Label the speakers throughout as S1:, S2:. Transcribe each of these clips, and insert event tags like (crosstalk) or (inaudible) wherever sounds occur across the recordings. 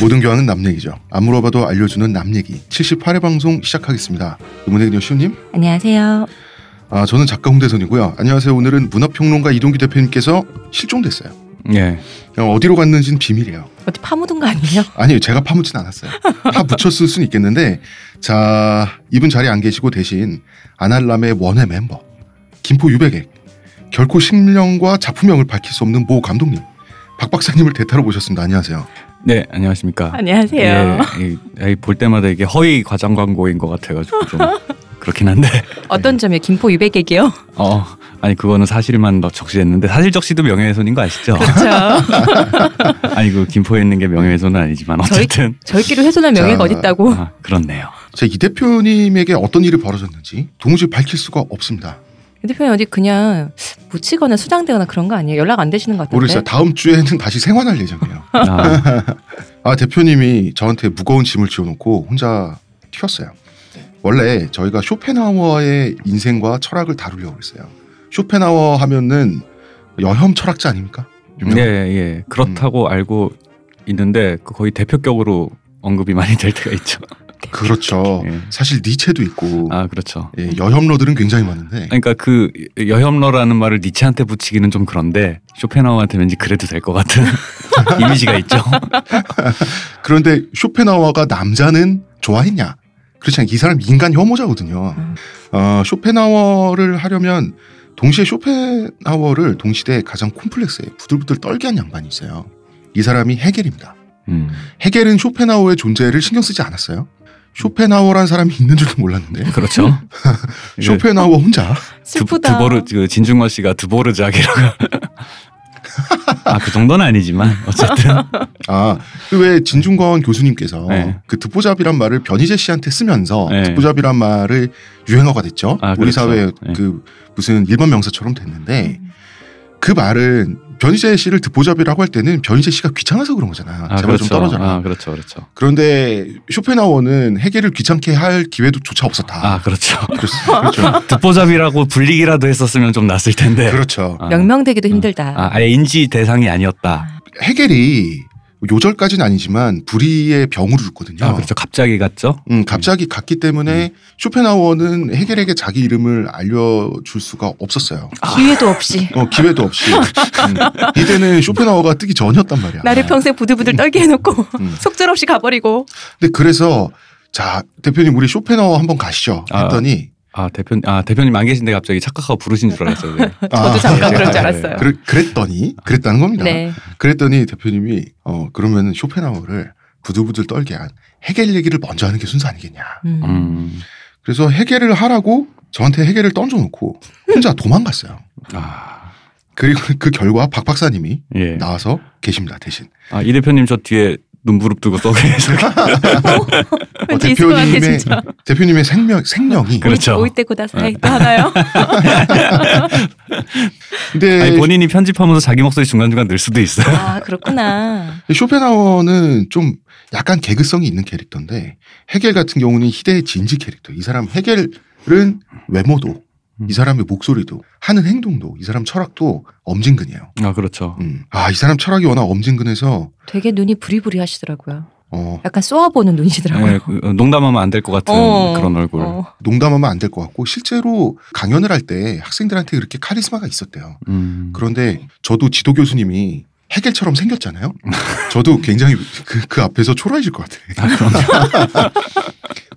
S1: 모든 교환은 남 얘기죠. 안 물어봐도 알려주는 남 얘기. 78회 방송 시작하겠습니다. 문혜린 여시우님,
S2: 안녕하세요.
S1: 아, 저는 작가 홍대선이고요. 안녕하세요. 오늘은 문화평론가 이동기 대표님께서 실종됐어요.
S3: 예.
S1: 그냥 어디로 갔는지는 비밀이에요.
S2: 어디 파묻은 거 아니에요?
S1: 아니요, 제가 파묻진 않았어요. 다 붙였을 수는 있겠는데, 자, 이분 자리에 안 계시고 대신 아날람의 원외 멤버, 김포 유백액, 결코 실명과 작품명을 밝힐 수 없는 모 감독님, 박 박사님을 대타로 모셨습니다. 안녕하세요.
S3: 네, (laughs) 안녕하십니까.
S2: 안녕하세요.
S3: 예, 이- 이, 볼 때마다 이게 허위 과장 광고인 것
S2: (laughs)
S3: 같아가지고 좀 그렇긴 한데.
S2: 어떤 점이요? 김포
S1: (laughs)
S2: 유백객이요?
S3: 어, 아니 그거는 사실만 더 적시했는데 사실 적시도 명예훼손인 거 아시죠?
S2: 그렇죠.
S3: 아니 그 김포에 있는 게 명예훼손은 아니지만 어쨌든
S2: 저희끼리 훼손할 명예가
S1: 자,
S2: 어딨다고?
S3: 아,
S2: (laughs)
S3: 그렇네요.
S1: 제 이 대표님에게 어떤 일이 벌어졌는지 도무지 밝힐 수가 없습니다.
S2: 이 대표님 어디 그냥 묻히거나 수장되거나 그런 거 아니에요? 연락 안 되시는 것 같은데.
S1: 모르겠어요. 다음 주에는 다시 생활할 예정이에요.
S3: 아,
S1: 아 대표님이 저한테 무거운 짐을 지어놓고 혼자 튀었어요. 원래 저희가 쇼펜하워의 인생과 철학을 다루려고 했어요. 쇼펜하워 하면은 여혐 철학자 아닙니까?
S3: 예,
S1: 유명한.
S3: 예. 그렇다고 알고 있는데 그 거의 대표격으로 언급이 많이 될 때가 (laughs) 있죠.
S1: 그렇죠.
S3: 예.
S1: 사실 니체도 있고
S3: 아, 그렇죠.
S1: 예, 여혐러들은 굉장히 많은데
S3: 그러니까 그 여혐러라는 말을 니체한테 붙이기는 좀 그런데 쇼펜하우한테 왠지 그래도 될 것
S2: (laughs)
S3: 같은 이미지가 있죠.
S1: 그런데 쇼펜하워가 남자는 좋아했냐? 그렇지 않게 이 사람 인간 혐오자거든요.
S2: 음.
S1: 어, 쇼펜하워를 하려면 동시에 쇼펜하워를 동시대 가장 콤플렉스에 부들부들 떨게 한 양반이 있어요. 이 사람이 헤겔입니다.
S3: (laughs) 음.
S1: 헤겔은 쇼펜하우의 존재를 신경 쓰지 않았어요. 쇼펜하우라는 사람이 있는 줄도 몰랐는데
S3: (laughs) 그렇죠. 그
S1: 쇼펜하우 혼자
S3: 두,
S2: 슬프다.
S3: 두보르 그 진중권 씨가 두보르 작이라고. 아그 정도는 아니지만 어쨌든
S1: 아왜 진중권 교수님께서
S3: 음. 네.
S1: 그 듣보잡이란 말을 변희재 씨한테 쓰면서
S3: 네.
S1: 듣보잡이란 말을 유행어가 됐죠.
S3: 아,
S1: 우리
S3: 그렇죠.
S1: 사회
S3: 네.
S1: 그 무슨 일반 명사처럼 됐는데
S2: 음.
S1: 그 말은 변희재 씨를 듣보잡이라고 할 때는 변희재 씨가 귀찮아서 그런 거잖아.
S3: 아,
S1: 제발 좀 떨어져라.
S3: 아 그렇죠 그렇죠.
S1: 그런데 쇼펜하우는 헤겔을 귀찮게 할 기회도 조차 없었다.
S3: 아 그렇죠.
S1: (laughs) 그렇- 그렇죠.
S3: (laughs) 듣보잡이라고 불리기라도 했었으면 좀 낫을 텐데.
S1: 그렇죠.
S3: 아,
S2: 명명되기도 힘들다.
S3: 아, 아예 인지 대상이 아니었다.
S1: 해겔이 요절까지는 아니지만 불의의 병으로 죽거든요.
S3: 아 그렇죠. 갑자기 갔죠.
S1: 음, 갑자기 갔기 때문에 쇼펜하우어는 해겔에게 자기 이름을 알려줄 수가 없었어요.
S2: 기회도 없이.
S1: 어, 기회도 없이. 음, 이때는 쇼펜하우어가 뜨기 전이었단 말이야.
S2: 나를 평생 부들부들 떨게 해놓고
S1: 아. 음.
S2: (laughs) 속절없이 가버리고
S1: 근데 그래서 자 대표님 우리 쇼펜하우어 한번 가시죠.
S3: 아.
S1: 했더니
S3: 아 대표 아 대표님 안 계신데 갑자기 착각하고 부르신 줄 알았어요. 네.
S2: 저도
S1: 아,
S2: 잠깐
S3: 예,
S2: 그럴
S3: 예,
S2: 줄 알았어요.
S1: (laughs) 그래, 그랬더니 그랬다는 겁니다.
S2: 네.
S1: 그랬더니 대표님이 어 그러면은 쇼펜하우어를 부들부들 떨게 한 해겔 얘기를 먼저 하는 게 순서 아니겠냐.
S2: 음.
S3: (laughs) 음.
S1: 그래서 해결을 하라고 저한테 해결을 던져놓고 혼자 도망갔어요.
S3: 아.
S1: 그리고 그 결과 박 박사님이
S3: 예.
S1: 나와서 계십니다 대신.
S3: 아, 이 대표님 저 뒤에 눈부릅 뜨고 썩 계속
S2: 왠지 있을 것 어, 같아
S1: 대표님의 (laughs)
S2: 진짜.
S1: 대표님의 생명 생명이.
S3: 그래. 그렇죠.
S2: 오이 때고다
S1: 네.
S2: 사이 또
S1: (laughs)
S2: 하나요?
S1: 근데
S3: (laughs) 아니 본인이 편집하면서 자기 목소리 중간중간 늘 수도 있어요.
S2: 아 그렇구나.
S1: 쇼펜하워는 좀 약간 개그성이 있는 캐릭터인데 해겔 같은 경우는 희대의 진지 캐릭터. 이 사람 해겔은 외모도
S3: 음.
S1: 이 사람의 목소리도 하는 행동도 이 사람 철학도 엄진근이에요.
S3: 아, 그렇죠.
S1: 음. 아이 사람 철학이 워낙 엄진근해서
S2: 되게 눈이 부리부리 하시더라고요.
S1: 어,
S2: 약간 쏘아보는 눈이시더라고요.
S1: 네,
S3: 예, 그, 어, 농담하면 안 될 것 같은
S2: 어,
S3: 그런 얼굴.
S2: 어.
S1: 농담하면 안 될 것 같고 실제로 강연을 할 때 학생들한테 그렇게 카리스마가 있었대요.
S3: 음.
S1: 그런데 저도 지도 교수님이 해겔처럼 생겼잖아요. 저도 굉장히 그, 그 앞에서 초라해질 것 같아.
S3: 아, 그럼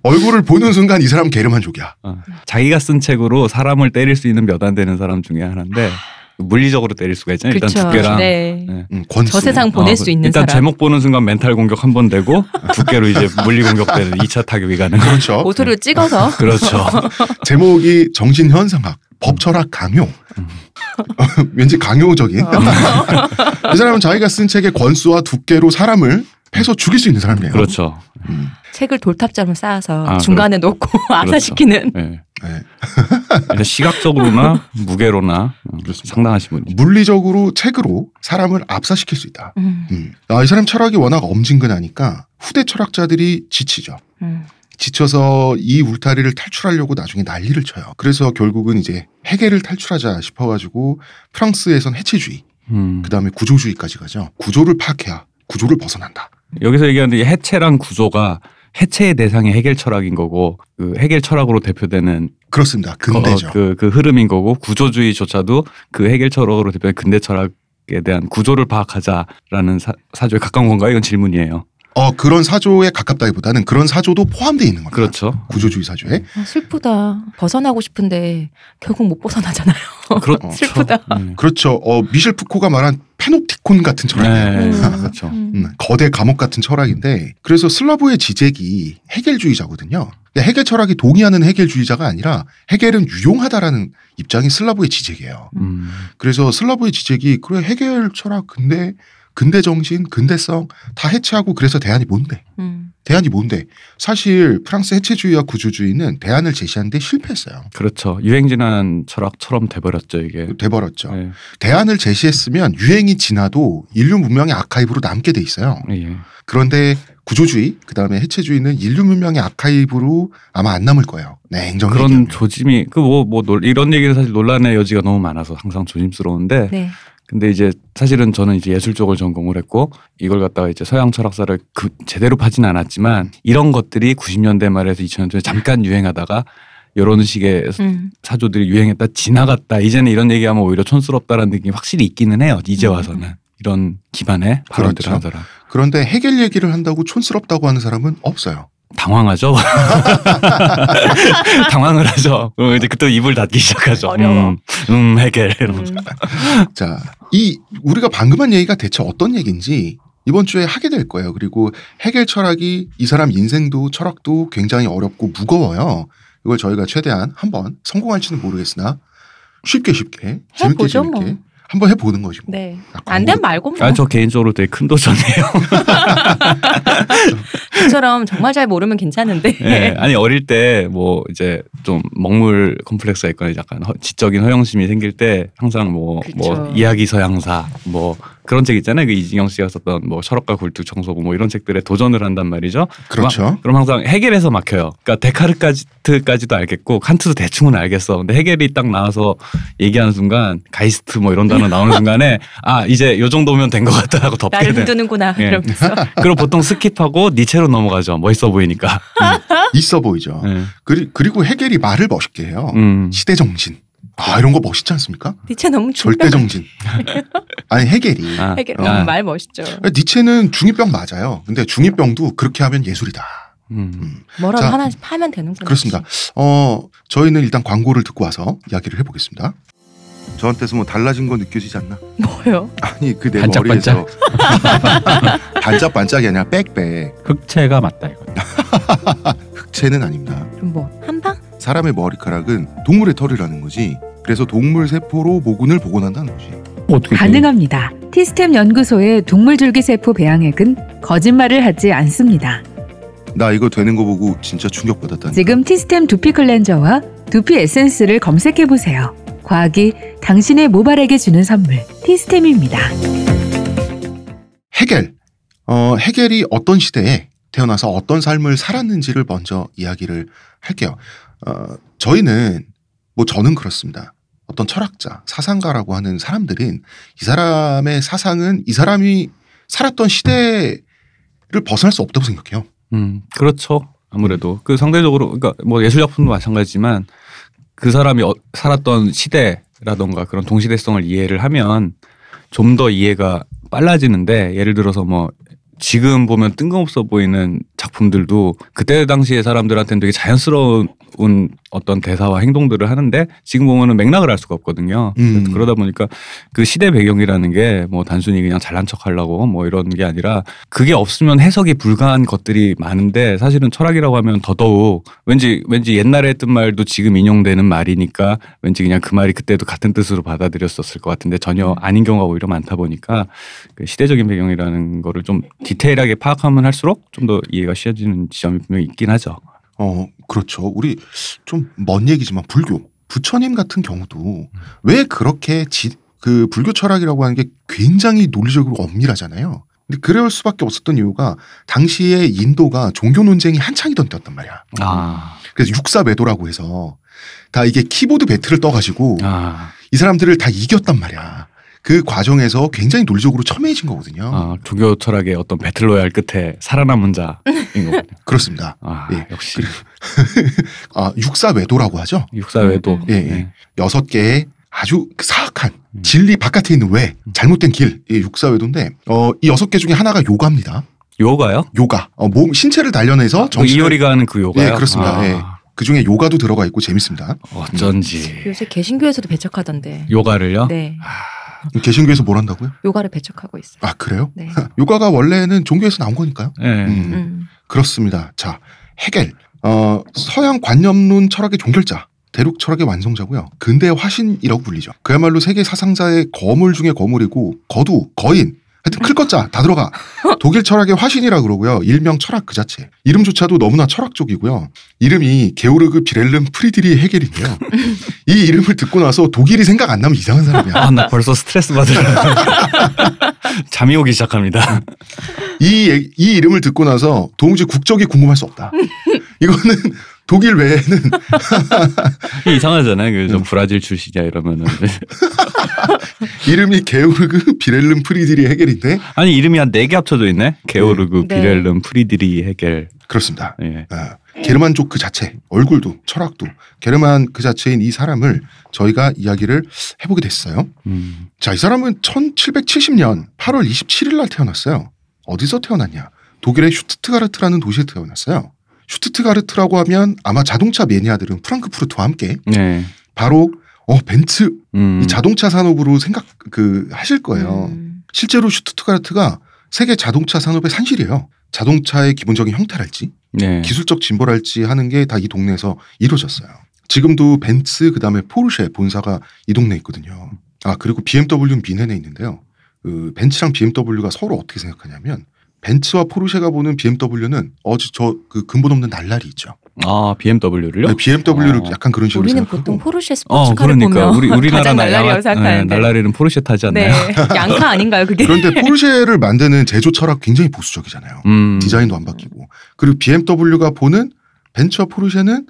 S1: (laughs) 얼굴을 보는 순간 이 사람 게르만족이야.
S3: 어. 자기가 쓴 책으로 사람을 때릴 수 있는 몇 안 되는 사람 중에 하나인데 물리적으로 때릴 수가 있잖아요. 일단
S2: 아. 그렇죠.
S3: 두께랑
S2: 네.
S3: 예.
S1: 음, 권수.
S2: 저 세상 보낼
S3: 어,
S2: 수 있는
S3: 일단
S2: 사람.
S3: 제목 보는 순간 멘탈 공격 한 번 되고 두께로 이제 물리 공격되는 2차 타격이
S2: (laughs)
S3: 가는 거.
S1: 그렇죠.
S2: 모서리로 찍어서 네. (laughs)
S3: 그렇죠.
S1: 제목이 정신현상학, 법철학 강요.
S2: 음.
S1: (laughs) 왠지 강요적인.
S2: 어.
S1: (laughs) 이 사람은 자기가 쓴 책의 권수와 두께로 사람을 패서 죽일 수 있는 사람이에요.
S3: 그렇죠.
S1: 음.
S2: 책을 돌탑처럼 쌓아서
S3: 아,
S2: 중간에 놓고 (laughs) 아사시키는
S3: 예.
S1: 네.
S3: 일단 시각적으로나 무게로나 어,
S1: 그렇습니다.
S3: 상당하신 분이죠.
S1: 물리적으로 책으로 사람을 압사시킬 수 있다.
S2: 음,
S1: 음. 아, 이 사람 철학이 워낙 엄진근하니까 후대 철학자들이 지치죠.
S2: 음.
S1: 지쳐서 이 울타리를 탈출하려고 나중에 난리를 쳐요. 그래서 결국은 이제 해계를 탈출하자 싶어가지고 프랑스에선 해체주의,
S3: 음.
S1: 그 다음에 구조주의까지 가죠. 구조를 파악해야 구조를 벗어난다.
S3: 여기서 얘기하는 이 해체랑 구조가 해체의 대상이 해겔 철학인 거고 그 해겔 철학으로 대표되는
S1: 그렇습니다. 근대죠.
S3: 그, 그 흐름인 거고 구조주의조차도 그 해겔 철학으로 대표된 근대 철학에 대한 구조를 파악하자라는 사, 사조에 가까운 건가요? 이건 질문이에요.
S1: 어 그런 사조에 가깝다기보다는 그런 사조도 포함되어 있는 겁니다.
S3: 그렇죠.
S1: 구조주의 사조에
S2: 아, 슬프다. 벗어나고 싶은데 결국 못 (laughs) 벗어나잖아요.
S3: 그렇죠.
S2: 슬프다.
S3: 네.
S1: 그렇죠. 어 미셸 푸코가 말한 페노티콘 같은 철학이에요.
S3: 네,
S2: 음.
S3: 그렇죠.
S2: 음.
S1: 음, 거대 감옥 같은 철학인데 그래서 슬라브의 지적이 해겔주의자거든요. 근데 해겔 철학이 동의하는 해겔주의자가 아니라 해겔은 유용하다라는 입장이 슬라브의 지적이에요.
S3: 음.
S1: 그래서 슬라브의 지적이 그래 해겔 철학 근대 근대 정신 근대성 다 해체하고 그래서 대안이 뭔데?
S2: 음.
S1: 대안이 뭔데? 사실 프랑스 해체주의와 구조주의는 대안을 제시하는데 실패했어요.
S3: 그렇죠. 유행진한 철학처럼 돼버렸죠 이게.
S1: 돼버렸죠.
S3: 네.
S1: 대안을 제시했으면 유행이 지나도 인류 문명의 아카이브로 남게 돼 있어요.
S3: 예.
S1: 그런데 구조주의, 그 다음에 해체주의는 인류 문명의 아카이브로 아마 안 남을 거예요. 네, 냉정히
S3: 그런
S1: 얘기하면.
S3: 조짐이 그 뭐 뭐 이런 얘기는 사실 논란의 여지가 너무 많아서 항상 조심스러운데
S2: 네.
S3: 근데 이제 사실은 저는 이제 예술 쪽을 전공을 했고 이걸 갖다가 이제 서양 철학사를 그 제대로 파진 않았지만 이런 것들이 90년대 말에서 2000년대 잠깐 유행하다가 이런 식의
S2: 음.
S3: 사조들이 유행했다 지나갔다 이제는 이런 얘기하면 오히려 촌스럽다라는 느낌이 확실히 있기는 해요 이제
S2: 음.
S3: 와서는 이런 기반의 발언들을
S1: 그렇죠.
S3: 하더라
S1: 그런데 해겔 얘기를 한다고 촌스럽다고 하는 사람은 없어요.
S3: 당황하죠 (laughs) 당황을 하죠 어, 이제 그때 입을 닫기 시작하죠
S2: 어려워.
S3: 음, 음 해결 이러면서
S2: 음.
S1: 자, 이 우리가 방금 한 얘기가 대체 어떤 얘기인지 이번 주에 하게 될 거예요. 그리고 해겔 철학이 이 사람 인생도 철학도 굉장히 어렵고 무거워요. 이걸 저희가 최대한 한번 성공할지는 모르겠으나 쉽게 쉽게 재밌게
S2: 해보죠,
S1: 재밌게
S2: 뭐.
S1: 한번 해보는 거지 뭐.
S2: 네.
S1: 아,
S2: 안 된 말고 뭐.
S3: 아, 저 개인적으로 되게 큰 도전이에요.
S2: 저처럼 정말 잘 모르면 괜찮은데. (laughs)
S3: 예. 아니, 어릴 때, 뭐, 이제, 좀, 먹물 컴플렉스가 있거나 약간 허- 지적인 허영심이 생길 때, 항상 뭐,
S2: 그쵸.
S3: 뭐, 이야기 서양사, 뭐, 그런 책 있잖아요. 그 이진영 씨가 썼던 뭐, 철학과 굴뚝 청소부, 뭐, 이런 책들에 도전을 한단 말이죠.
S1: 그렇죠.
S3: 그럼 항상 해겔에서 막혀요. 그러니까 데카르트까지도 알겠고, 칸트도 대충은 알겠어. 근데 해겔이 딱 나와서 얘기하는 순간, 가이스트 뭐 이런 단어 나오는 순간에, 아, 이제 요 정도면 된 것 같다라고 덮게
S2: 나를
S3: 돼.
S2: 흔드는구나.
S3: 예.
S2: 이러면서.
S3: 그리고 보통 스킵하고 니체로 넘어가죠. 멋있어 보이니까.
S1: 있어 보이죠.
S3: 네.
S1: 그리, 그리고 해겔이 말을 멋있게 해요.
S3: 음.
S1: 시대 정신. 아 이런 거 멋있지 않습니까?
S2: 니체 너무
S1: 절대
S4: (laughs)
S1: 정신. 아니 해겔이.
S3: 아,
S2: 이게
S1: 어.
S2: 너무 말 멋있죠.
S1: 니체는 중이병 맞아요. 근데 중이병도 그렇게 하면 예술이다.
S3: 음.
S2: 뭐라도
S1: 자,
S2: 하나 하면 되는구나.
S1: 그렇습니다. 어 저희는 일단 광고를 듣고 와서 이야기를 해보겠습니다. 저한테서 뭐 달라진 거 느껴지지 않나?
S2: (laughs) 뭐요?
S1: 아니 그 내
S3: 반짝반짝.
S1: 머리에서 (laughs) 반짝반짝이 아니라 빽빽
S5: 흑채가 맞다 이거.
S1: 흑채는 아닙니다.
S2: 그럼 뭐 한방?
S1: 사람의 머리카락은 동물의 털이라는 거지. 그래서 동물 세포로 모근을 복원한다는 거지.
S3: 음.
S5: 어떻게
S4: 가능합니다. 티스템 연구소의 동물줄기세포 배양액은 거짓말을 하지 않습니다.
S1: 나 이거 되는 거 보고 진짜 충격받았다니.
S4: 지금 티스템 두피 클렌저와 두피 에센스를 검색해 보세요. 과학이 당신의 모발에게 주는 선물 티스템입니다.
S1: 헤겔. 어, 헤겔이 어떤 시대에 태어나서 어떤 삶을 살았는지를 먼저 이야기를 할게요. 어, 저희는 뭐 저는 그렇습니다. 어떤 철학자, 사상가라고 하는 사람들은 이 사람의 사상은 이 사람이 살았던 시대를 벗어날 수 없다고 생각해요.
S3: 음, 그렇죠. 아무래도 그 상대적으로 그러니까 뭐 예술 작품도 마찬가지지만 그 사람이 어, 살았던 시대라던가 그런 동시대성을 이해를 하면 좀 더 이해가 빨라지는데 예를 들어서 뭐 지금 보면 뜬금없어 보이는 작품들도 그때 당시의 사람들한테는 되게 자연스러운 어떤 대사와 행동들을 하는데 지금 보면은 맥락을 알 수가 없거든요.
S1: 음.
S3: 그러다 보니까 그 시대 배경이라는 게 뭐 단순히 그냥 잘난 척 하려고 뭐 이런 게 아니라 그게 없으면 해석이 불가한 것들이 많은데 사실은 철학이라고 하면 더더욱 왠지 왠지 옛날에 했던 말도 지금 인용되는 말이니까 왠지 그냥 그 말이 그때도 같은 뜻으로 받아들였었을 것 같은데 전혀 아닌 경우가 오히려 많다 보니까 그 시대적인 배경이라는 거를 좀 디테일하게 파악하면 할수록 좀 더 이해가 쉬워지는 지점이 분명히 있긴 하죠.
S1: 어, 그렇죠. 우리 좀 먼 얘기지만 불교, 부처님 같은 경우도 왜 그렇게 지- 그 불교 철학이라고 하는 게 굉장히 논리적으로 엄밀하잖아요. 근데 그럴 수밖에 없었던 이유가 당시에 인도가 종교 논쟁이 한창이던 때였단 말이야.
S3: 아,
S1: 그래서 육사매도라고 해서 다 이게 키보드 배틀을 떠가지고
S3: 아,
S1: 이 사람들을 다 이겼단 말이야. 그 과정에서 굉장히 논리적으로 첨예해진 거거든요.
S3: 아, 종교 철학의 어떤 배틀로얄 끝에 살아남은 자인 거군요.
S1: 그렇습니다.
S3: 아,
S1: 예.
S3: 역시
S1: 아, 육사외도라고 하죠.
S3: 육사외도.
S1: 예, 예.
S3: 네.
S1: 여섯 개의 아주 그 사악한
S3: 음.
S1: 진리 바깥에 있는 외 잘못된 길, 이 육사외도인데 어, 이 여섯 개 중에 하나가 요가입니다.
S3: 요가요?
S1: 요가, 어, 몸 신체를 단련해서
S3: 그
S1: 정신을
S3: 이효리가 하는 그 요가요?
S1: 예, 그렇습니다.
S3: 아,
S1: 예. 그 중에 요가도 들어가 있고 재밌습니다.
S3: 어쩐지
S2: 요새 개신교에서도 배척하던데.
S3: 요가를요?
S2: 네.
S3: 아.
S1: 개신교에서 뭘 한다고요?
S2: 요가를 배척하고 있어요.
S1: 아 그래요?
S2: 네.
S1: 요가가 원래는 종교에서 나온 거니까요.
S3: 예.
S1: (laughs) 음,
S2: 음.
S1: 그렇습니다. 자 헤겔 어, 서양 관념론 철학의 종결자. 대륙 철학의 완성자고요. 근대 화신이라고 불리죠. 그야말로 세계 사상자의 거물 중에 거물이고 거두, 거인, 하여튼 클 것자 다 들어가. 독일 철학의 화신이라 그러고요. 일명 철학 그 자체. 이름조차도 너무나 철학적이고요. 이름이 게오르그 비렐름 프리드리 헤겔인데요. 이 이름을 듣고 나서 독일이 생각 안 나면 이상한 사람이야.
S3: 아, 나 벌써 스트레스 (laughs) 받으려. 잠이 오기 시작합니다.
S1: 이, 얘- 이 이름을 듣고 나서 도무지 국적이 궁금할 수 없다. 이거는 독일 외에는
S3: (laughs) 이상하잖아요. 그래서
S1: 음.
S3: 브라질 출신이야 이러면은 (laughs)
S1: 이름이 게오르그 비렐름 프리드리 헤겔인데
S3: 아니 이름이 한 네 개 합쳐져 있네. 게오르그,
S2: 네.
S3: 비렐름, 프리드리 헤겔.
S1: 그렇습니다.
S3: 예.
S1: 아, 게르만족 그 자체, 얼굴도 철학도 게르만 그 자체인 이 사람을 저희가 이야기를 해보게 됐어요.
S3: 음.
S1: 자, 이 사람은 1770년 8월 27일 날 태어났어요. 어디서 태어났냐? 독일의 슈트트가르트라는 도시에 태어났어요. 슈트트가르트라고 하면 아마 자동차 매니아들은 프랑크푸르트와 함께
S3: 예.
S1: 바로 어 벤츠
S3: 음.
S1: 이 자동차 산업으로 생각 그 하실 거예요.
S2: 음.
S1: 실제로 슈투트가르트가 세계 자동차 산업의 산실이에요. 자동차의 기본적인 형태랄지
S3: 예.
S1: 기술적 진보랄지 하는 게 다 이 동네에서 이루어졌어요. 지금도 벤츠 그다음에 포르쉐 본사가 이 동네에 있거든요. 아 그리고 BMW는 미넨에 있는데요. 그 벤츠랑 BMW가 서로 어떻게 생각하냐면 벤츠와 포르쉐가 보는 BMW는 어저그 근본 없는 날라리 있죠. 네,
S3: 아 BMW를요?
S1: BMW를
S3: 어.
S1: 약간 그런 식으로
S2: 우리는
S1: 생각하고
S2: 보통 포르쉐
S3: 어
S2: 스포츠카를
S3: 그러니까
S2: 보면
S3: 우리 우리나라 네,
S2: 가장 날라리라고 생각하는데.
S3: 날라리는 포르쉐 타지
S2: 네.
S3: 않나요?
S2: (laughs) 양카 아닌가요, 그게?
S1: 그런데 포르쉐를 만드는 제조 철학 굉장히 보수적이잖아요.
S3: 음.
S1: 디자인도 안 바뀌고 그리고 BMW가 보는 벤츠와 포르쉐는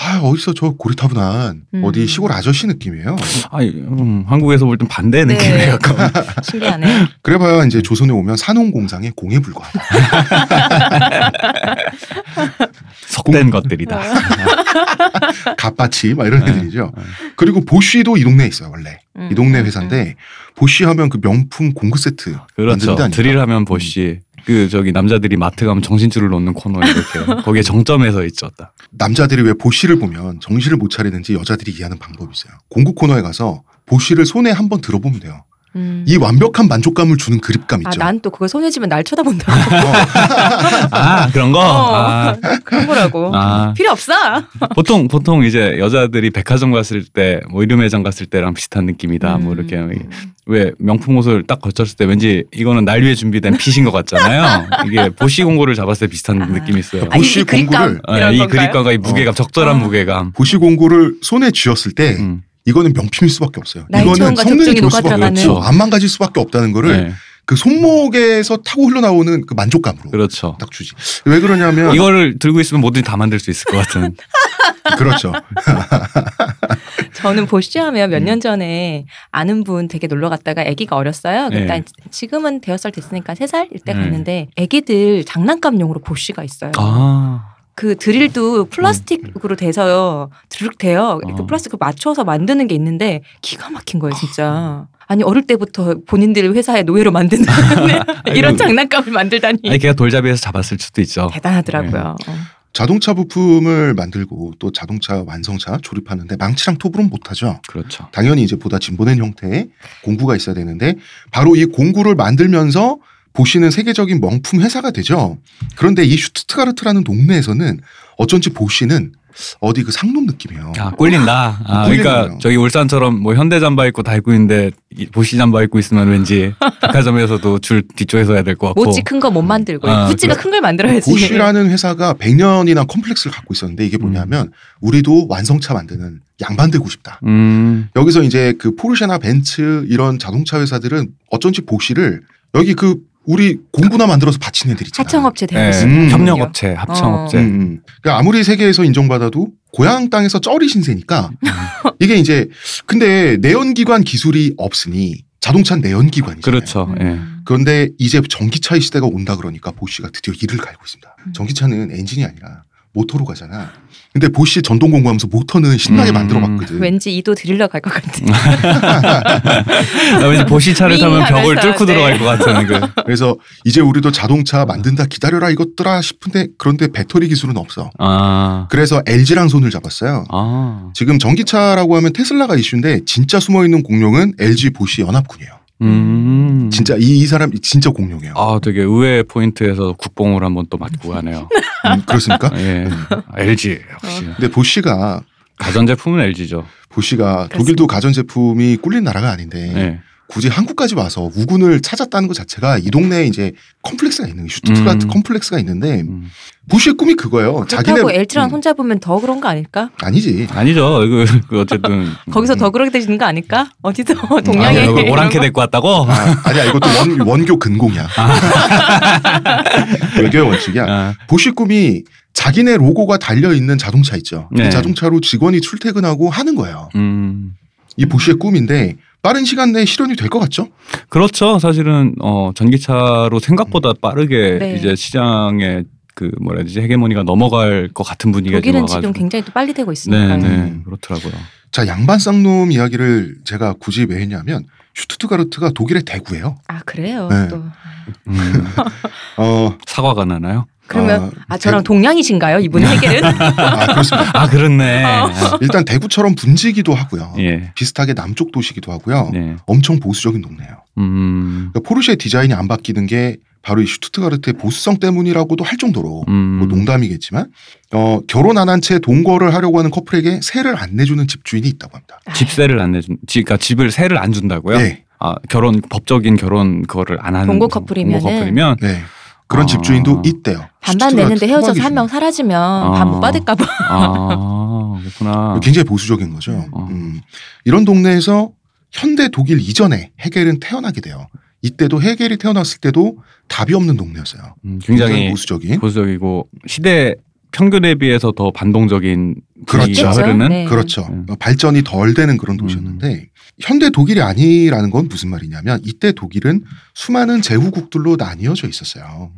S1: 아 어디서 저 고리타분한
S2: 음.
S1: 어디 시골 아저씨 느낌이에요.
S3: 아니 음, 한국에서 볼 땐 반대의
S2: 네.
S3: 느낌이에요. 약간.
S2: (laughs) 신기하네.
S1: 그래봐야 이제 조선에 오면 산홍공상의 공에
S3: (laughs)
S1: 불과하다.
S3: (laughs) 속된 것들이다.
S2: 어.
S1: 갓바치 막 이런
S3: 네.
S1: 애들이죠.
S3: 네.
S1: 그리고 보쉬도 이 동네에 있어요 원래.
S2: 음.
S1: 이 동네 회사인데 보쉬 하면 그 명품 공구 세트
S3: 음. 그렇죠.
S1: 만드는 데 아닌가?
S3: 드릴하면 보시. 그 저기 남자들이 마트 가면 정신줄을 놓는 코너 이렇게 거기에 정점에서 있죠. 딱.
S1: 남자들이 왜 보쉬를 보면 정신을 못 차리는지 여자들이 이해하는 방법이 있어요. 공구 코너에 가서 보쉬를 손에 한번 들어보면 돼요.
S2: 음.
S1: 이 완벽한 만족감을 주는 그립감
S2: 아,
S1: 있죠.
S2: 난 또 그걸 손에 쥐면 날 쳐다본다고.
S3: 아 그런 거.
S2: 어.
S3: 아,
S2: 그런 거라고.
S3: (laughs) 아.
S2: 필요 없어.
S3: 보통 보통 이제 여자들이 백화점 갔을 때 뭐 이름 매장 갔을 때랑 비슷한 느낌이다. 뭐
S2: 음.
S3: 이렇게 왜 명품 옷을 딱 걸쳤을 때 왠지 이거는 날 위해 준비된 핏인 것 같잖아요. 이게 보시 공구를 잡았을 때 비슷한
S2: 아.
S3: 느낌이 있어요.
S1: 아니, 보쉬
S2: 이 그립감
S1: 공구를-
S3: 아,
S2: 이런
S3: 이
S2: 건가요?
S3: 그립감과 이 무게감 적절한
S2: 아.
S3: 무게감.
S1: 보시 공구를 손에 쥐었을 때
S3: 음.
S1: 이거는 명품일 수밖에 없어요.
S2: 나의
S1: 이거는
S2: 체온과
S1: 성능이
S2: 적정이
S1: 좋을 수밖에
S2: 녹아들어가는.
S1: 없고 안 망가질 수밖에 없다는 거를
S3: 네,
S1: 그 손목에서 타고 흘러나오는 그 만족감으로
S3: 그렇죠.
S1: 딱 주지. 왜 그러냐면
S3: 이거를 들고 있으면 뭐든지 다 만들 수 있을 것 같은.
S1: (laughs) 그렇죠.
S2: 저는 보쉬하면
S3: 음.
S2: 몇 년 전에 아는 분 되게 놀러 갔다가 아기가 어렸어요. 그러니까
S3: 네.
S2: 지금은 대여살 됐으니까 세 살일 때
S3: 네.
S2: 갔는데 아기들 장난감용으로 보쉬가 있어요.
S3: (laughs) 아,
S2: 그 드릴도 플라스틱으로 돼서요. 드륵 돼요.
S3: 음. 어.
S2: 그 플라스틱 맞춰서 만드는 게 있는데 기가 막힌 거예요, 진짜. 아니 어릴 때부터 본인들 회사의 노예로 만드는 (laughs) 이런
S3: (laughs) 아이고.
S2: 장난감을 만들다니
S3: 아니 걔가 돌잡이에서 잡았을 수도 있죠.
S2: 대단하더라고요.
S3: 네.
S2: 어.
S1: 자동차 부품을 만들고 또 자동차 완성차 조립하는데 망치랑 톱으로는 못하죠.
S3: 그렇죠.
S1: 당연히 이제 보다 진보된 형태의 공구가 있어야 되는데 바로 이 공구를 만들면서 보시는 세계적인 명품 회사가 되죠. 그런데 이 슈트트가르트라는 동네에서는 어쩐지 보시는 어디 그 상놈 느낌이에요.
S3: 아, 꿀린다. 아,
S1: 꿀리네요.
S3: 그러니까 저기 울산처럼 뭐 현대 잠바 입고 다 입고 있는데 이 보시 잠바 입고 있으면 왠지 백화점에서도 줄 뒤쪽에 서야 될 것 같고.
S2: 모찌 큰 거 못 만들고
S3: 아,
S2: 구찌가 큰 걸 만들어야지.
S1: 보쉬라는 회사가 100년이나 컴플렉스를 갖고 있었는데 이게 뭐냐면 우리도 완성차 만드는 양반 되고 싶다.
S3: 음,
S1: 여기서 이제 그 포르쉐나 벤츠 이런 자동차 회사들은 어쩐지 보쉬를 여기 그 우리 공구나 만들어서 바친 애들 있잖아.
S2: 하청업체
S3: 네.
S2: 대신
S1: 음.
S3: 협력업체, 합청업체.
S2: 어.
S1: 음, 음. 그러니까 아무리 세계에서 인정받아도 고향
S2: 음.
S1: 땅에서 쩔이 신세니까 이게 이제 근데 내연기관 기술이 없으니 자동차는 내연기관이잖아요.
S3: 그렇죠.
S2: 음.
S3: 예.
S1: 그런데 이제 전기차의 시대가 온다 그러니까 보쉬가 드디어 이를 갈고 있습니다.
S2: 음.
S1: 전기차는 엔진이 아니라 모터로 가잖아. 근데 보쉬 전동 공구하면서 모터는 신나게
S3: 음.
S1: 만들어 봤거든.
S2: 그 왠지 이도 드릴러 갈 것 같은.
S3: 아, 나 예. 아, 왠지 보시차를 타면
S2: 윙하면서,
S3: 벽을 뚫고
S2: 네.
S3: 들어갈 것 같은 그.
S1: 그래서 이제 우리도 자동차 만든다 기다려라 이것들아 싶은데 그런데 배터리 기술은 없어.
S3: 아.
S1: 그래서 LG랑 손을 잡았어요.
S3: 아.
S1: 지금 전기차라고 하면 테슬라가 이슈인데 진짜 숨어 있는 공룡은 LG 보쉬 연합군이에요.
S3: 음.
S1: 진짜 이, 이 사람 진짜 공룡이에요.
S3: 아, 되게 의외의 포인트에서 국뽕을 한번 또 맞고 가네요.
S1: 음, 그렇습니까?
S3: 예.
S2: (laughs)
S3: LG 역시.
S2: 어.
S1: 근데 보쉬가
S3: 가전제품은 LG죠.
S1: 보쉬가 독일도 가전제품이 꿀린 나라가 아닌데
S3: 예.
S1: 굳이 한국까지 와서 우군을 찾았다는 것 자체가 이 동네에 이제 컴플렉스가 있는 거예요. 슈투트가트
S3: 음.
S1: 컴플렉스가 있는데
S3: 음.
S1: 부시의 꿈이 그거예요. 자기네
S2: 그렇다고 엘트랑
S1: 음,
S2: 손잡으면 더 그런 거 아닐까?
S1: 아니지.
S3: 아니죠. 그, 그 어쨌든
S2: (laughs)
S3: 음.
S2: 거기서 더 그렇게 되시는 거 아닐까? 어디서 (laughs) 동양에
S3: 아,
S1: 동양의-
S3: 이거 오랑캐 데리고 왔다고?
S1: 아, 아니야 이것도
S2: (laughs)
S1: 원, 원교 근공이야. 외교의 원칙이야.
S3: 아,
S1: 보시 꿈이 자기네 로고가 달려 있는 자동차 있죠.
S3: 네.
S1: 이 자동차로 직원이 출퇴근하고 하는 거예요.
S3: 음.
S1: 이 보시의 꿈인데 빠른 시간 내에 실현이 될 것 같죠?
S3: 그렇죠. 사실은 어 전기차로 생각보다 빠르게
S2: 네.
S3: 이제 시장에 그 뭐라 해야 되지 헤게모니가 넘어갈 것 같은 분위기가 지금
S2: 독일은
S3: 와가지고.
S2: 지금 굉장히 또 빨리 되고 있으니까.
S3: 네네
S1: 음.
S3: 그렇더라고요.
S1: 자 양반 쌍놈 이야기를 제가 굳이 왜 했냐면 슈투트가르트가 독일의 대구예요.
S2: 아 그래요.
S1: 네.
S2: 또
S3: 음. (laughs)
S1: 어
S3: 사과가 나나요?
S2: 그러면
S1: 아,
S2: 아 저랑 동양이신가요? 이분
S3: 네. (laughs)
S2: 해결은?
S1: 아, 그렇습니다.
S3: 아 그렇네.
S2: 어.
S3: 아,
S1: (laughs) 일단 대구처럼 분지기도 하고요.
S3: 예.
S1: 비슷하게 남쪽 도시기도 하고요.
S3: 네.
S1: 엄청 보수적인 동네예요.
S3: 음.
S1: 그러니까 포르쉐 디자인이 안 바뀌는 게 바로 이 슈투트가르트의 보수성 때문이라고도 할 정도로
S3: 음.
S1: 뭐 농담이겠지만 어, 결혼 안 한 채 동거를 하려고 하는 커플에게 세를 안 내주는 집주인이 있다고 합니다.
S3: 집세를 안 내준. 집- 그러니까 집을 세를 안 준다고요?
S1: 네,
S3: 아 결혼 법적인 결혼 그거를 안 하는
S2: 동거 커플이면은
S3: 동거 커플이면
S1: 네. 그런
S3: 아.
S1: 집주인도 있대요.
S2: 반반
S1: 슈투트가르트
S2: 내는데 헤어져서
S1: 토막이
S2: 한 명
S1: 중요해요.
S2: 사라지면 밥 못 받을까 봐.
S3: 아 그렇구나.
S1: 네, 굉장히 보수적인 거죠.
S3: 어.
S1: 음. 이런 동네에서 현대 독일 이전에 헤겔은 태어나게 돼요. 이때도 헤겔이 태어났을 때도 답이 없는 동네였어요.
S3: 음, 굉장히
S1: 보수적인.
S3: 보수적이고 시대 평균에 비해서 더 반동적인
S2: (laughs)
S1: 그렇죠.
S3: 분위기가 흐르는
S2: 네.
S1: 그렇죠.
S3: 음.
S1: 어, 발전이 덜 되는 그런 도시였는데 현대 독일이 아니라는 건 무슨 말이냐면 이때 독일은 수많은 제후국들로 나뉘어져 있었어요.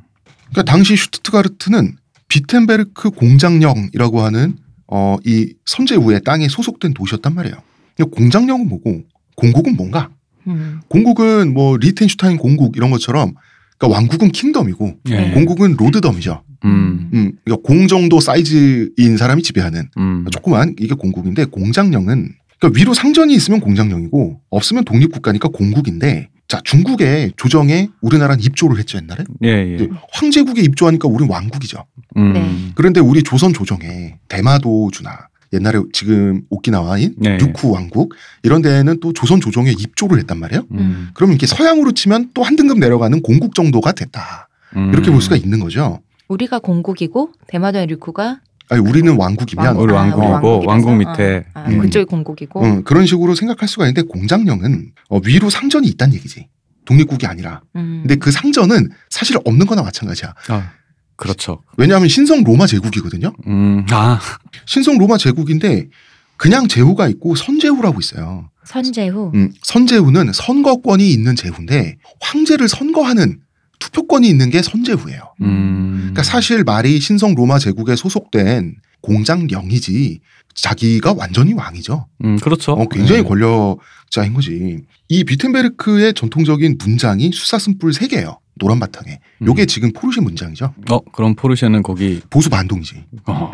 S1: 그러니까 당시 슈트트가르트는 비텐베르크 공장령이라고 하는 어, 이 선제우의 땅에 소속된 도시였단 말이에요. 근데 공장령은 뭐고 공국은 뭔가?
S2: 음.
S1: 공국은 뭐 리텐슈타인 공국 이런 것처럼 그러니까 왕국은 킹덤이고
S3: 예.
S1: 공국은 로드덤이죠.
S3: 음.
S1: 음, 그러니까 공 정도 사이즈인 사람이 지배하는
S3: 음.
S1: 그러니까 조그만 이게 공국인데 공장령은 그러니까 위로 상전이 있으면 공장령이고 없으면 독립국가니까 공국인데 자 중국의 조정에 우리나라는 입조를 했죠 옛날에
S3: 예, 예.
S1: 근데 황제국에 입조하니까 우린 왕국이죠
S3: 음.
S2: 네.
S1: 그런데 우리 조선 조정에 대마도주나 옛날에 지금 오키나와인
S2: 네.
S3: 예, 예.
S1: 육후 왕국 이런 데에는 또 조선 조정에 입조를 했단 말이에요
S3: 음.
S1: 그럼 이렇게 서양으로 치면 또 한 등급 내려가는 공국 정도가 됐다
S3: 음.
S1: 이렇게 볼 수가 있는 거죠
S2: 우리가 공국이고 대마도의 류쿠가
S1: 아니 우리는 왕국이면 어,
S3: 우리
S2: 아,
S3: 왕국이고
S2: 우리 왕국이라서?
S3: 왕국 밑에
S2: 아,
S1: 음.
S2: 그쪽이 공국이고
S1: 어, 그런 식으로 생각할 수가 있는데 공장령은 어, 위로 상전이 있다는 얘기지. 독립국이 아니라.
S2: 음.
S1: 근데 그 상전은 사실 없는 거나 마찬가지야.
S3: 아, 그렇죠.
S1: 왜냐하면 신성 로마 제국이거든요.
S3: 음. 아,
S1: 신성 로마 제국인데 그냥 제후가 있고 선제후라고 있어요.
S2: 선제후
S1: 음, 선제후는 선거권이 있는 제후인데 황제를 선거하는 투표권이 있는 게 선제후예요.
S3: 음.
S1: 그러니까 사실 말이 신성 로마 제국에 소속된 공장령이지 자기가 완전히 왕이죠.
S3: 음, 그렇죠.
S1: 어, 굉장히
S3: 예.
S1: 권력자인 거지. 이 비텐베르크의 전통적인 문장이 수사슴뿔 3개예요. 노란 바탕에.
S3: 음.
S1: 요게 지금 포르쉐 문장이죠.
S3: 어, 그럼 포르쉐는 거기
S1: 보수 반동이지.
S3: (laughs) 어.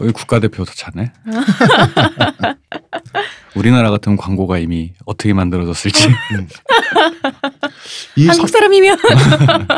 S3: 여기 국가대표 다
S2: (laughs)
S3: 차네. 우리나라 같은 광고가 이미 어떻게 만들어졌을지.
S1: 이,
S2: 한국 사람이면
S3: (laughs)
S1: 선,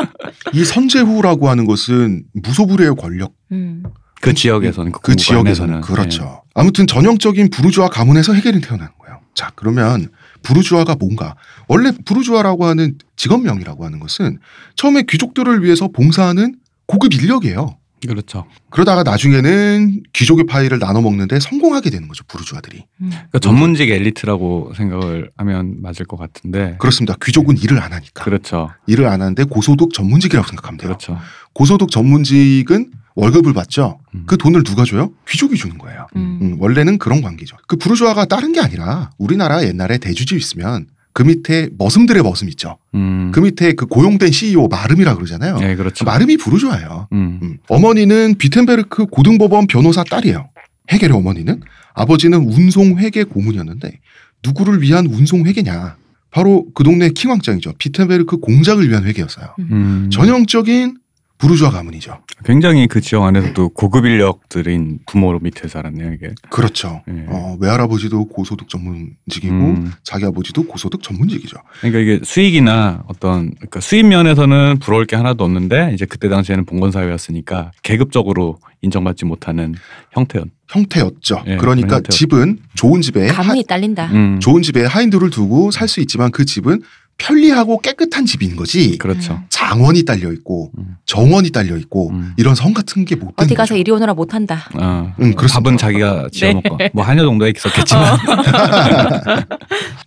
S1: 이 선제후라고 하는 것은 무소불위의 권력
S2: 음.
S3: 그 지역에서는 그,
S1: 그 지역에서는 그렇죠. 아무튼 전형적인 부르주아 가문에서 헤겔은 태어난 거예요. 자, 그러면 부르주아가 뭔가? 원래 부르주아라고 하는 직업명이라고 하는 것은 처음에 귀족들을 위해서 봉사하는 고급 인력이에요.
S3: 예. 그렇죠.
S1: 그러다가 나중에는 귀족의 파이를 나눠 먹는데 성공하게 되는 거죠, 부르주아들이.
S2: 음.
S3: 그러니까 전문직 엘리트라고 생각을 하면 맞을 것 같은데.
S1: 그렇습니다. 귀족은 일을 안 하니까.
S3: 그렇죠.
S1: 일을 안 하는데 고소득 전문직이라고 생각하면 돼요.
S3: 그렇죠.
S1: 고소득 전문직은 월급을 받죠.
S3: 음.
S1: 그 돈을 누가 줘요? 귀족이 주는 거예요.
S2: 음.
S1: 음, 원래는 그런 관계죠. 그 부르주아가 다른 게 아니라 우리나라 옛날에 대주집 있으면 그 밑에 머슴들의 머슴 있죠.
S3: 음.
S1: 그 밑에 그 고용된 CEO 마름이라 그러잖아요.
S3: 네, 그렇죠.
S1: 그 마름이 부르주아예요.
S3: 음.
S1: 음. 어머니는 비텐베르크 고등법원 변호사 딸이에요. 해겔의 어머니는 아버지는 운송회계 고문이었는데 누구를 위한 운송회계냐? 바로 그 동네 킹왕짱이죠. 비텐베르크 공작을 위한 회계였어요.
S3: 음.
S1: 전형적인 부르주아 가문이죠.
S3: 굉장히 그 지역 안에서도 고급 인력들인 부모 밑에 살았네요 이게.
S1: 그렇죠.
S3: 예.
S1: 어, 외할아버지도 고소득 전문직이고
S3: 음.
S1: 자기 아버지도 고소득 전문직이죠.
S3: 그러니까 이게 수익이나 어떤 그러니까 수입 면에서는 부러울 게 하나도 없는데 이제 그때 당시에는 봉건 사회였으니까 계급적으로 인정받지 못하는 형태였.
S1: 형태였죠.
S3: 예,
S1: 그러니까
S3: 그런 형태였죠.
S1: 집은 좋은 집에 하,
S2: 가문이 딸린다.
S3: 네, 음.
S1: 좋은 집에 하인들을 두고 살 수 있지만 그 집은 편리하고 깨끗한 집인 거지.
S3: 그렇죠.
S1: 장원이 딸려 있고
S3: 음.
S1: 정원이 딸려 있고
S3: 음.
S1: 이런 성 같은 게 못된
S2: 어디
S3: 그러니까.
S2: 가서
S1: 거죠.
S2: 이리 오느라 못한다.
S3: 어.
S1: 음, 그렇습니다.
S3: 밥은 자기가 지어먹고 뭐 한여 정도에 있었겠지만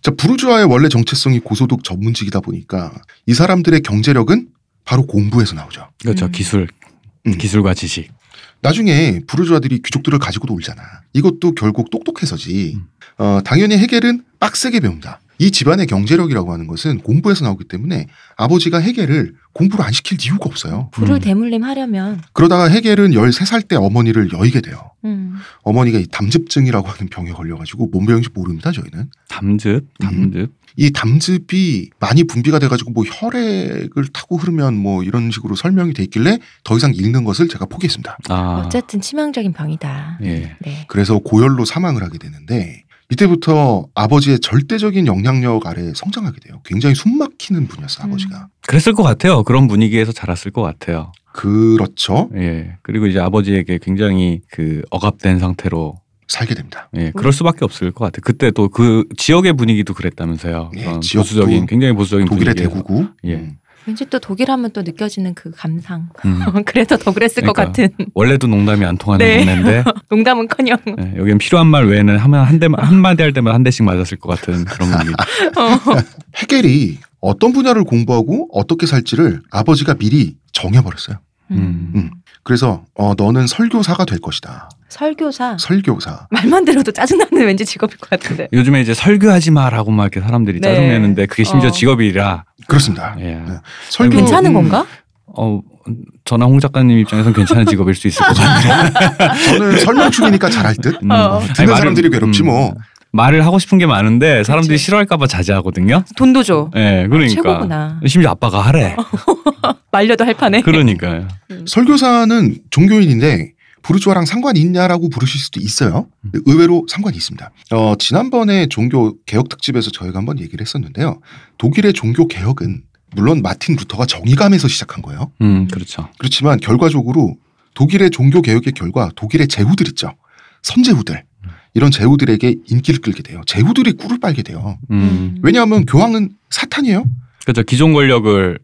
S1: 자, 부르주아의 원래 정체성이 고소득 전문직이다 보니까 이 사람들의 경제력은 바로 공부에서 나오죠.
S3: (laughs) 그렇죠
S2: 음.
S3: 기술
S1: 음.
S3: 기술과 지식
S1: 나중에 부르주아들이 귀족들을 가지고 놀잖아. 이것도 결국 똑똑해서지.
S3: 음.
S1: 어, 당연히 해겔은 빡세게 배운다. 이 집안의 경제력이라고 하는 것은 공부에서 나오기 때문에 아버지가 해겔을 공부를 안 시킬 이유가 없어요.
S2: 불을
S3: 음.
S2: 대물림 하려면
S1: 그러다가 해겔은 13살 때 어머니를 여의게 돼요.
S2: 음.
S1: 어머니가 이 담즙증이라고 하는 병에 걸려가지고 뭔 병인지 모릅니다, 저희는.
S3: 담즙 담즙
S1: 이 담즙이 많이 분비가 돼가지고 뭐 혈액을 타고 흐르면 뭐 이런 식으로 설명이 돼 있길래 더 이상 읽는 것을 제가 포기했습니다.
S3: 아
S2: 어쨌든 치명적인 병이다.
S3: 예
S2: 네.
S1: 그래서 고열로 사망을 하게 되는데 이때부터 아버지의 절대적인 영향력 아래 성장하게 돼요. 굉장히 숨막히는 분이었어요,
S2: 음.
S1: 아버지가.
S3: 그랬을 것 같아요 그런 분위기에서 자랐을 것 같아요
S1: 그렇죠.
S3: 예 그리고 이제 아버지에게 굉장히 그 억압된 상태로
S1: 살게 됩니다.
S3: 예
S2: 음.
S3: 그럴 수밖에 없을 것 같아요 그때 또 그 지역의 분위기도 그랬다면서요
S1: 예,
S3: 그런
S1: 지역도
S3: 보수적인 굉장히 보수적인
S1: 독일의
S3: 분위기에서.
S1: 대구구.
S3: 예.
S1: 음.
S2: 왠지 또 독일 하면 또 느껴지는 그 감상.
S3: 음.
S2: (laughs) 그래서 더 그랬을 것
S3: 그러니까요.
S2: 같은 (laughs)
S3: 원래도 농담이 안 통하는
S2: 네. (laughs)
S3: 동네인데
S2: 농담은커녕
S3: 예, 여기는 필요한 말 외에는 하면 한 대만 한 마디 할 때만 한 대씩 맞았을 것 같은 그런 분위기
S2: 어.
S1: 해겔이 어떤 분야를 공부하고 어떻게 살지를 아버지가 미리 정해버렸어요.
S3: 음.
S1: 음. 그래서 어, 너는 설교사가 될 것이다.
S2: 설교사 (laughs)
S1: 설교사.
S2: 말만 들어도 짜증나는 왠지 직업일 것 같은데.
S3: 요즘에 이제 설교하지 마라고 막 이렇게 사람들이
S2: 네.
S3: 짜증내는데 그게 심지어
S2: 어.
S3: 직업이라
S1: 그렇습니다.
S3: 예.
S1: 설교
S2: 괜찮은
S1: 음,
S2: 건가?
S3: 어, 저나 홍 작가님 입장에서는 괜찮은 직업일 수 있을
S2: (laughs)
S3: 것 같아요. (laughs)
S1: 저는 설명 중이니까 잘할 듯.
S3: 음.
S2: 어.
S3: 아니,
S1: 듣는
S3: 말을-
S1: 사람들이 괴롭지
S3: 음.
S1: 뭐.
S3: 말을 하고 싶은 게 많은데 사람들이 싫어할까봐 자제하거든요.
S2: 돈도 줘.
S3: 예, 그러니까.
S2: 최고구나. 아, 네.
S3: 심지어
S2: (laughs)
S3: 아빠가 하래.
S2: 말려도 할 판에.
S3: 그러니까요.
S1: 설교사는 종교인인데 부르주아랑 상관이 있냐라고 부르실 수도 있어요.
S3: 음.
S1: 의외로 상관이 있습니다. 어, 지난번에 종교 개혁 특집에서 저희가 한번 얘기를 했었는데요. 독일의 종교 개혁은 물론 마틴 루터가 정의감에서 시작한 거예요.
S3: 음, 그렇죠.
S1: 그렇지만 결과적으로 독일의 종교 개혁의 결과 독일의 제후들 있죠. 선제후들.
S3: 음.
S1: 이런 제후들에게 인기를 끌게 돼요. 제후들이 꿀을 빨게 돼요.
S3: 음.
S2: 네.
S1: 왜냐하면 교황은 사탄이에요.
S3: 그렇죠. 기존 권력을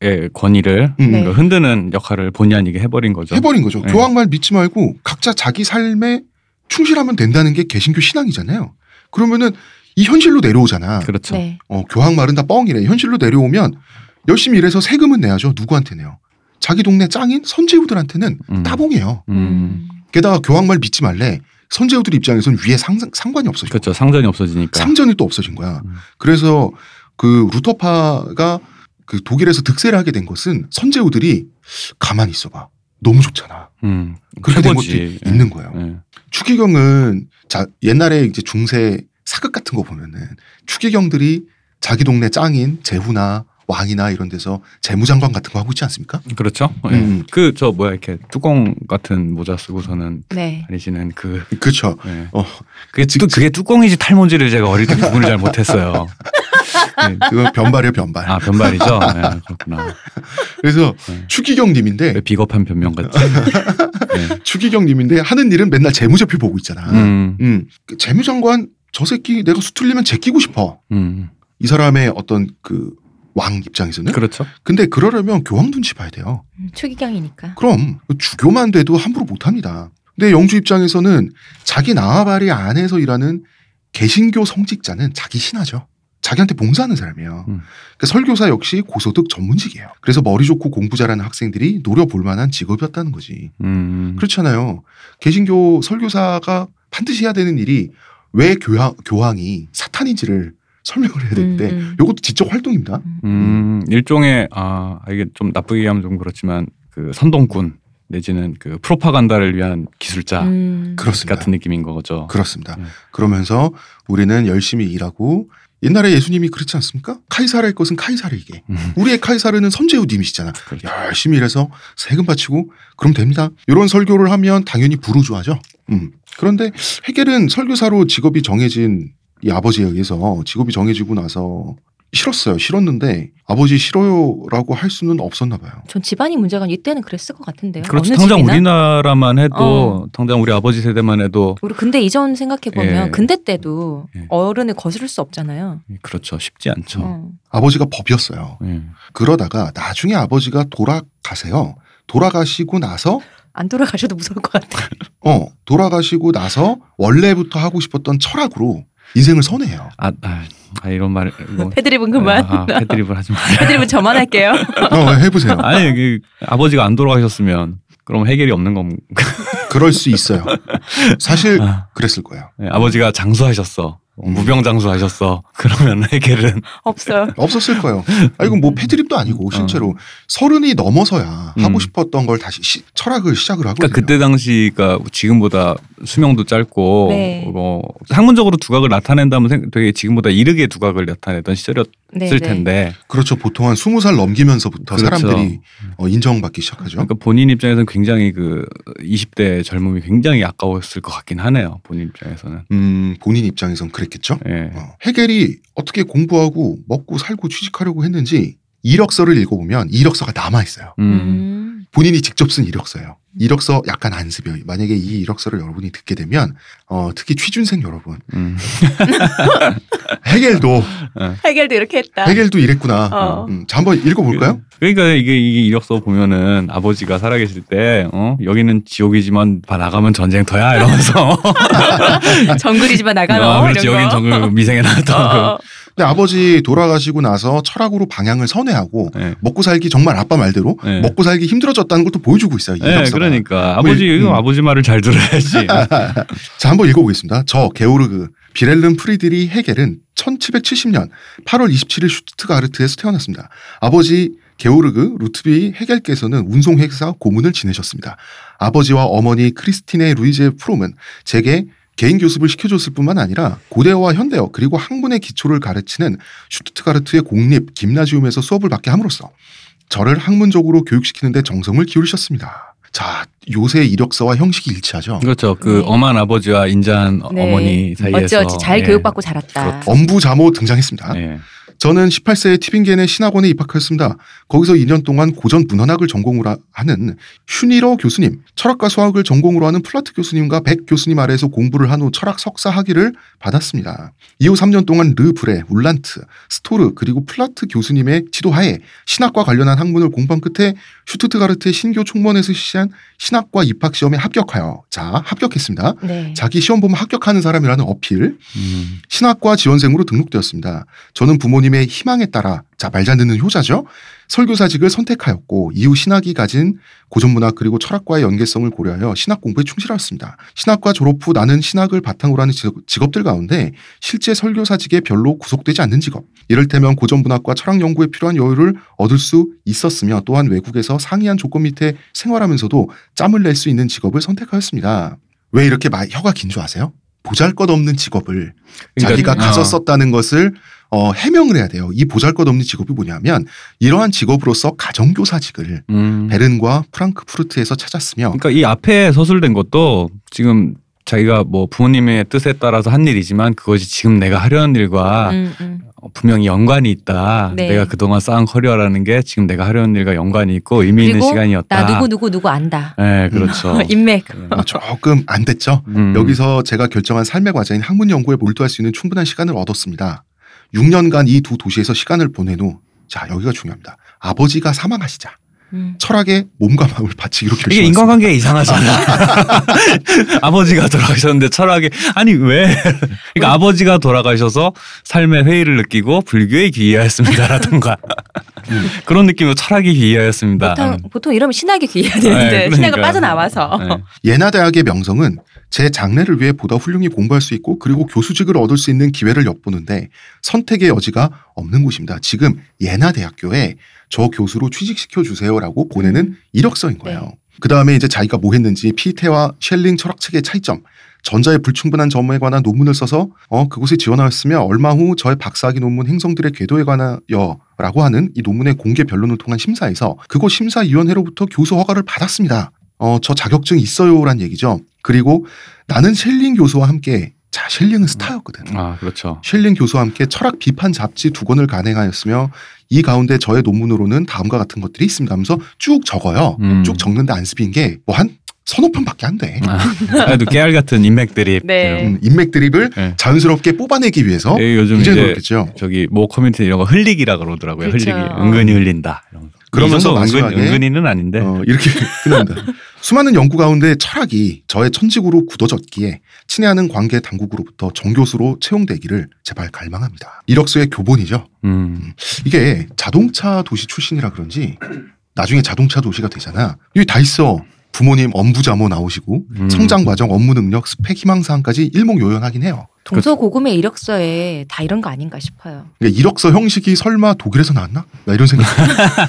S3: 의 권위를
S1: 음.
S2: 네.
S3: 그러니까 흔드는 역할을 본의 아니게 해버린 거죠.
S1: 해버린 거죠.
S3: 네.
S1: 교황 말 믿지 말고 각자 자기 삶에 충실하면 된다는 게 개신교 신앙이잖아요. 그러면은 이 현실로 내려오잖아.
S3: 그렇죠.
S2: 네.
S1: 어, 교황 말은 다 뻥이래. 현실로 내려오면 열심히 일해서 세금은 내야죠. 누구한테 내요? 자기 동네 짱인 선제후들한테는
S3: 음.
S1: 따봉이에요.
S3: 음.
S1: 게다가 교황 말 믿지 말래. 선제후들 입장에선 위에 상, 상관이 없어진 거야.
S3: 그렇죠. 상전이 없어지니까.
S1: 상전이 또 없어진 거야.
S3: 음.
S1: 그래서 그 루터파가 그 독일에서 득세를 하게 된 것은 선제후들이 가만히 있어봐. 너무 좋잖아.
S3: 음.
S1: 그렇게 된 것도
S3: 최고지. 예.
S1: 있는 거예요.
S3: 예.
S1: 추기경은 자 옛날에 이제 중세 사극 같은 거 보면은 추기경들이 자기 동네 짱인 제후나 왕이나 이런 데서 재무장관 같은 거 하고 있지 않습니까?
S3: 그렇죠.
S1: 음.
S3: 그 저 뭐야 이렇게 뚜껑 같은 모자 쓰고서는
S2: 네.
S3: 다니시는 그
S1: 그렇죠.
S3: 예.
S1: 어.
S3: 그게 또 그게 뚜껑인지 탈모인지를 제가 어릴 때 구분을 잘 못했어요. 예.
S1: 그건 변발이에요, 변발.
S3: 아 변발이죠. 예, 그렇구나.
S1: 그래서
S3: 네.
S1: 추기경님인데
S3: 왜 비겁한 변명 같지? 예.
S1: 추기경님인데 하는 일은 맨날 재무제표 보고 있잖아. 음.
S3: 음,
S1: 그 재무장관 저 새끼 내가 수틀리면 제끼고 싶어.
S3: 음,
S1: 이 사람의 어떤 그 왕 입장에서는.
S3: 그렇죠.
S1: 근데 그러려면 교황 눈치 봐야 돼요.
S2: 음, 추기경이니까.
S1: 그럼 주교만 돼도 함부로 못합니다. 근데 영주 입장에서는 자기 나와바리 안에서 일하는 개신교 성직자는 자기 신하죠. 자기한테 봉사하는 사람이에요.
S3: 음.
S1: 그러니까 설교사 역시 고소득 전문직이에요. 그래서 머리 좋고 공부 잘하는 학생들이 노려볼 만한 직업이었다는 거지.
S3: 음,
S1: 그렇잖아요. 개신교 설교사가 반드시 해야 되는 일이 왜 교황, 교황이 사탄인지를 설명을 해야
S2: 음,
S1: 되는데
S2: 음.
S1: 요것도 지적 활동입니다.
S3: 음, 일종의 아 이게 좀 나쁘게 얘기하면 좀 그렇지만 그 선동꾼 내지는 그 프로파간다를 위한 기술자
S2: 음.
S1: 그렇습니다.
S3: 같은 느낌인 거죠.
S1: 그렇습니다.
S3: 음.
S1: 그러면서 우리는 열심히 일하고 옛날에 예수님이 그렇지 않습니까? 카이사르의 것은 카이사르에게
S3: 음.
S1: 우리의 카이사르는 선제우님이시잖아.
S3: 그렇죠.
S1: 열심히 일해서 세금 바치고 그럼 됩니다. 이런 설교를 하면 당연히 부르주아죠. 음. 그런데 해겔은 설교사로 직업이 정해진 이 아버지에 의해서 직업이 정해지고 나서 싫었어요. 싫었는데 아버지 싫어요라고 할 수는 없었나 봐요.
S2: 전 집안이 문제가 아니라 이때는 그랬을 것 같은데요.
S3: 그렇죠.
S2: 어느
S3: 당장
S2: 집이나?
S3: 우리나라만 해도
S2: 어.
S3: 당장 우리 아버지 세대만 해도
S2: 우리 근데 이전 생각해 보면
S3: 예.
S2: 근대 때도
S3: 예.
S2: 어른을 거스를 수 없잖아요.
S3: 그렇죠. 쉽지 않죠.
S2: 어.
S1: 아버지가 법이었어요.
S3: 예.
S1: 그러다가 나중에 아버지가 돌아가세요. 돌아가시고 나서
S2: 안 돌아가셔도 무서울 것 같아요.
S1: 어 돌아가시고 나서 원래부터 하고 싶었던 철학으로 인생을 선회해요.
S3: 아, 아, 아, 이런 말 뭐,
S2: 패드립은 (laughs) 그만.
S3: 아, 패드립을 하지 마.
S2: 패드립은 저만 할게요. (laughs)
S1: 어, 해보세요.
S3: 아니 그 아버지가 안 돌아가셨으면 그럼 해결이 없는 건가?
S1: 그럴 수 있어요. 사실
S3: 아,
S1: 그랬을 거예요.
S3: 예, 아버지가 장수하셨어. 어, 무병 장수하셨어. 그러면 해결은
S2: 없어요.
S1: 없었을 거예요. 아 이건 뭐 패드립도 아니고 실제로 서른이 넘어서야 하고
S3: 어. 음.
S1: 싶었던 걸 다시 시- 철학을 시작을 하거든요.
S3: 그러니까 그때 당시가 지금보다 수명도 짧고
S2: 네.
S3: 뭐 학문적으로 두각을 나타낸다면 생- 되게 지금보다 이르게 두각을 나타냈던 시절이었을
S2: 네,
S3: 텐데
S1: 그렇죠. 보통 한 스무 살 넘기면서부터
S3: 그렇죠.
S1: 사람들이 어, 인정받기 시작하죠.
S3: 그러니까 본인 입장에서는 굉장히 그 20대 젊음이 굉장히 아까웠을 것 같긴 하네요. 본인 입장에서는.
S1: 음 본인 입장에선 그랬겠죠.
S3: 예.
S1: 어, 해겔이 어떻게 공부하고 먹고 살고 취직하려고 했는지 이력서를 읽어보면 이력서가 남아 있어요.
S2: 네.
S3: 음.
S2: 음.
S1: 본인이 직접 쓴 이력서예요. 이력서 약간 안습이에요. 만약에 이 이력서를 여러분이 듣게 되면 어, 특히 취준생 여러분
S3: 음.
S1: 해겔도
S2: 해결도 이렇게 했다.
S1: 해겔도 이랬구나.
S2: 어.
S1: 음, 자 한번 읽어볼까요?
S3: 그러니까 이게, 이게 이력서 보면은 아버지가 살아계실 때, 어? 여기는 지옥이지만 봐 나가면 전쟁터야 이러면서.
S2: (laughs) 정글이지만 (laughs) 나가라.
S3: 아,
S2: 이런
S3: 그렇지. 여긴
S2: 거.
S3: 정글 미생에 나왔던
S2: 어.
S1: 근데 아버지 돌아가시고 나서 철학으로 방향을 선회하고
S3: 그. 예.
S1: 먹고 살기 정말 아빠 말대로
S3: 네.
S1: 먹고 살기 힘들어졌다는 걸 또 보여주고 있어요. 이
S3: 예,
S1: 력서가
S3: 그러니까
S1: 뭐
S3: 아버지
S1: 이-
S3: 이거
S1: 음.
S3: 아버지 말을 잘
S1: (laughs)
S3: 들어야지.
S1: 자, 한번 읽어보겠습니다. 저 게오르그 비렐름 프리드리 헤겔은 1770년 8월 27일 슈트가르트에서 태어났습니다. 아버지 게오르그 루트비 헤겔께서는 운송 회사 고문을 지내셨습니다. 아버지와 어머니 크리스티네 루이제 프롬은 제게 개인 교습을 시켜줬을 뿐만 아니라 고대어와 현대어 그리고 학문의 기초를 가르치는 슈트트가르트의 공립 김나지움에서 수업을 받게 함으로써 저를 학문적으로 교육시키는데 정성을 기울이셨습니다. 자, 요새 이력서와 형식이 일치하죠.
S3: 그렇죠. 그
S2: 네.
S3: 엄한 아버지와 인자한
S2: 네.
S3: 어머니 사이에서
S2: 어찌어찌 잘
S3: 예.
S2: 교육받고 자랐다.
S1: 그렇죠. 엄부자모 등장했습니다.
S3: 예.
S1: 저는 18세에 티빙겐의 신학원에 입학했습니다. 거기서 2년 동안 고전 문헌학을 전공으로 하- 하는 슈니러 교수님, 철학과 수학을 전공으로 하는 플라트 교수님과 백 교수님 아래에서 공부를 한 후 철학 석사 학위를 받았습니다. 이후 3년 동안 르브레, 울란트, 스토르 그리고 플라트 교수님의 지도하에 신학과 관련한 학문을 공부한 끝에 슈투트가르트의 신교 총무원에서 실시한 신학과 입학 시험에 합격하여 자 합격했습니다.
S2: 네.
S1: 자기 시험 보면 합격하는 사람이라는 어필.
S3: 음.
S1: 신학과 지원생으로 등록되었습니다. 저는 부모님의 희망에 따라 자 말 잘 듣는 효자죠. 설교사직을 선택하였고 이후 신학이 가진 고전문학 그리고 철학과의 연계성을 고려하여 신학 공부에 충실하였습니다. 신학과 졸업 후 나는 신학을 바탕으로 하는 직업- 직업들 가운데 실제 설교사직에 별로 구속되지 않는 직업 이를테면 고전문학과 철학 연구에 필요한 여유를 얻을 수 있었으며 또한 외국에서 상이한 조건 밑에 생활하면서도 짬을 낼 수 있는 직업을 선택하였습니다. 왜 이렇게 마- 혀가 긴 줄 아세요? 보잘것없는 직업을
S3: 그러니까,
S1: 자기가 가서
S3: 어,
S1: 썼다는 것을 어, 해명을 해야 돼요. 이 보잘것없는 직업이 뭐냐면 이러한 직업으로서 가정교사직을
S3: 음.
S1: 베른과 프랑크푸르트에서 찾았으며
S3: 그러니까 이 앞에 서술된 것도 지금 자기가 뭐 부모님의 뜻에 따라서 한 일이지만 그것이 지금 내가 하려는 일과
S2: 음, 음.
S3: 어, 분명히 연관이 있다.
S2: 네.
S3: 내가 그동안 쌓은 커리어라는 게 지금 내가 하려는 일과 연관이 있고 의미 있는
S2: 그리고
S3: 시간이었다.
S2: 나 누구 누구 누구 안다.
S3: 예, 그렇죠.
S2: (laughs) 인맥.
S1: 어, 조금 안 됐죠.
S3: 음.
S1: 여기서 제가 결정한 삶의 과제인 학문 연구에 몰두할 수 있는 충분한 시간을 얻었습니다. 6년간 이 두 도시에서 시간을 보낸 후, 자 여기가 중요합니다. 아버지가 사망하시자
S2: 음.
S1: 철학에 몸과 마음을 바치기로
S3: 이게
S1: 결심했습니다.
S3: 인간관계가 이상하잖아.
S1: (laughs)
S3: 아버지가 돌아가셨는데 철학이 아니 왜? 그러니까 아버지가 돌아가셔서 삶의 회의를 느끼고 불교에 귀의하였습니다라던가
S1: 음.
S3: 그런 느낌으로 철학이 귀의하였습니다.
S2: 보통, 보통 이러면 신학에 귀해야 되는데
S3: 네,
S2: 신학을
S3: 그러니까요.
S2: 빠져나와서
S3: 네.
S1: 예나 대학의 명성은 제 장래를 위해 보다 훌륭히 공부할 수 있고 그리고 교수직을 얻을 수 있는 기회를 엿보는데 선택의 여지가 없는 곳입니다. 지금 예나 대학교에 저 교수로 취직시켜 주세요라고 보내는 이력서인 거예요.
S2: 네.
S1: 그 다음에 이제 자기가 뭐 했는지 피테와 셸링 철학 책의 차이점, 전자의 불충분한 점에 관한 논문을 써서 어, 그곳에 지원하였으며 얼마 후 저의 박사학위 논문 행성들의 궤도에 관하여라고 하는 이 논문의 공개 변론을 통한 심사에서 그곳 심사위원회로부터 교수 허가를 받았습니다. 어, 저 자격증 있어요란 얘기죠. 그리고 나는 셸링 교수와 함께 자 셸링은 스타였거든.
S3: 아 그렇죠.
S1: 셸링 교수와 함께 철학 비판 잡지 두 권을 간행하였으며 이 가운데 저의 논문으로는 다음과 같은 것들이 있습니다 하면서 쭉 적어요.
S3: 음.
S1: 쭉 적는데 안습인 게 뭐 한 서너 편밖에 안 돼.
S3: 아, 그래도 깨알 같은 인맥들이
S2: 네.
S1: 음, 인맥 드립을
S3: 네.
S1: 자연스럽게 뽑아내기 위해서
S3: 예, 요즘
S1: 굉장히
S3: 이제
S1: 노력했죠.
S3: 저기 모 커뮤니티 이런 거 흘리기라 그러더라고요.
S2: 그렇죠.
S3: 흘리기 은근히 흘린다. 이런 거.
S1: 그러면서
S3: 이 정도
S1: 마지막에
S3: 은근, 은근히는 네. 아닌데
S1: 어, 이렇게 (laughs) 끝납니다. 수많은 연구 가운데 철학이 저의 천직으로 굳어졌기에 친애하는 관계 당국으로부터 정교수로 채용되기를 제발 갈망합니다. 이력서의 교본이죠.
S3: 음.
S1: 이게 자동차 도시 출신이라 그런지 나중에 자동차 도시가 되잖아. 여기 다 있어. 부모님 엄부자모 나오시고
S3: 음.
S1: 성장 과정, 업무 능력, 스펙 희망사항까지 일목요연하긴 해요.
S3: 그렇죠.
S2: 동서고금의 이력서에 다 이런 거 아닌가 싶어요.
S1: 그러니까 이력서 형식이 설마 독일에서 나왔나? 나 이런 생각.
S3: (laughs)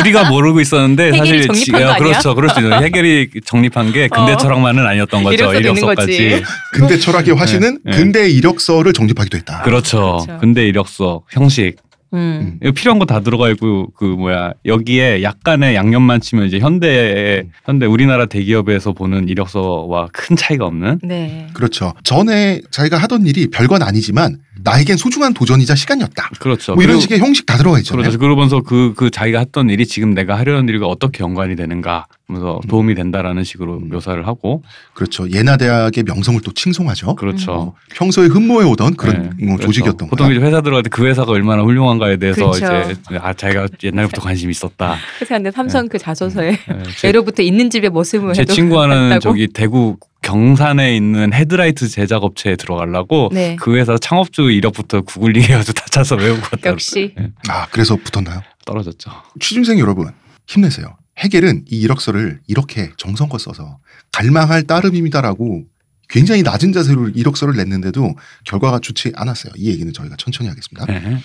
S3: 우리가 모르고 있었는데
S2: (laughs) 해결이
S3: 사실
S2: 정립한
S3: 지-
S2: 거 아니야?
S3: 그렇죠, 그렇죠. 해결이 정립한 게 근대
S2: 어.
S3: 철학만은 아니었던 거죠.
S2: 이력서도 있는 거지.
S3: 이력서까지
S1: 근대 철학의 화신은
S3: 네, 네.
S1: 근대 이력서를 정립하기도 했다.
S3: 그렇죠.
S2: 그렇죠.
S3: 근대 이력서 형식
S2: 음.
S3: 이거 필요한 거 다 들어가 있고 그 뭐야 여기에 약간의 양념만 치면 이제 현대 현대 우리나라 대기업에서 보는 이력서와 큰 차이가 없는
S2: 네.
S1: 그렇죠. 전에 자기가 하던 일이 별건 아니지만 나에겐 소중한 도전이자 시간이었다.
S3: 그렇죠.
S1: 뭐 이런
S3: 그리고-
S1: 식의 형식 다 들어가 있잖아요.
S3: 그렇죠. 그러면서 그, 그 자기가 했던 일이 지금 내가 하려는 일과 어떻게 연관이 되는가 하면서 도움이 된다라는 식으로
S1: 음.
S3: 묘사를 하고
S1: 그렇죠. 예나 대학의 명성을 또 칭송하죠.
S3: 그렇죠.
S1: 평소에 흠모해 오던 음. 그런
S3: 네.
S1: 뭐
S3: 그래서
S1: 조직이었던
S3: 보통
S1: 거야.
S3: 이제 회사 들어갈 때 그 회사가 얼마나 훌륭한가에 대해서
S2: 그렇죠.
S3: 이제 아 자기가 옛날부터 관심이 있었다.
S2: 그래서 근데 삼성 그 자소서에 (laughs)
S3: 예, 제,
S2: 예로부터 있는 집에 머슴을
S3: 제
S2: 해도
S3: 친구 하나는
S2: (laughs) 같다고?
S3: 저기 대구 경산에 있는 헤드라이트 제작 업체에 들어가려고
S2: 네.
S3: 그 회사 창업주 이력부터 구글링 해가지고 다 찾아서 외우고 갔다
S2: 그러니까 역시
S1: 아 그래서 붙었나요?
S3: 떨어졌죠.
S1: 취준생 여러분 힘내세요. 해겔은 이 이력서를 이렇게 정성껏 써서 갈망할 따름입니다라고 굉장히 낮은 자세로 이력서를 냈는데도 결과가 좋지 않았어요. 이 얘기는 저희가 천천히 하겠습니다.
S3: 예.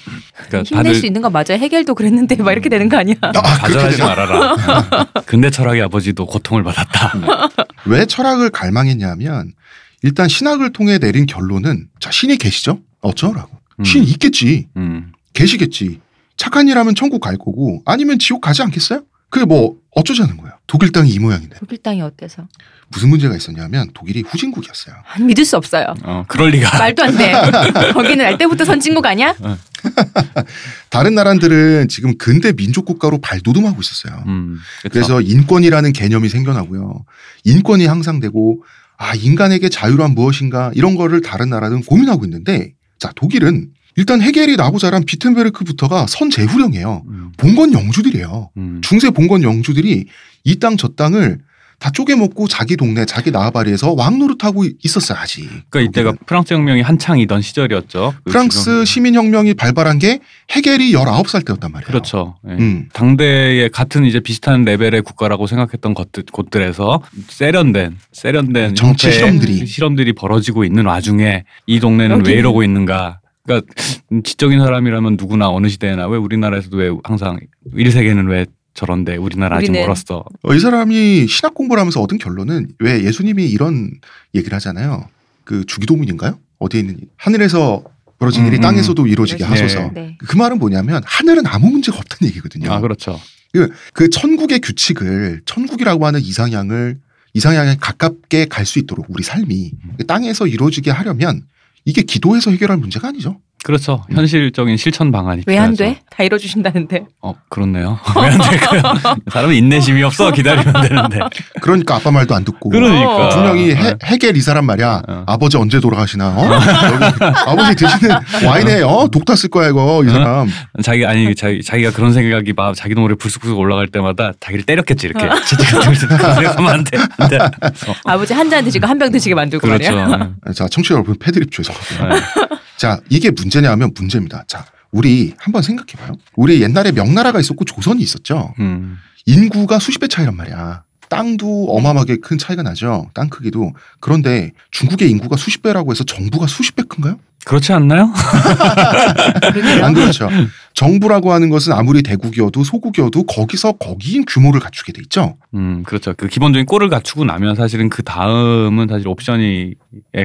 S3: 그러니까 음.
S2: 힘낼 수 있는 건 맞아요. 해결도 그랬는데 막 이렇게 되는 거 아니야? (laughs)
S1: 아, 그렇게
S3: 좌절하지
S1: 되나?
S3: 말아라. 근대 철학의 아버지도 고통을
S1: 음.
S3: 받았다.
S1: 왜 철학을 갈망했냐면 일단 신학을 통해 내린 결론은 자 신이 계시죠? 어쩌라고?
S3: 음.
S1: 신이 있겠지,
S3: 음.
S1: 계시겠지. 착한 일하면 천국 갈 거고 아니면 지옥 가지 않겠어요? 그게 뭐 어쩌자는 거야? 독일 땅이 이 모양인데
S2: 독일 땅이 어때서?
S1: 무슨 문제가 있었냐면 독일이 후진국이었어요.
S2: 아니, 믿을 수 없어요.
S3: 어, 그럴 리가.
S2: 말도 안 돼. 거기는 알 때부터 선진국 아니야?
S1: 다른 나라들은 지금 근대 민족 국가로 발돋움하고 있었어요.
S3: 음, 그쵸.
S1: 그래서 인권이라는 개념이 생겨나고요. 인권이 향상되고 아 인간에게 자유란 무엇인가 이런 거를 다른 나라는 고민하고 있는데 자 독일은 일단 헤겔이 나고 자란 비텐베르크부터가 선제후령이에요.
S3: 음,
S1: 봉건 영주들이에요.
S3: 음.
S1: 중세 봉건 영주들이 이 땅 저 땅을 다 쪼개먹고 자기 동네 자기 나아바리에서 왕노릇하고 있었어요 아직.
S3: 그러니까 이때가 프랑스 혁명이 한창이던 시절이었죠. 그
S1: 프랑스
S3: 지금-
S1: 시민혁명이 발발한 게 헤겔이 19살 때였단 말이에요.
S3: 그렇죠. 예.
S1: 음.
S3: 당대의 같은 이제 비슷한 레벨의 국가라고 생각했던 것들, 곳들에서 세련된 세련된
S1: 정치
S3: 형태의
S1: 실험들이.
S3: 그 실험들이 벌어지고 있는 와중에 이 동네는 왜
S2: 여기는-
S3: 이러고 있는가? 그러니까 지적인 사람이라면 누구나 어느 시대나 왜 우리나라에서도 왜 항상 일 세계는 왜 저런데 우리나라 아직
S2: 우리는-
S3: 멀었어.
S1: 어, 이 사람이 신학 공부를 하면서 얻은 결론은 왜 예수님이 이런 얘기를 하잖아요. 그 주기도문인가요? 어디에 있는 일? 하늘에서 벌어진
S3: 음,
S1: 일이
S3: 음.
S1: 땅에서도 이루어지게 하소서.
S3: 네.
S2: 네.
S1: 그 말은 뭐냐면 하늘은 아무 문제가 없다는 얘기거든요.
S3: 아 그렇죠.
S1: 그 천국의 규칙을 천국이라고 하는 이상향을 이상향에 가깝게 갈 수 있도록 우리 삶이
S3: 음.
S1: 땅에서 이루어지게 하려면 이게 기도해서 해결할 문제가 아니죠.
S3: 그렇죠. 현실적인 실천 방안이
S2: 왜 안
S3: 필요하죠.
S2: 돼? 다 이뤄주신다는데.
S3: 어 그렇네요. (laughs) 왜 안 될까요? (laughs) 사람이 인내심이 없어 기다리면
S2: (laughs)
S3: 되는데.
S1: 그러니까 아빠 말도 안 듣고
S3: 그러니까
S2: 어,
S1: 분명히 해, 해겔 이 사람 말이야.
S3: 어.
S1: 아버지 언제 돌아가시나? 어? 여기
S3: (laughs)
S1: 아버지 드시는 와인에 어? 독타 쓸 거야 이거 이 사람.
S3: 어, 자기 아니 자기 자기가 그런 생각이 막 자기 동물에 불쑥불쑥 올라갈 때마다 자기를 (laughs) 때렸겠지 이렇게.
S2: 어.
S3: 채찍을 들면서 그러면 안
S2: (laughs)
S3: 돼. 안 돼. 어,
S2: 아버지 한 잔 드시고 한 병 드시게 만들고
S3: 그렇죠.
S2: 말이야.
S1: 자 청취자 여러분 패드립 죄송합니다.
S3: 네.
S1: 자 이게 문제냐 하면 문제입니다. 자 우리 한번 생각해봐요. 우리 옛날에 명나라가 있었고 조선이 있었죠.
S3: 음.
S1: 인구가 수십 배 차이란 말이야. 땅도 어마어마하게 큰 차이가 나죠. 땅 크기도. 그런데 중국의 인구가 수십 배라고 해서 정부가 수십 배 큰가요?
S3: 그렇지 않나요?
S1: 안 그렇죠. 정부라고 하는 것은 아무리 대국이어도 소국이어도 거기서 거기인 규모를 갖추게 돼 있죠.
S3: 음, 그렇죠. 그 기본적인 꼴을 갖추고 나면 사실은 그 다음은 사실 옵션이에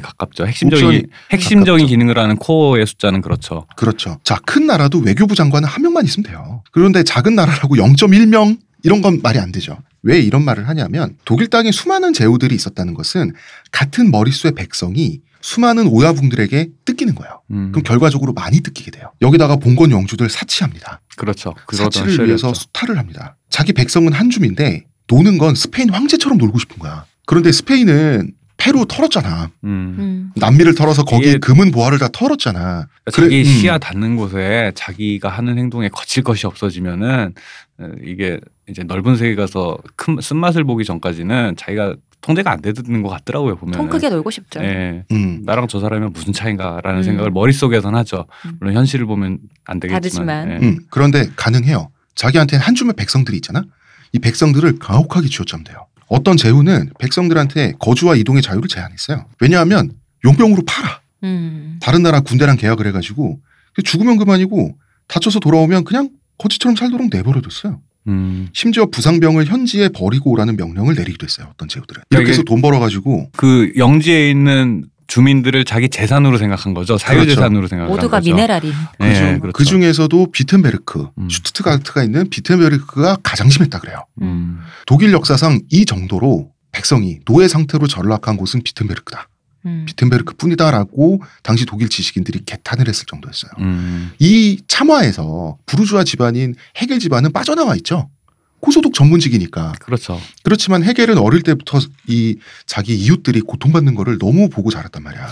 S3: 가깝죠. 핵심적인
S1: 옵션이
S3: 핵심적인
S1: 가깝죠.
S3: 기능을 하는 코어의 숫자는 그렇죠.
S1: 그렇죠. 자, 큰 나라도 외교부 장관은 한 명만 있으면 돼요. 그런데 작은 나라라고 0.1명 이런 건 말이 안 되죠. 왜 이런 말을 하냐면 독일 땅에 수많은 제후들이 있었다는 것은 같은 머릿수의 백성이 수많은 오야붕들에게 뜯기는 거예요.
S3: 음,
S1: 그럼 결과적으로 많이 뜯기게 돼요. 여기다가 봉건 영주들 사치합니다.
S3: 그렇죠. 그러던
S1: 사치를 위해서
S3: 시절이었죠.
S1: 수탈을 합니다. 자기 백성은 한 줌인데 노는 건 스페인 황제처럼 놀고 싶은 거야. 그런데 스페인은 페루 털었잖아.
S3: 음.
S2: 음.
S1: 남미를 털어서 거기에
S3: 이게-
S1: 금은 보화를 다 털었잖아. 그래,
S3: 그러니까 자기
S1: 음.
S3: 시야 닿는 곳에 자기가 하는 행동에 거칠 것이 없어지면은 어, 이게 이제 넓은 세계 가서 큰 쓴맛을 보기 전까지는 자기가 통제가 안 되는 것 같더라고요 보면.
S2: 통 크게 놀고 싶죠.
S3: 예.
S1: 음.
S3: 나랑 저 사람이랑 무슨 차인가라는
S2: 음.
S3: 생각을 머릿속에선 하죠.
S2: 음.
S3: 물론 현실을 보면 안 되겠지만.
S2: 다르지만.
S3: 예.
S1: 음. 그런데 가능해요. 자기한테는 한 줌의 백성들이 있잖아. 이 백성들을 가혹하게 쥐어짜면 돼요. 어떤 제후는 백성들한테 거주와 이동의 자유를 제한했어요. 왜냐하면 용병으로 팔아.
S2: 음.
S1: 다른 나라 군대랑 계약을 해가지고 죽으면 그만이고 다쳐서 돌아오면 그냥 거지처럼 살도록 내버려뒀어요.
S3: 음.
S1: 심지어 부상병을 현지에 버리고 오라는 명령을 내리기도 했어요. 어떤 제후들은 이렇게 해서
S3: 그러니까 이게-
S1: 돈 벌어가지고
S3: 그 영지에 있는 주민들을 자기 재산으로 생각한 거죠. 사유
S1: 그렇죠.
S3: 재산으로 생각한 거죠.
S2: 모두가 미네랄이.
S3: 예, 그렇죠.
S1: 그 중에서도 비텐베르크,
S3: 음.
S1: 슈트트가르트가 있는 비텐베르크가 가장 심했다 그래요.
S3: 음.
S1: 독일 역사상 이 정도로 백성이 노예 상태로 전락한 곳은 비텐베르크다.
S2: 음.
S1: 비텐베르크뿐이다라고 당시 독일 지식인들이 개탄을 했을 정도였어요.
S3: 음.
S1: 이 참화에서 부르주아 집안인 헤겔 집안은 빠져나와 있죠. 고소득 전문직이니까.
S3: 그렇죠.
S1: 그렇지만 헤겔은 어릴 때부터 이 자기 이웃들이 고통받는 거를 너무 보고 자랐단 말이야.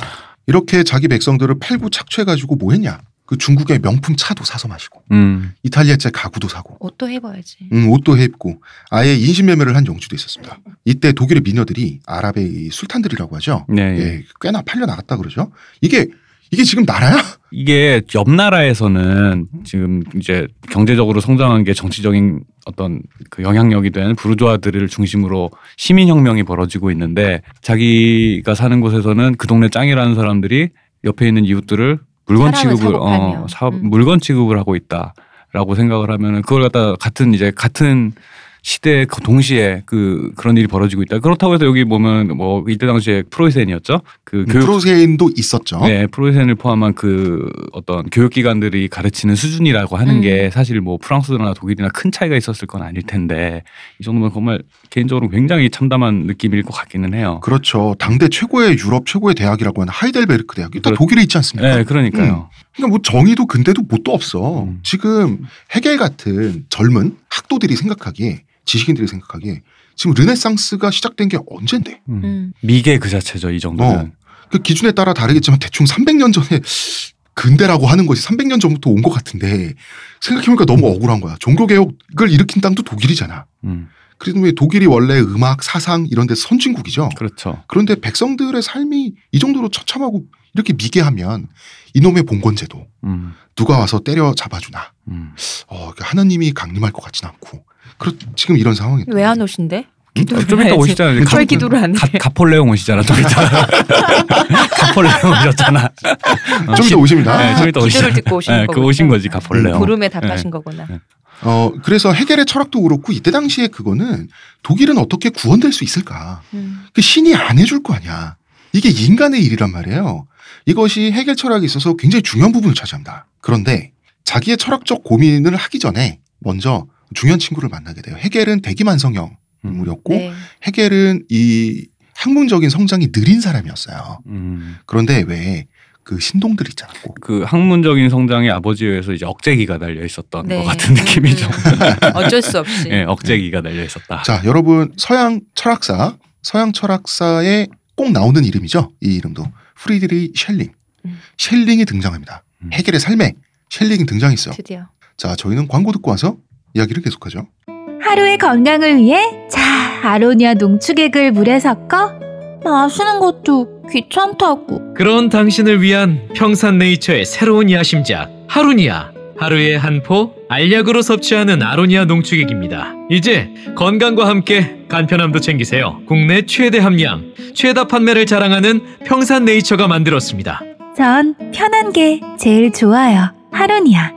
S1: 이렇게 자기 백성들을 팔고 착취해가지고 뭐 했냐? 그 중국의 명품 차도 사서 마시고,
S3: 음.
S1: 이탈리아제 가구도 사고,
S2: 옷도 해봐야지.
S1: 음, 옷도 해입고, 아예 인신매매를 한 영주도 있었습니다. 이때 독일의 미녀들이 아랍의 이 술탄들이라고 하죠.
S3: 네. 예.
S1: 예, 꽤나 팔려 나갔다 그러죠. 이게 이게 지금 나라야? 음,
S3: 이게 옆 나라에서는 지금 이제 경제적으로 성장한 게 정치적인 어떤 그 영향력이 된 부르주아들을 중심으로 시민혁명이 벌어지고 있는데 자기가 사는 곳에서는 그 동네 짱이라는 사람들이 옆에 있는 이웃들을 물건
S2: 사람을
S3: 취급을 어,
S2: 사고 팔며.
S3: 사-
S2: 음.
S3: 물건 취급을 하고 있다라고 생각을 하면은 그걸 갖다 같은 이제 같은 시대에 그 동시에 그 그런 일이 벌어지고 있다. 그렇다고 해서 여기 보면 뭐 이때 당시에 프로이센이었죠. 그 교육
S1: 프로세인도
S2: 어?
S1: 있었죠.
S3: 네, 프로이센을 포함한 그 어떤 교육기관들이 가르치는 수준이라고 하는
S2: 음.
S3: 게 사실 뭐 프랑스나 독일이나 큰 차이가 있었을 건 아닐 텐데 이 정도면 정말 개인적으로 굉장히 참담한 느낌일 것 같기는 해요.
S1: 그렇죠. 당대 최고의 유럽 최고의 대학이라고 하는 하이델베르크 대학이 다
S3: 그렇-
S1: 독일에 있지 않습니까?
S3: 네, 그러니까요.
S1: 그러니까 뭐 정의도 근대도 뭣도 없어.
S3: 음.
S1: 지금 헤겔 같은 젊은 학도들이 생각하기에 지식인들이 생각하기에 지금 르네상스가 시작된 게 언젠데?
S3: 음.
S2: 음. 어.
S3: 미개 그 자체죠, 이 정도는.
S1: 그 기준에 따라 다르겠지만 대충 300년 전에 근대라고 하는 것이 300년 전부터 온 것 같은데 생각해보니까 너무 억울한 거야. 종교개혁을 일으킨 땅도 독일이잖아.
S3: 음,
S1: 그래도 왜 독일이 원래 음악, 사상 이런 데 선진국이죠.
S3: 그렇죠.
S1: 그런데 백성들의 삶이 이 정도로 처참하고 이렇게 미개하면 이놈의 봉건제도
S3: 음,
S1: 누가 와서 때려 잡아주나
S3: 음.
S2: 네,
S1: 어, 하나님이 강림할 것 같진 않고 그렇 지금 이런 상황이
S2: 왜 안 오신데? 기도를
S3: 좀 이따
S2: 해야지.
S3: 그러니까 오시잖아요.
S2: 왜 기도를 안 해?
S3: 가, 가폴레옹 오시잖아, 좀 이따.
S2: (laughs)
S3: 가폴레옹 오셨잖아. 어,
S1: (laughs) 좀 이따 오십니다.
S3: 네, 좀 이따 오시잖아.
S2: 기도를 듣고 오신
S3: 네, 그
S2: 거군요. 음,
S3: 오신 거지, 가폴레옹.
S2: (laughs) 구름에 답하신 거구나.
S1: 어, 그래서 헤겔의 철학도 그렇고 이때 당시에 그거는 독일은 어떻게 구원될 수 있을까?
S2: 음.
S1: 그 신이 안 해줄 거 아니야. 이게 인간의 일이란 말이에요. 이것이 해결 철학에 있어서 굉장히 중요한 부분을 차지합니다. 그런데 자기의 철학적 고민을 하기 전에 먼저 중요한 친구를 만나게 돼요. 헤겔은 대기만성형
S3: 음.
S1: 인물이었고
S2: 네.
S1: 헤겔은 이 학문적인 성장이 느린 사람이었어요.
S3: 음.
S1: 그런데 왜 그 신동들 있잖아. 꼭.
S3: 그 학문적인 성장의 아버지에 의해서 이제 억제기가 달려 있었던
S2: 네.
S3: 것 같은 느낌이죠.
S2: 음. 어쩔 수 없이.
S3: (laughs) 예, 억제기가 달려 있었다.
S1: 자, 여러분 서양 철학사, 서양 철학사에 꼭 나오는 이름이죠. 이 이름도 프리드리 셸링.
S2: 음.
S1: 셸링이 등장합니다.
S3: 음.
S1: 헤겔의 삶에 셸링이 등장했어요.
S2: 드디어.
S1: 자, 저희는 광고 듣고 와서 이야기를 계속하죠.
S4: 하루의 건강을 위해 자 아로니아 농축액을 물에 섞어 마시는 것도 귀찮다고
S5: 그런 당신을 위한 평산네이처의 새로운 야심작 하루니아 하루에 한 포 알약으로 섭취하는 아로니아 농축액입니다. 이제 건강과 함께 간편함도 챙기세요. 국내 최대 함량, 최다 판매를 자랑하는 평산네이처가 만들었습니다.
S6: 전 편한 게 제일 좋아요. 하루니아.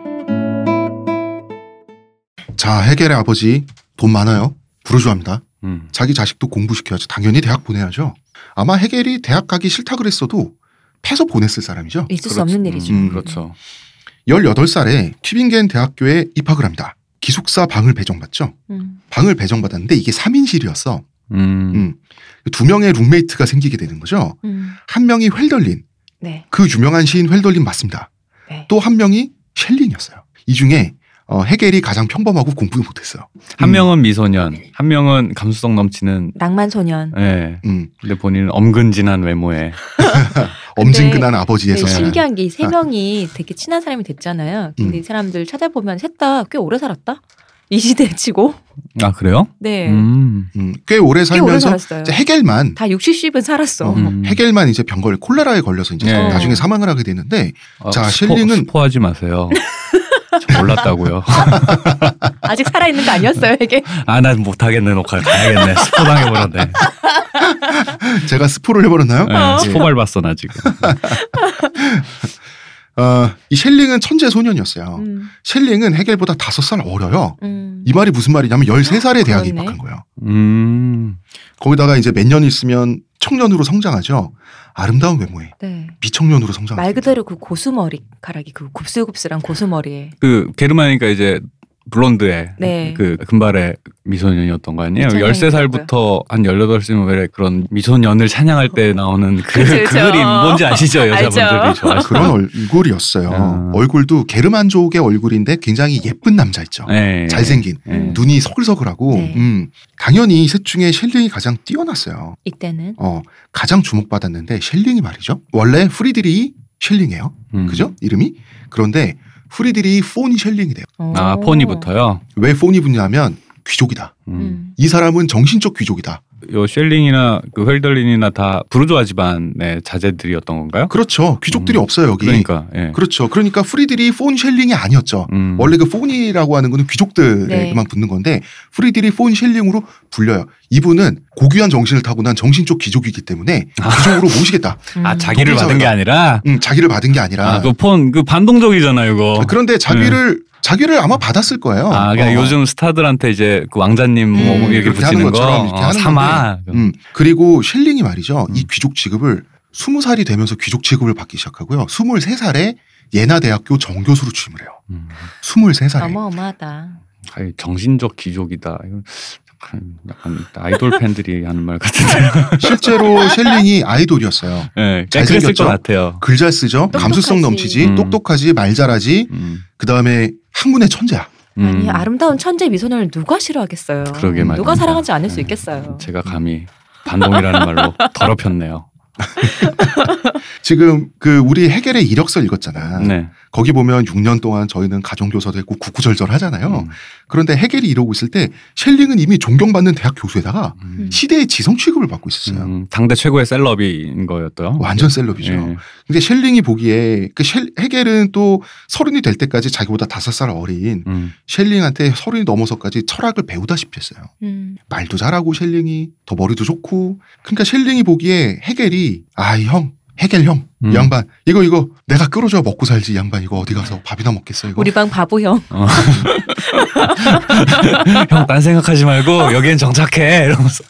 S1: 자 해겔의 아버지 돈 많아요. 부르주아입니다.
S3: 음.
S1: 자기 자식도 공부시켜야지 당연히 대학 보내야죠. 아마 해겔이 대학 가기 싫다 그랬어도 패서 보냈을 사람이죠.
S2: 있을 수 없는 일이죠.
S3: 음, 그렇죠.
S1: 18살에 튜빙겐 대학교에 입학을 합니다. 기숙사 방을 배정받죠.
S2: 음.
S1: 방을 배정받았는데 이게 3인실이었어.
S3: 음.
S1: 음. 두 명의 룸메이트가 생기게 되는 거죠.
S2: 음.
S1: 한 명이 헬덜린,
S2: 네.
S1: 그 유명한 시인 헬덜린 맞습니다.
S2: 네.
S1: 또 한 명이 셸린이었어요. 이 중에 어, 헤겔이 가장 평범하고 공부도 못했어요.
S3: 한
S1: 음.
S3: 명은 미소년, 한 명은 감수성 넘치는
S2: 낭만 소년.
S3: 예.
S1: 음,
S3: 근데 본인은 엄근진한 외모에
S1: 엄진근한
S3: 예,
S2: 네,
S1: 아버지에서 자란
S2: 신기한 게 이 세 명이 되게 친한 사람이 됐잖아요. 근데
S1: 음.
S2: 이 사람들 찾아보면 셋 다 꽤 오래 살았다. 이 시대 치고.
S3: 아 그래요?
S2: 네.
S3: 음.
S1: 음, 꽤 오래
S2: 꽤 오래
S1: 살면서
S2: 살았어요.
S1: 이제 헤겔만
S2: 다 60, 70은 살았어.
S1: 어,
S3: 음.
S1: 헤겔만 이제 병걸 콜레라에 걸려서 이제
S3: 네.
S1: 나중에 사망을 하게 되는데
S3: 아,
S1: 자,
S3: 스포,
S1: 셸린은-
S2: (laughs)
S3: 스포하지 마세요. 저 몰랐다고요.
S2: (laughs) 아직 살아있는 거 아니었어요, 이게?
S3: 아 난 못하겠네 녹화 가야겠네. 스포
S2: (laughs)
S3: 당해버렸네.
S1: 제가 스포를 해버렸나요?
S3: 예, 스포 밟았어 나 지금. 네.
S1: 어, 이 셸링은 천재 소년이었어요.
S2: 음,
S1: 셸링은 헤겔보다 다섯 살 어려요.
S2: 음.
S1: 이 말이 무슨 말이냐면 13살에 대학에
S2: 그렇네.
S1: 입학한 거예요.
S3: 음.
S1: 거기다가 이제 몇 년 있으면 청년으로 성장하죠. 아름다운 외모에
S2: 네.
S1: 미청년으로
S3: 아,
S1: 성장.
S2: 말 그대로 그 고수머리 가락이 그 곱슬곱슬한 고수머리에
S3: 그 게르마니까 이제 블론드의
S2: 네.
S3: 그 금발의 미소년이었던 거 아니에요?
S2: 미소년이라고요.
S3: 13살부터 한 18살쯤 왜 그런 미소년을 찬양할 때 나오는 그,
S2: 그쵸,
S3: 그
S2: 그쵸.
S3: 그림 뭔지 아시죠?
S2: (laughs) 알죠.
S3: 여자분들이 좋아하시는.
S1: 그런 얼굴이었어요.
S3: 아.
S1: 얼굴도 게르만족의 얼굴인데 굉장히 예쁜 남자 있죠.
S3: 예, 예.
S1: 잘생긴
S3: 예.
S1: 눈이 서글서글하고
S2: 네.
S1: 음, 당연히 셋 중에 셸링이 가장 뛰어났어요.
S2: 이때는
S1: 어, 가장 주목받았는데 셸링이 말이죠. 원래 프리드리히 셸링이에요.
S3: 음.
S1: 그죠? 이름이. 그런데 프리드리히 폰이 셸링이 돼요.
S3: 아
S2: 오.
S3: 포니부터요.
S1: 왜 폰이 붙냐면 귀족이다.
S3: 음.
S2: 음.
S1: 이 사람은 정신적 귀족이다.
S3: 요 쉘링이나 그 헬덜린이나 다 부르조아 집안의 자제들이었던 건가요?
S1: 그렇죠. 귀족들이
S3: 음.
S1: 없어요 여기.
S3: 그러니까 예.
S1: 렇죠 그러니까 프리드리 폰 셸링이 아니었죠.
S3: 음.
S1: 원래 그 폰이라고 하는 거는 귀족들에게만
S2: 네.
S1: 붙는 건데 프리드리 폰 셸링으로 불려요. 이분은 고귀한 정신을 타고난 정신적 귀족이기 때문에 귀족으로
S3: (laughs)
S1: 모시겠다.
S3: 아
S2: 음.
S3: 자기를 받은 게 아니라
S1: 음, 자기를 받은 게 아니라.
S3: 아 그 폰 그 반동적이잖아 이거.
S1: 그런데 자기를 자기를 아마 받았을 거예요.
S3: 아, 그냥
S1: 어.
S3: 요즘 스타들한테 이제 그 왕자님 뭐
S2: 음,
S3: 이렇게
S1: 그렇게 하는
S3: 붙이는 거
S1: 것처럼 이렇게
S3: 어,
S1: 하는
S3: 삼아.
S1: 음, 그리고 셸링이 말이죠. 이
S3: 음.
S1: 귀족 취급을 20살이 되면서 귀족 취급을 받기 시작하고요. 23살에 예나대학교 정교수로 취임을 해요.
S3: 음.
S1: 23살에.
S2: 어마어마하다.
S3: 아이, 정신적 귀족이다. 이건 약간, 약간 아이돌 팬들이 하는 말
S1: (laughs)
S3: 같은데.
S1: 실제로 셸링이 아이돌이었어요.
S3: 예, 그랬을
S1: 잘생겼죠?
S3: 것 같아요.
S1: 글 잘 쓰죠.
S2: 똑똑하지.
S1: 감수성 넘치지.
S3: 음.
S1: 똑똑하지. 말 잘하지.
S3: 음,
S1: 그다음에 학문의 천재야.
S3: 음.
S2: 아니 아름다운 천재 미소년을 누가 싫어하겠어요.
S3: 그러게
S2: 누가
S3: 말입니다.
S2: 사랑하지 않을 수
S3: 예.
S2: 있겠어요.
S3: 제가 감히
S1: (laughs)
S3: 반동이라는 말로 더럽혔네요.
S1: 지금 그 우리 해겔의 이력서 읽었잖아.
S3: 네.
S1: 거기 보면 6년 동안 저희는 가정교사도 했고 구구절절하잖아요.
S3: 음,
S1: 그런데 해겔이 이러고 있을 때 셸링은 이미 존경받는 대학 교수에다가
S3: 음.
S1: 시대의 지성 취급을 받고 있었어요.
S3: 음, 당대 최고의 셀럽인 거였죠.
S1: 완전 셀럽이죠.
S3: 예.
S1: 근데 셸링이 보기에 그 셸, 해겔은 또 서른이 될 때까지 자기보다 다섯 살 어린
S3: 음,
S1: 셸링한테 서른이 넘어서까지 철학을 배우다시피 했어요.
S2: 음.
S1: 말도 잘하고 셸링이 더 머리도 좋고 그러니까 셸링이 보기에 해겔이 아 형 해겔 형 이
S3: 음. 양반
S1: 양반 이거 이거 내가 끌어줘야 먹고 살지 이 양반 이거 어디 가서 밥이나 먹겠어 이거
S2: 우리 방 바보형.
S3: (laughs)
S2: (laughs)
S3: 형, 딴 생각하지 말고 여기엔 정착해. 이러면서.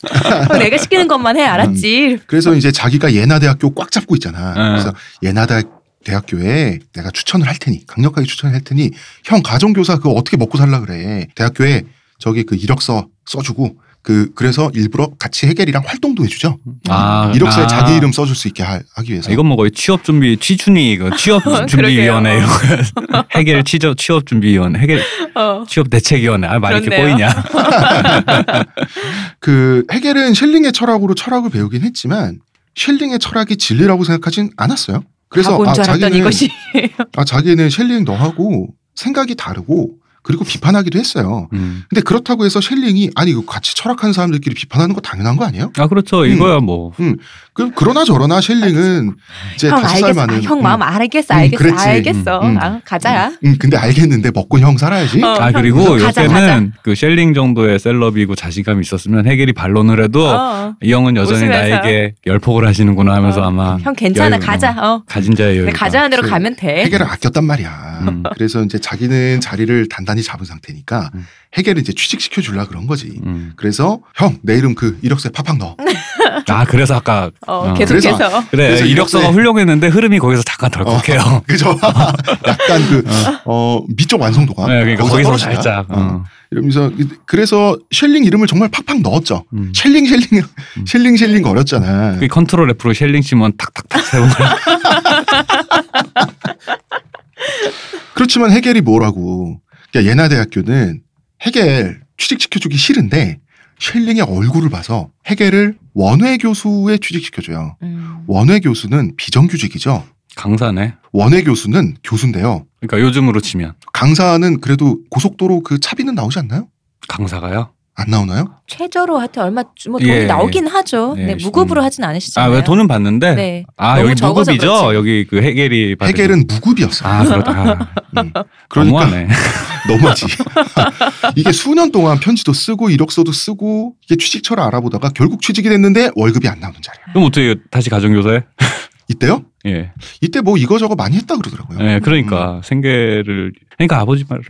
S2: 내가 시키는 것만 해
S3: 음.
S2: 알았지.
S1: 그래서 이제 자기가 예나대학교 꽉 잡고 있잖아
S3: 네.
S1: 그래서 예나대 대학교에 내가 추천을 할 테니 강력하게 추천을 할 테니 형 가정교사 그거 어떻게 먹고 살라 그래 대학교에 저기 그 이력서 써주고 그 그래서 일부러 같이 해겔이랑 활동도 해주죠
S3: 아,
S1: 이력서에
S3: 아.
S1: 자기 이름 써줄 수 있게 하, 기 위해서
S3: 이건 뭐 거의 취업 준비 취준이 이거 취업
S2: (laughs)
S3: 준비위원회 이런 거 (laughs) 해결 취업 취업 준비위원 해결
S2: 어.
S3: 취업 대책위원회 아 말이 이렇게
S2: 그렇네요.
S3: 꼬이냐
S1: 그 헤겔은 셸링의 철학으로 철학을 배우긴 했지만 셸링의 철학이 진리라고 생각하진 않았어요. 그래서
S2: 바보인
S1: 아
S2: 줄 알았더니
S1: 자기는
S2: 이것이
S1: 아 자기는 셸링 너하고 생각이 다르고 그리고 비판하기도 했어요.
S3: (laughs) 음.
S1: 근데 그렇다고 해서 셸링이 아니 이거 같이 철학하는 사람들끼리 비판하는 거 당연한 거 아니에요?
S3: 아
S2: 음.
S3: 그렇죠. 이거야 뭐.
S1: 그 그러나 저러나 셸링은 이제
S2: (laughs) 형
S1: 다섯 살
S2: 알겠어. 아,
S1: 많은
S2: 형 마음 알겠어.
S1: 음,
S2: 알겠어.
S1: 그랬지.
S2: 알겠어.
S3: 음, 음.
S2: 아, 가자야.
S1: 음, 음, 근데 알겠는데 먹고 형 살아야지.
S2: 어,
S3: 아
S2: 형,
S3: 그리고
S2: 가자, 가자.
S3: 요때는 그 셀링 정도의 셀럽이고 자신감이 있었으면 해겔이 반론을 해도
S2: 어,
S3: 이 형은 여전히
S2: 웃으면서.
S3: 나에게 열폭을 하시는구나 하면서
S2: 어.
S3: 아마
S2: 형 괜찮아.
S3: 여유가.
S2: 가자. 어.
S3: 가진 자의 여유.
S2: 내 가자는 대로
S1: 그
S2: 가면 돼.
S1: 해겔을 아꼈단 말이야.
S3: 음.
S1: 그래서 이제 자기는 자리를 단단히 잡은 상태니까
S3: 음.
S1: 해겔을 이제 취직시켜 주려 그런 거지.
S3: 음.
S1: 그래서 형 내 이름 그 이력서에 팍팍 넣어. (laughs)
S3: 아 그래서 아까
S2: 어,
S3: 어.
S2: 계속해서.
S3: 그래
S1: 그래서
S3: 이력서가
S1: 이력서에-
S3: 훌륭했는데 흐름이 거기서 잠깐 덜컥해요.
S1: 그죠? 약간 그어 미적 완성도가
S3: (laughs) 네, 그러니까 거기서
S1: 떨어진다.
S3: 살짝.
S1: 어.
S3: 어.
S1: 이러면서 이- 그래서 셸링 이름을 정말 팍팍 넣었죠.
S3: 음.
S1: 셸링 셸링 셸링 셸링 거렸잖아.
S3: 그 컨트롤 F로 셸링 치면 탁탁탁 세우는 (laughs)
S1: 그렇지만 해겔이 뭐라고? 그러니까 예나대학교는 해겔 취직시켜주기 싫은데 셸링의 얼굴을 봐서 해겔을 원외 교수에 취직시켜줘요.
S2: 음.
S1: 원외 교수는 비정규직이죠.
S3: 강사네.
S1: 원외 교수는 교수인데요.
S3: 그러니까 요즘으로 치면
S1: 강사는 그래도 고속도로 그 차비는 나오지 않나요?
S3: 강사가요.
S1: 안 나오나요?
S2: 최저로 하여튼 얼마 주- 뭐 돈이
S3: 예,
S2: 나오긴 하죠.
S3: 예,
S2: 네, 무급으로
S3: 음.
S2: 하진 않으시잖아요.
S3: 아왜 돈은 받는데?
S2: 네.
S3: 아
S2: 너무
S3: 여기
S2: 적어서
S3: 무급이죠.
S2: 그렇지.
S3: 여기 그 해겔이 받은-
S1: 해겔은 무급이었어요.
S3: 아 그렇다.
S1: 음. (laughs) 그러니까
S3: 너무하네.
S1: 넘어지. (laughs) 이게 수년 동안 편지도 쓰고 이력서도 쓰고 이게 취직처를 알아보다가 결국 취직이 됐는데 월급이 안 나오는 자리.
S3: 그럼 어떻게 다시 가정교사해?
S1: 이때요?
S3: 예.
S1: 이때 뭐 이거저거 많이 했다 그러더라고요. 음.
S3: 예, 그러니까 생계를 그러니까 아버지 말을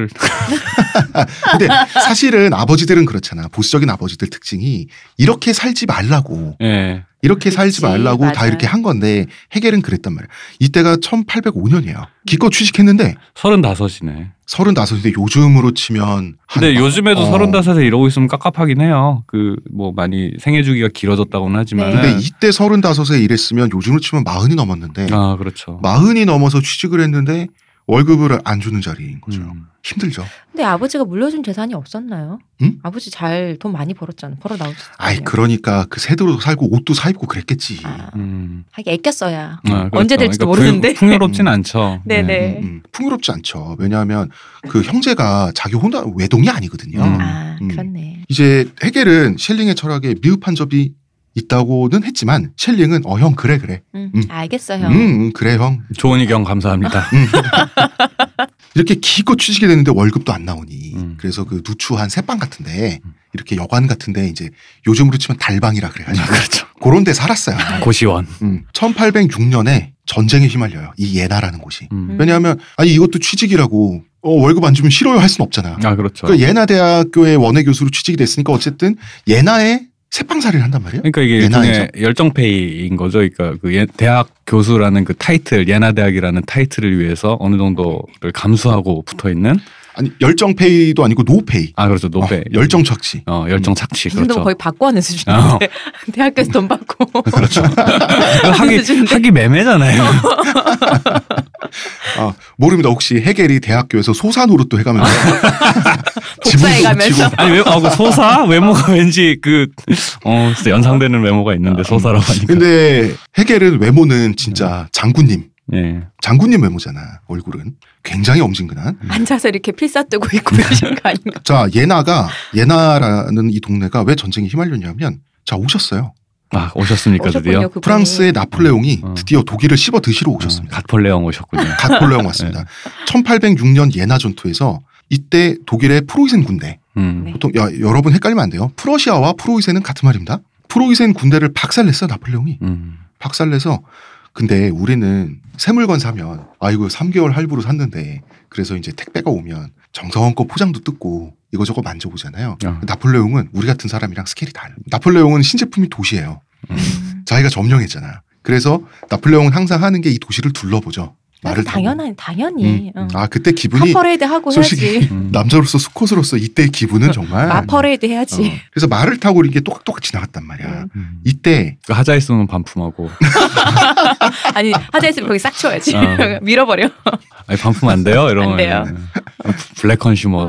S1: 근데 사실은 아버지들은 그렇잖아. 보수적인 아버지들 특징이 이렇게 살지 말라고
S3: 예.
S1: 이렇게 살지
S2: 그치,
S1: 말라고 다
S2: 맞아요.
S1: 이렇게 한 건데 해겔은 그랬단 말이야. 이때가 1805년이에요. 기껏 취직했는데
S3: 서른다섯이네.
S1: 35인데 요즘으로 치면 한
S3: 근데 요즘에도
S1: 어.
S3: 서른다섯에 이러고 있으면 깝깝하긴 해요. 그 뭐 많이 생애 주기가 길어졌다고는 하지만
S2: 네.
S1: 근데 이때 35에 일했으면 요즘으로 치면 40이 넘었는데
S3: 아 그렇죠.
S1: 마흔이 넘어서 취직을 했는데 월급을 안 주는 자리인 거죠.
S3: 음.
S1: 힘들죠.
S2: 근데 아버지가 물려준 재산이 없었나요?
S1: 응?
S2: 아버지 잘 돈 많이 벌었잖아. 벌어 나오셨어요.
S1: 아이 그러니까 그 세도로 살고 옷도 사 입고 그랬겠지.
S2: 네. 아,
S3: 음.
S2: 하긴 애꼈어야.
S3: 아,
S2: 언제
S3: 그렇죠.
S2: 될지도
S3: 그러니까
S2: 모르는데.
S3: 풍, 요롭진 않죠.
S2: (laughs) 네네.
S1: 음, 음. 풍요롭지 않죠. 왜냐하면 그 형제가 자기 혼자 외동이 아니거든요.
S3: 음.
S2: 아,
S1: 음.
S2: 그렇네.
S1: 이제 해겔은 셸링의 철학에 미흡한 점이 있다고는 했지만 셸링은 어 형 그래 그래
S2: 음.
S1: 음.
S2: 알겠어,
S1: 음,
S2: 형.
S1: 음, 그래 형
S3: 좋은 의견
S1: (laughs)
S3: 감사합니다.
S1: 음. 이렇게 기껏 취직이 됐는데 월급도 안 나오니
S3: 음.
S1: 그래서 그 누추한 새빵 같은데
S3: 음.
S1: 이렇게 여관 같은데 이제 요즘으로 치면 달방이라 아, 그래가지고 그런 데 살았어요.
S3: 고시원.
S1: 그렇죠. 음. 1806년에 전쟁에 휘말려요. 이 예나라는 곳이.
S3: 음.
S1: 왜냐하면 아니 이것도 취직이라고 어, 월급 안 주면 싫어요 할 순 없잖아.
S3: 아 그렇죠.
S1: 그 예나 대학교의 원외 교수로 취직이 됐으니까 어쨌든 예나에 새빵살이를 한단 말이에요.
S3: 그러니까 이게
S1: 예나
S3: 일종의 열정페이인 거죠. 그러니까 그 예- 대학 교수라는 그 타이틀, 예나대학이라는 타이틀을 위해서 어느 정도를 감수하고 붙어 있는
S1: 아니 열정 페이도 아니고 노페이.
S3: 아 그렇죠 노베
S1: 어, 열정 착취.
S3: 어 열정 착취
S2: 이 정도면
S3: 그렇죠.
S2: 거의 받고 하는 수준인데 (laughs) 대학교에서 돈 받고 그렇죠.
S3: 하기
S2: 수준인데.
S3: 하기 매매잖아요.
S2: (laughs)
S1: 아, 모릅니다. 혹시 헤겔이 대학교에서 소산으로 또 해가면서 지분도
S2: 복사해가면서.
S1: 붙이고.
S3: 아니 왜 아, 그 소사 외모가 왠지 그어 연상되는 외모가 있는데 소사라고 하니까.
S1: 아, 음. 근데 헤겔은 외모는 진짜 장군님,
S3: 예.
S1: 장군님 외모잖아. 얼굴은 굉장히 엄진근한.
S2: 앉아서 이렇게 필사 뜨고
S1: 음.
S2: 있고 이러신 거 아닌가?
S1: 자 예나가 예나라는 이 동네가 왜 전쟁에 휘말렸냐면 자 오셨어요.
S3: 아 오셨습니까 드디어.
S2: 오셨군요, 그분이.
S1: 프랑스의 나폴레옹이
S3: 어.
S1: 드디어 독일을 씹어 드시러 오셨습니다.
S3: 갓폴레옹
S2: 네.
S3: 오셨군요.
S1: 갓폴레옹
S3: (laughs) 네.
S1: 왔습니다. 1806년 예나 전투에서 이때 독일의 프로이센 군대
S3: 음.
S2: 네.
S1: 보통 야, 여러분 헷갈리면 안 돼요. 프러시아와 프로이센은 같은 말입니다. 프로이센 군대를 박살냈어 나폴레옹이
S3: 음.
S1: 박살내서 근데 우리는 새물건 사면 아이고 3개월 할부로 샀는데 그래서 이제 택배가 오면 정성껏 포장도 뜯고 이거저거 만져보잖아요.
S3: 어.
S1: 나폴레옹은 우리 같은 사람이랑 스케일이 달라. 나폴레옹은 신제품이 도시예요.
S2: 음.
S1: 자기가 점령했잖아. 그래서 나폴레옹은 항상 하는 게 이 도시를 둘러보죠. 말을 타고.
S2: 아, 당연한 당연히
S1: 음. 아 그때 기분이 아,
S2: 파퍼레이드 하고
S1: 솔직히 (laughs)
S2: 해야지
S3: 음.
S1: 남자로서 수컷으로서 이때 기분은 정말
S2: 마퍼레이드 해야지
S1: 어. 그래서 말을 타고 이렇게 똑똑똑 지나갔단 말이야.
S2: 음.
S3: 음.
S1: 이때
S3: 그 하자 있으면 반품하고
S1: 어.
S2: (laughs) 아니 하자 있으면 거기 싹 치워야지
S1: 아, 네.
S3: 어.
S2: (laughs) 밀어버려
S1: 음.
S3: 아니 반품 안 돼요 이러면
S2: 안 돼요.
S3: 블랙 컨슈머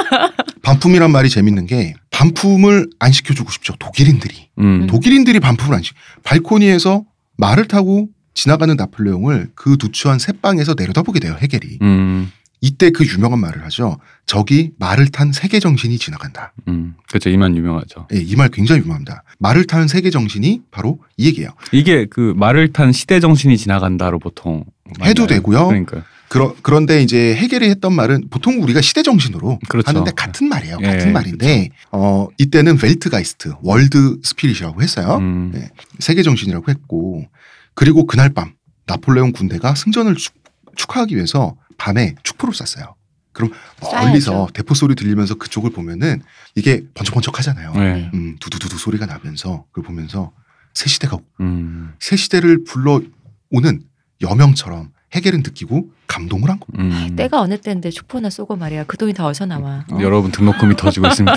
S2: (laughs)
S1: 반품이란 말이 재밌는 게 반품을 안 시켜주고 싶죠. 독일인들이
S3: 음.
S1: 독일인들이 반품을 안 시켜. 발코니에서 말을 타고 지나가는 나폴레옹을 그 누추한 새빵에서 내려다보게 돼요. 헤겔이
S3: 음.
S1: 이때 그 유명한 말을 하죠. 적이 말을 탄 세계 정신이 지나간다.
S3: 음, 그렇죠. 이만 유명하죠.
S1: 예, 이 말 굉장히 유명합니다. 말을 탄 세계 정신이 바로 이 얘기예요.
S3: 이게 그 말을 탄 시대 정신이 지나간다로 보통
S1: 해도
S3: 만나요.
S1: 되고요.
S3: 그러니까
S1: 그러, 그런데 이제 해겔이 했던 말은 보통 우리가 시대 정신으로
S3: 그렇죠.
S1: 하는데 같은 말이에요.
S3: 예,
S1: 같은 말인데 어, 이때는 웰트가이스트, 월드 스피릿이라고 했어요.
S3: 음,
S1: 네. 세계 정신이라고 했고 그리고 그날 밤 나폴레옹 군대가 승전을 축, 축하하기 위해서 밤에 축포를 쐈어요. 그럼 멀리서 대포 소리 들리면서 그쪽을 보면은 이게 번쩍번쩍하잖아요.
S3: 네.
S1: 음, 두두두두 소리가 나면서 그걸 보면서 새 시대가
S3: 음,
S1: 새 시대를 불러오는 여명처럼 해겔은 느끼고 감동을 한 겁니다.
S3: 음.
S2: 때가 어느 때인데 축포나 쏘고 말이야. 그 돈이 다 어디서
S1: 음.
S2: 나와. 어?
S3: 여러분 등록금이 더 지고
S1: (laughs)
S3: 있습니다.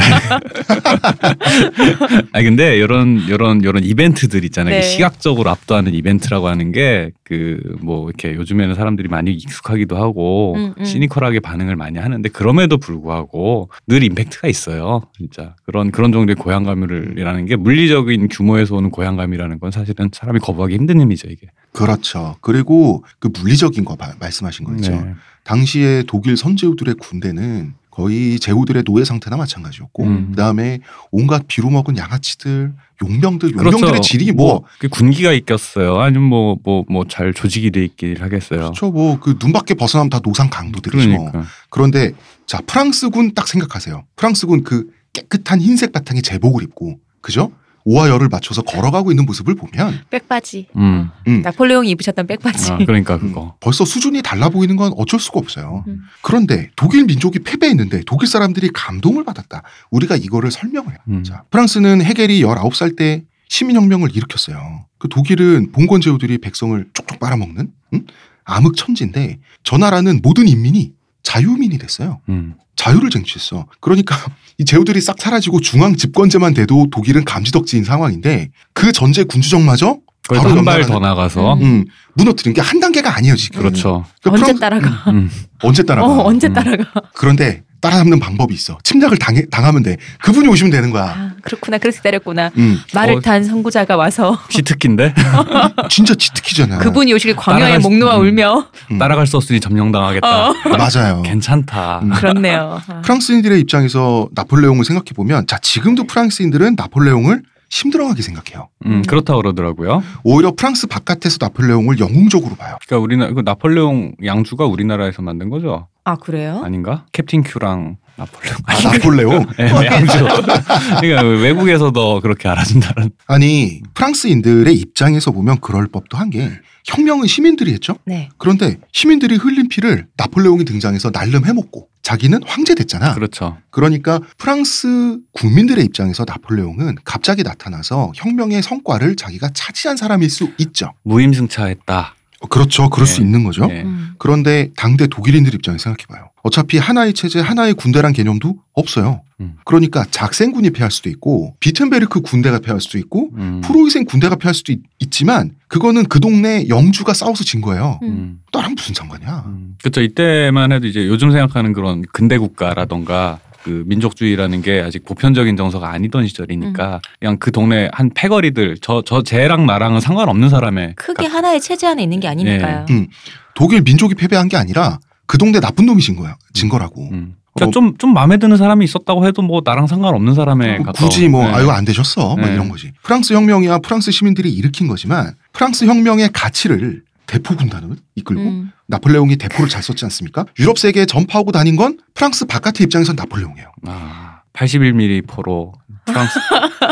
S3: 아 근데 이런 이런 이런 이벤트들 있잖아요.
S2: 네.
S3: 시각적으로 압도하는 이벤트라고 하는 게 그 뭐 이렇게 요즘에는 사람들이 많이 익숙하기도 하고
S2: 음, 음.
S3: 시니컬하게 반응을 많이 하는데 그럼에도 불구하고 늘 임팩트가 있어요. 진짜 그런 그런 정도의 고향감이라는 게 물리적인 규모에서 오는 고향감이라는 건 사실은 사람이 거부하기 힘든 힘이죠 이게.
S1: 그렇죠. 그리고 그 물리적인 거 바- 말씀하신 거죠. 음.
S3: 네.
S1: 당시에 독일 선제우들의 군대는 거의 제후들의 노예 상태나 마찬가지였고
S3: 음.
S1: 그다음에 온갖 비로 먹은 양아치들 용병들
S3: 그렇죠.
S1: 용병들의 질이 뭐
S3: 그 군기가 있겠어요. 아니면 뭐 뭐 뭐 잘 조직이 돼 있길 하겠어요.
S1: 그렇죠 뭐 그 눈밖에 벗어나면 다 노상 강도들이죠
S3: 그러니까.
S1: 그런데 자 프랑스군 딱 생각하세요 프랑스군 그 깨끗한 흰색 바탕에 제복을 입고 그죠 오와 열을 맞춰서 걸어가고 있는 모습을 보면
S2: 백바지.
S3: 음.
S1: 음.
S2: 나폴레옹이 입으셨던 백바지. (laughs)
S3: 아, 그러니까
S1: 음,
S3: 그거.
S1: 벌써 수준이 달라 보이는 건 어쩔 수가 없어요.
S2: 음.
S1: 그런데 독일 민족이 패배했는데 독일 사람들이 감동을 받았다. 우리가 이거를 설명을 해요.
S3: 음.
S1: 자, 프랑스는 헤겔이 19살 때 시민혁명을 일으켰어요. 그 독일은 봉건 제후들이 백성을 쪽쪽 빨아먹는 응? 암흑 천지인데 저 나라는 모든 인민이 자유민이 됐어요.
S3: 음.
S1: 자유를 쟁취했어. 그러니까 (laughs) 이 제후들이 싹 사라지고 중앙 집권제만 돼도 독일은 감지덕지인 상황인데 그 전제 군주정마저
S3: 거의
S1: 바로
S3: 한발 더
S1: 연말하는-
S3: 나가서
S2: 음.
S1: 음, 무너뜨린 게 한 단계가 아니에요 지금.
S3: 그렇죠.
S1: 그러니까 프랑스-
S2: 언제 따라가?
S3: 음.
S1: 언제 따라가?
S2: 어, 언제
S3: 음.
S2: 따라가?
S1: 그런데 따라잡는 방법이 있어. 침략을 당해, 당하면 돼. 그분이 오시면 되는 거야.
S2: 아, 그렇구나. 그래서 때렸구나.
S1: 음,
S2: 말을
S3: 어.
S2: 탄 선구자가 와서
S3: 기특인데
S1: 진짜 지특히잖아.
S2: 그분이 오시길 광야의
S3: 따라갈 수-
S2: 목 놓아
S3: 음.
S1: (laughs)
S2: 울며.
S1: 음,
S3: 따라갈 수 없으니 점령당하겠다. 음.
S2: 어.
S1: 맞아요.
S3: 괜찮다.
S1: 음.
S2: 그렇네요. 아.
S1: 프랑스인들의 입장에서 나폴레옹을 생각해 보면, 자 지금도 프랑스인들은 나폴레옹을 힘들어하게 생각해요.
S3: 음, 그렇다 그러더라고요.
S1: 오히려 프랑스 바깥에서 나폴레옹을 영웅적으로 봐요.
S3: 그러니까 우리나 그 나폴레옹 양주가 우리나라에서 만든 거죠?
S2: 아, 그래요?
S3: 아닌가? 캡틴 큐랑 나폴레옹.
S1: 어? 아, 나폴레옹.
S3: 네, 양주. 그러니까 외국에서도
S1: (laughs)
S3: 그렇게 알아준다는.
S1: 아니 프랑스인들의 입장에서 보면 그럴 법도 한 게 혁명은 시민들이 했죠.
S2: 네.
S1: 그런데 시민들이 흘린 피를 나폴레옹이 등장해서 날름 해먹고 자기는 황제 됐잖아.
S3: 그렇죠.
S1: 그러니까 프랑스 국민들의 입장에서 나폴레옹은 갑자기 나타나서 혁명의 성과를 자기가 차지한 사람일 수 있죠.
S3: 무임승차했다.
S1: 그렇죠. 그럴
S3: 네.
S1: 수 있는 거죠.
S3: 네.
S2: 음.
S1: 그런데 당대 독일인들 입장에 생각해봐요. 어차피 하나의 체제, 하나의 군대란 개념도 없어요.
S3: 음.
S1: 그러니까 작센군이 패할 수도 있고 비텐베르크 군대가 패할 수도 있고
S3: 음.
S1: 프로이센 군대가 패할 수도 있, 지만 그거는 그 동네 영주가 싸워서 진 거예요.
S3: 음.
S1: 나랑 무슨 상관이야.
S3: 그렇죠. 이때만 해도 이제 요즘 생각하는 그런 근대 국가라던가 그 민족주의라는 게 아직 보편적인 정서가 아니던
S1: 음.
S3: 시절이니까 그냥 그 동네 한 패거리들 저 저 쟤랑 나랑은 상관없는 사람의
S2: 크게
S3: 각-
S2: 하나의 체제 안에 있는 게 아니니까요.
S1: 네. 음. 독일 민족이 패배한 게 아니라 그 동네 나쁜 놈이 진 거야. 진 거라고.
S3: 음.
S1: 어.
S3: 그러니까 좀, 좀 마음에 드는 사람이 있었다고 해도 뭐 나랑 상관없는 사람의
S1: 뭐
S3: 가까운.
S1: 굳이 뭐
S3: 네.
S1: 아유 안 되셨어 뭐
S3: 네.
S1: 이런 거지 프랑스 혁명이야 프랑스 시민들이 일으킨 거지만 프랑스 혁명의 가치를 대포 군단을 이끌고
S2: 음.
S1: 나폴레옹이 대포를 잘 썼지 않습니까 유럽 세계에 전파하고 다닌 건 프랑스 바깥의 입장에서 나폴레옹이에요
S3: 아, 81mm 포로
S1: (laughs)
S3: 프랑스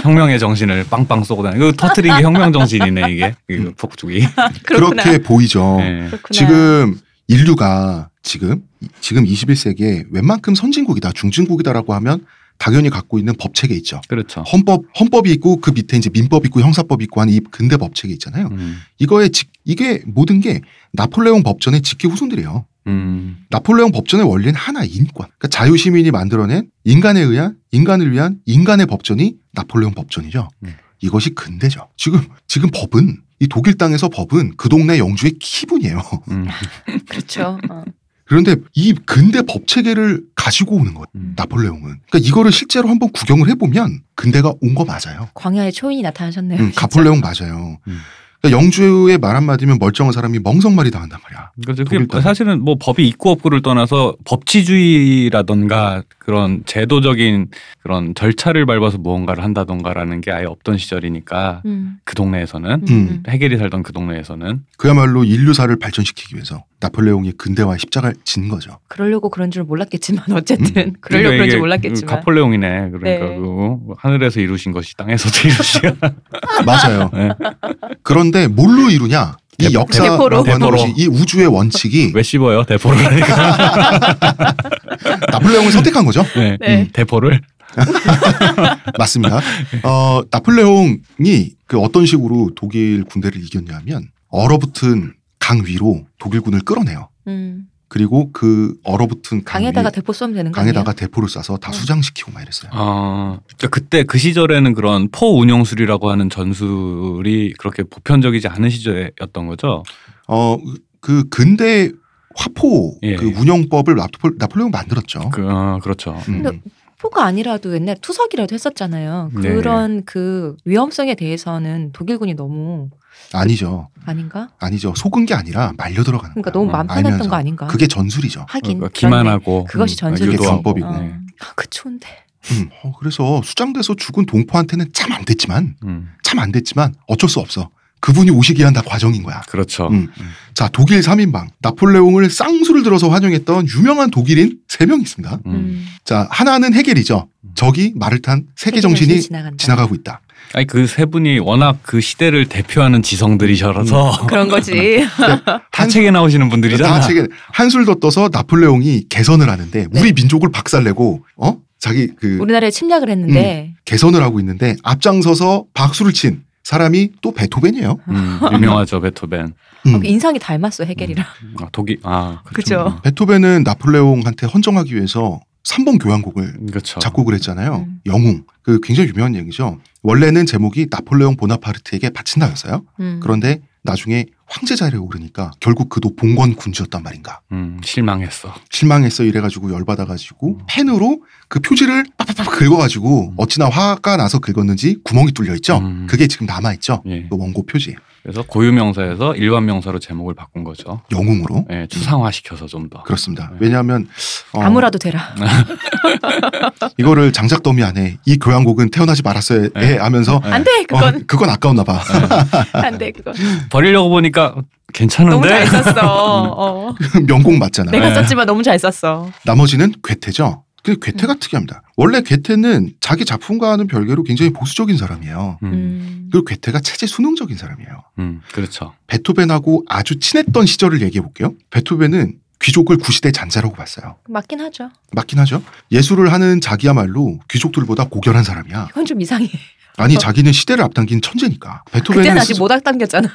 S3: 혁명의 정신을 빵빵 쏘고 다니는. 이거 터트린 게 혁명 정신이네 이게. 이거
S1: 음. 어.
S3: 폭죽이.
S2: 그렇구나.
S1: 그렇게 보이죠
S3: 네.
S2: 그렇구나.
S1: 지금 인류가 지금 지금 21세기에 웬만큼 선진국이다 중진국이다라고 하면 당연히 갖고 있는 법 체계 있죠
S3: 그렇죠.
S1: 헌법 헌법이 있고 그 밑에 이제 민법 있고 형사법 있고 하는 이 근대 법 체계 있잖아요
S3: 음.
S1: 이거에 직- 이게 모든 게 나폴레옹 법전의 직계 후손들이에요.
S3: 음.
S1: 나폴레옹 법전의 원리는 하나 인권. 그러니까 자유시민이 만들어낸 인간에 의한 인간을 위한 인간의 법전이 나폴레옹 법전이죠.
S2: 네.
S3: 음.
S1: 이것이 근대죠. 지금 지금 법은 이 독일 땅에서 법은 그 동네 영주의 기분이에요. (laughs)
S3: 음.
S2: (laughs) 그렇죠. 어.
S1: 그런데 이 근대 법 체계를 가지고 오는 거예요.
S3: 음.
S1: 나폴레옹은. 그러니까 이거를 실제로 한번 구경을 해보면 근대가 온 거 맞아요.
S2: 광야의 초인이 나타나셨네요.
S1: 음, 가폴레옹 맞아요.
S3: 음.
S1: 그러니까 영주의 말 한마디면 멀쩡한 사람이 멍석말이 당한단 말이야.
S3: 그렇죠.
S1: 독일
S3: 그게
S1: 땅.
S3: 사실은 뭐 법이 있고 없고를 떠나서 법치주의라던가 그런 제도적인 그런 절차를 밟아서 무언가를 한다던가라는 게 아예 없던 시절이니까
S2: 음.
S3: 그 동네에서는
S2: 음, 음.
S3: 해겔이 살던 그 동네에서는
S1: 그야말로 인류사를 발전시키기 위해서 나폴레옹이 근대화 십자가를 진 거죠.
S2: 그러려고 그런 줄 몰랐겠지만 어쨌든
S1: 음.
S2: 그러려고 그런
S3: 이게
S2: 줄 몰랐겠지만
S3: 가폴레옹이네. 그러니까
S2: 네.
S3: 그 하늘에서 이루신 것이 땅에서도 (laughs) 이루시야.
S1: 맞아요.
S3: 네.
S1: 그런데 뭘로 이루냐? 이
S2: 대포로.
S1: 역사라고 하는
S3: 대포로.
S1: 것이 이 우주의 원칙이
S3: 왜 씹어요
S2: (laughs)
S3: 대포를 하니까.
S1: 나폴레옹을 선택한 거죠.
S3: 네.
S2: 네.
S3: 음, 대포를. (laughs)
S1: 맞습니다. 어, 나폴레옹이 그 어떤 식으로 독일 군대를 이겼냐면 얼어붙은 강 위로 독일군을 끌어내요.
S2: 음.
S1: 그리고 그 얼어붙은 강
S2: 강에다가
S1: 위에
S2: 대포 쏘면 되는 거 아니에요? 네.
S1: 강에다가 대포를 쏴서 다 수장시키고 막 이랬어요.
S3: 어, 그러니까 그때 그 시절에는 그런 포 운용술이라고 하는 전술이 그렇게 보편적이지 않은 시절이었던 거죠.
S1: 어 그 근대 화포
S3: 예,
S1: 그
S3: 예.
S1: 운영법을 나폴, 나폴레옹 만들었죠.
S3: 그, 어, 그렇죠.
S1: 음.
S2: 근데 포가 아니라도 옛날 투석이라도 했었잖아요.
S3: 네.
S2: 그런 그 위험성에 대해서는 독일군이 너무
S1: 아니죠,
S2: 아닌가?
S1: 아니죠. 속은 게 아니라 말려 들어가는
S2: 그러니까
S1: 거예요.
S2: 너무 마음
S1: 알면서.
S2: 편했던 거 아닌가?
S1: 그게 전술이죠.
S2: 하긴
S3: 그러니까
S2: 그렇네.
S3: 기만하고
S2: 그것이
S3: 음,
S2: 전술이지.
S3: 유도하고.
S1: 방법이고.
S2: 어.
S3: 네.
S2: 아, 그 추운데.
S1: 음, 어, 그래서 수장돼서 죽은 동포한테는 참 안 됐지만
S3: 음,
S1: 참 안 됐지만 어쩔 수 없어. 그분이 오시기 위한 다 과정인 거야.
S3: 그렇죠.
S1: 음. 자, 독일 3인방. 나폴레옹을 쌍수를 들어서 환영했던 유명한 독일인 3명 있습니다.
S3: 음.
S2: 음.
S1: 자, 하나는 해겔이죠. 저기 말을 탄 세계 정신이
S2: 지나간다.
S1: 지나가고 있다.
S3: 아니 그 세 분이 워낙 그 시대를 대표하는 지성들이셔서
S2: 그런 거지.
S3: (laughs)
S1: 음.
S3: 다 책에 나오시는
S1: 다
S3: 분들이잖아.
S1: 책에 한술 더 떠서 나폴레옹이 개선을 하는데 우리 민족을 박살내고 어? 자기 그
S2: 네. 우리나라에 침략을 했는데
S1: 개선을 하고 있는데 앞장서서 박수를 친 사람이 또 베토벤이에요.
S3: 음, 유명하죠 베토벤.
S1: 음.
S2: 어, 그 인상이 닮았어 해겔이랑.
S3: 아, 독일 아
S2: 그죠.
S1: 베토벤은 나폴레옹한테 헌정하기 위해서 3번 교향곡을
S3: 음, 그렇죠.
S1: 작곡을 했잖아요.
S2: 음.
S1: 영웅. 그 굉장히 유명한 얘기죠. 원래는 제목이 나폴레옹 보나파르트에게 바친다였어요.
S2: 음.
S1: 그런데 나중에 황제 자리에 오르니까 결국 그도 봉건 군주였단 말인가.
S3: 음, 실망했어.
S1: 실망했어 이래가지고
S2: 음.
S1: 열받아가지고 펜으로 그 표지를 빡빡빡 긁어가지고 어찌나 화가 나서 긁었는지 구멍이 뚫려 있죠.
S3: 음.
S1: 그게 지금 남아 있죠.
S3: 예.
S1: 그 원고 표지
S3: 그래서 고유명사에서 일반명사로 제목을 바꾼 거죠.
S1: 영웅으로
S3: 예, 추상화시켜서 좀 더.
S1: 그렇습니다.
S3: 네.
S1: 왜냐하면 어,
S2: 아무라도 되라.
S1: 이거를 장작 더미 안에 이 교향곡은 태어나지 말았어야 해
S3: 네.
S1: 하면서
S3: 네.
S2: 안 돼 그건
S1: 어, 그건 아까웠나 봐.
S2: 안 돼 그건.
S3: 버리려고 보니까
S2: 너무
S3: 괜찮은데.
S2: 잘 썼어. 어.
S1: (laughs) 명곡 맞잖아.
S2: 내가
S3: 네.
S2: 썼지만 너무 잘 썼어.
S1: 나머지는 괴테죠. 그 괴테가 특이합니다. 원래 괴테는 자기 작품과는 별개로 굉장히 보수적인 사람이에요.
S3: 음,
S2: 음.
S1: 그리고 괴테가 체제 수능적인 사람이에요.
S3: 음, 그렇죠.
S1: 베토벤하고 아주 친했던 시절을 얘기해 볼게요. 베토벤은 귀족을 구시대 잔자라고 봤어요.
S2: 그 맞긴 하죠.
S1: 맞긴 하죠. 예술을 하는 자기야말로 귀족들보다 고결한 사람이야.
S2: 이건 좀 이상해.
S1: 아니 자기는 시대를 앞당긴 천재니까. 베토벤은
S2: 어. 그때는 아직
S1: 스스-
S2: 못 앞당겼잖아.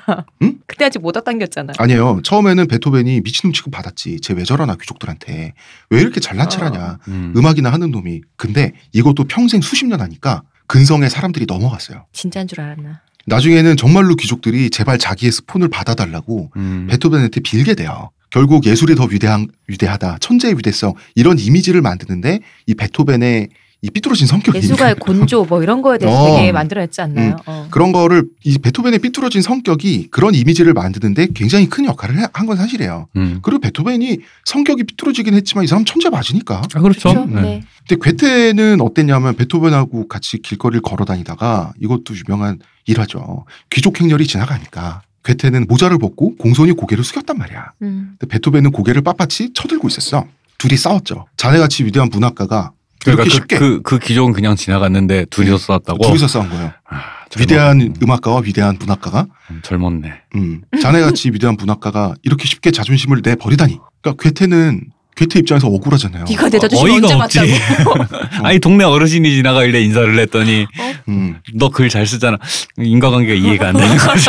S1: 응?
S2: 그때 아직 못 앞당겼잖아.
S1: 아니에요. 처음에는 베토벤이 미친놈 취급 받았지. 쟤 왜 저러나 귀족들한테 왜 이렇게 잘난 척하냐.
S3: 음.
S1: 음악이나 하는 놈이. 근데 이것도 평생 수십 년 하니까 근성에 사람들이 넘어갔어요.
S2: 진짜인 줄 알았나.
S3: 아,
S1: 나중에는 정말로 귀족들이 제발 자기의 스폰을 받아달라고
S3: 음.
S1: 베토벤한테 빌게 돼요. 결국 예술이 더 위대한, 위대하다, 천재의 위대성 이런 이미지를 만드는데 이 베토벤의 이 삐뚤어진 성격이
S2: 예술가의 곤조 뭐 이런 거에 대해서
S1: 어.
S2: 되게 만들어냈지
S3: 음.
S2: 않나요? 어.
S1: (laughs) 그런 거를 이 베토벤의 삐뚤어진 성격이 그런 이미지를 만드는데 굉장히 큰 역할을 한 건 사실이에요.
S3: 음.
S1: 그리고 베토벤이 성격이 삐뚤어지긴 했지만 이 사람 천재 맞으니까.
S3: 아, 그렇죠.
S2: 그렇죠?
S3: 네.
S2: 네.
S1: 근데 괴테는 어땠냐면 베토벤하고 같이 길거리를 걸어다니다가 이것도 유명한 일화죠. 귀족 행렬이 지나가니까 괴테는 모자를 벗고 공손히 고개를 숙였단 말이야.
S2: 음.
S1: 근데 베토벤은 고개를 빳빳이 쳐들고 있었어. 둘이 싸웠죠. 자네같이 위대한 문학가가
S3: 그러니까
S1: 이렇게
S3: 그,
S1: 쉽게
S3: 그, 그 기종은 그냥 지나갔는데 음. 둘이서 쐈다고.
S1: 둘이서 싸운 거예요.
S3: 아, 젊었-
S1: 위대한 음악가와 위대한 문학가가
S3: 음, 젊었네.
S1: 음, 자네같이 위대한 문학가가 이렇게 쉽게 자존심을 내버리다니. 그러니까 괴테는 괴테 입장에서 억울하잖아요.
S2: 네가 내 자존심
S3: 어이가
S2: 언제
S3: 없지.
S2: 맞다고? (laughs)
S3: 아니 동네 어르신이 지나가길래 인사를 했더니
S1: 음.
S3: 너 글 잘 쓰잖아. 인과관계가 이해가 안 되는 (laughs) 거지.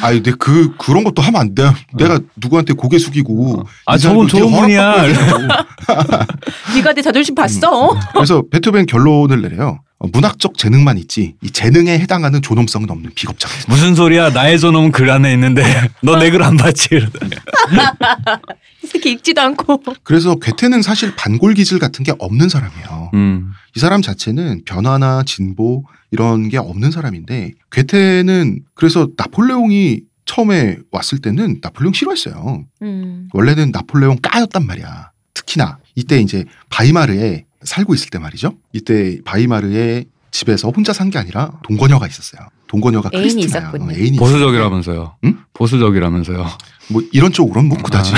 S1: 아니, 근데 그 그런 것도 하면 안 돼. 내가 누구한테 고개 숙이고
S3: 어. 아
S1: 이
S3: 저분
S1: 사람도
S3: 좋은
S1: 되게
S3: 분이야.
S1: 허락받고 있다고.
S2: 네가 내 자존심 봤어?
S3: 음.
S1: 그래서 베토벤 결론을 내려요. 어, 문학적 재능만 있지 이 재능에 해당하는 존엄성은 없는 비겁자가 있습니다.
S3: 무슨 소리야? 나의 존엄은 글 안에 있는데 너 내 글 안 봤지?
S2: 이 새끼 읽지도 않고.
S1: 그래서 괴테는 사실 반골 기질 같은 게 없는 사람이에요.
S3: 음.
S1: 이 사람 자체는 변화나 진보 이런 게 없는 사람인데 괴테는 그래서 나폴레옹이 처음에 왔을 때는 나폴레옹 싫어했어요.
S2: 음.
S1: 원래는 나폴레옹 까였단 말이야. 특히나 이때 이제 바이마르에 살고 있을 때 말이죠. 이때 바이마르의 집에서 혼자 산 게 아니라 동거녀가 있었어요. 동거녀가
S2: 애인이
S1: 크리스티나야.
S2: 있었군요.
S1: 어, 애인이 있었는데
S3: 보수적이라면서요.
S1: 응?
S3: 보수적이라면서요.
S1: 뭐 이런 쪽으로는
S3: 아.
S1: 뭐 그다지.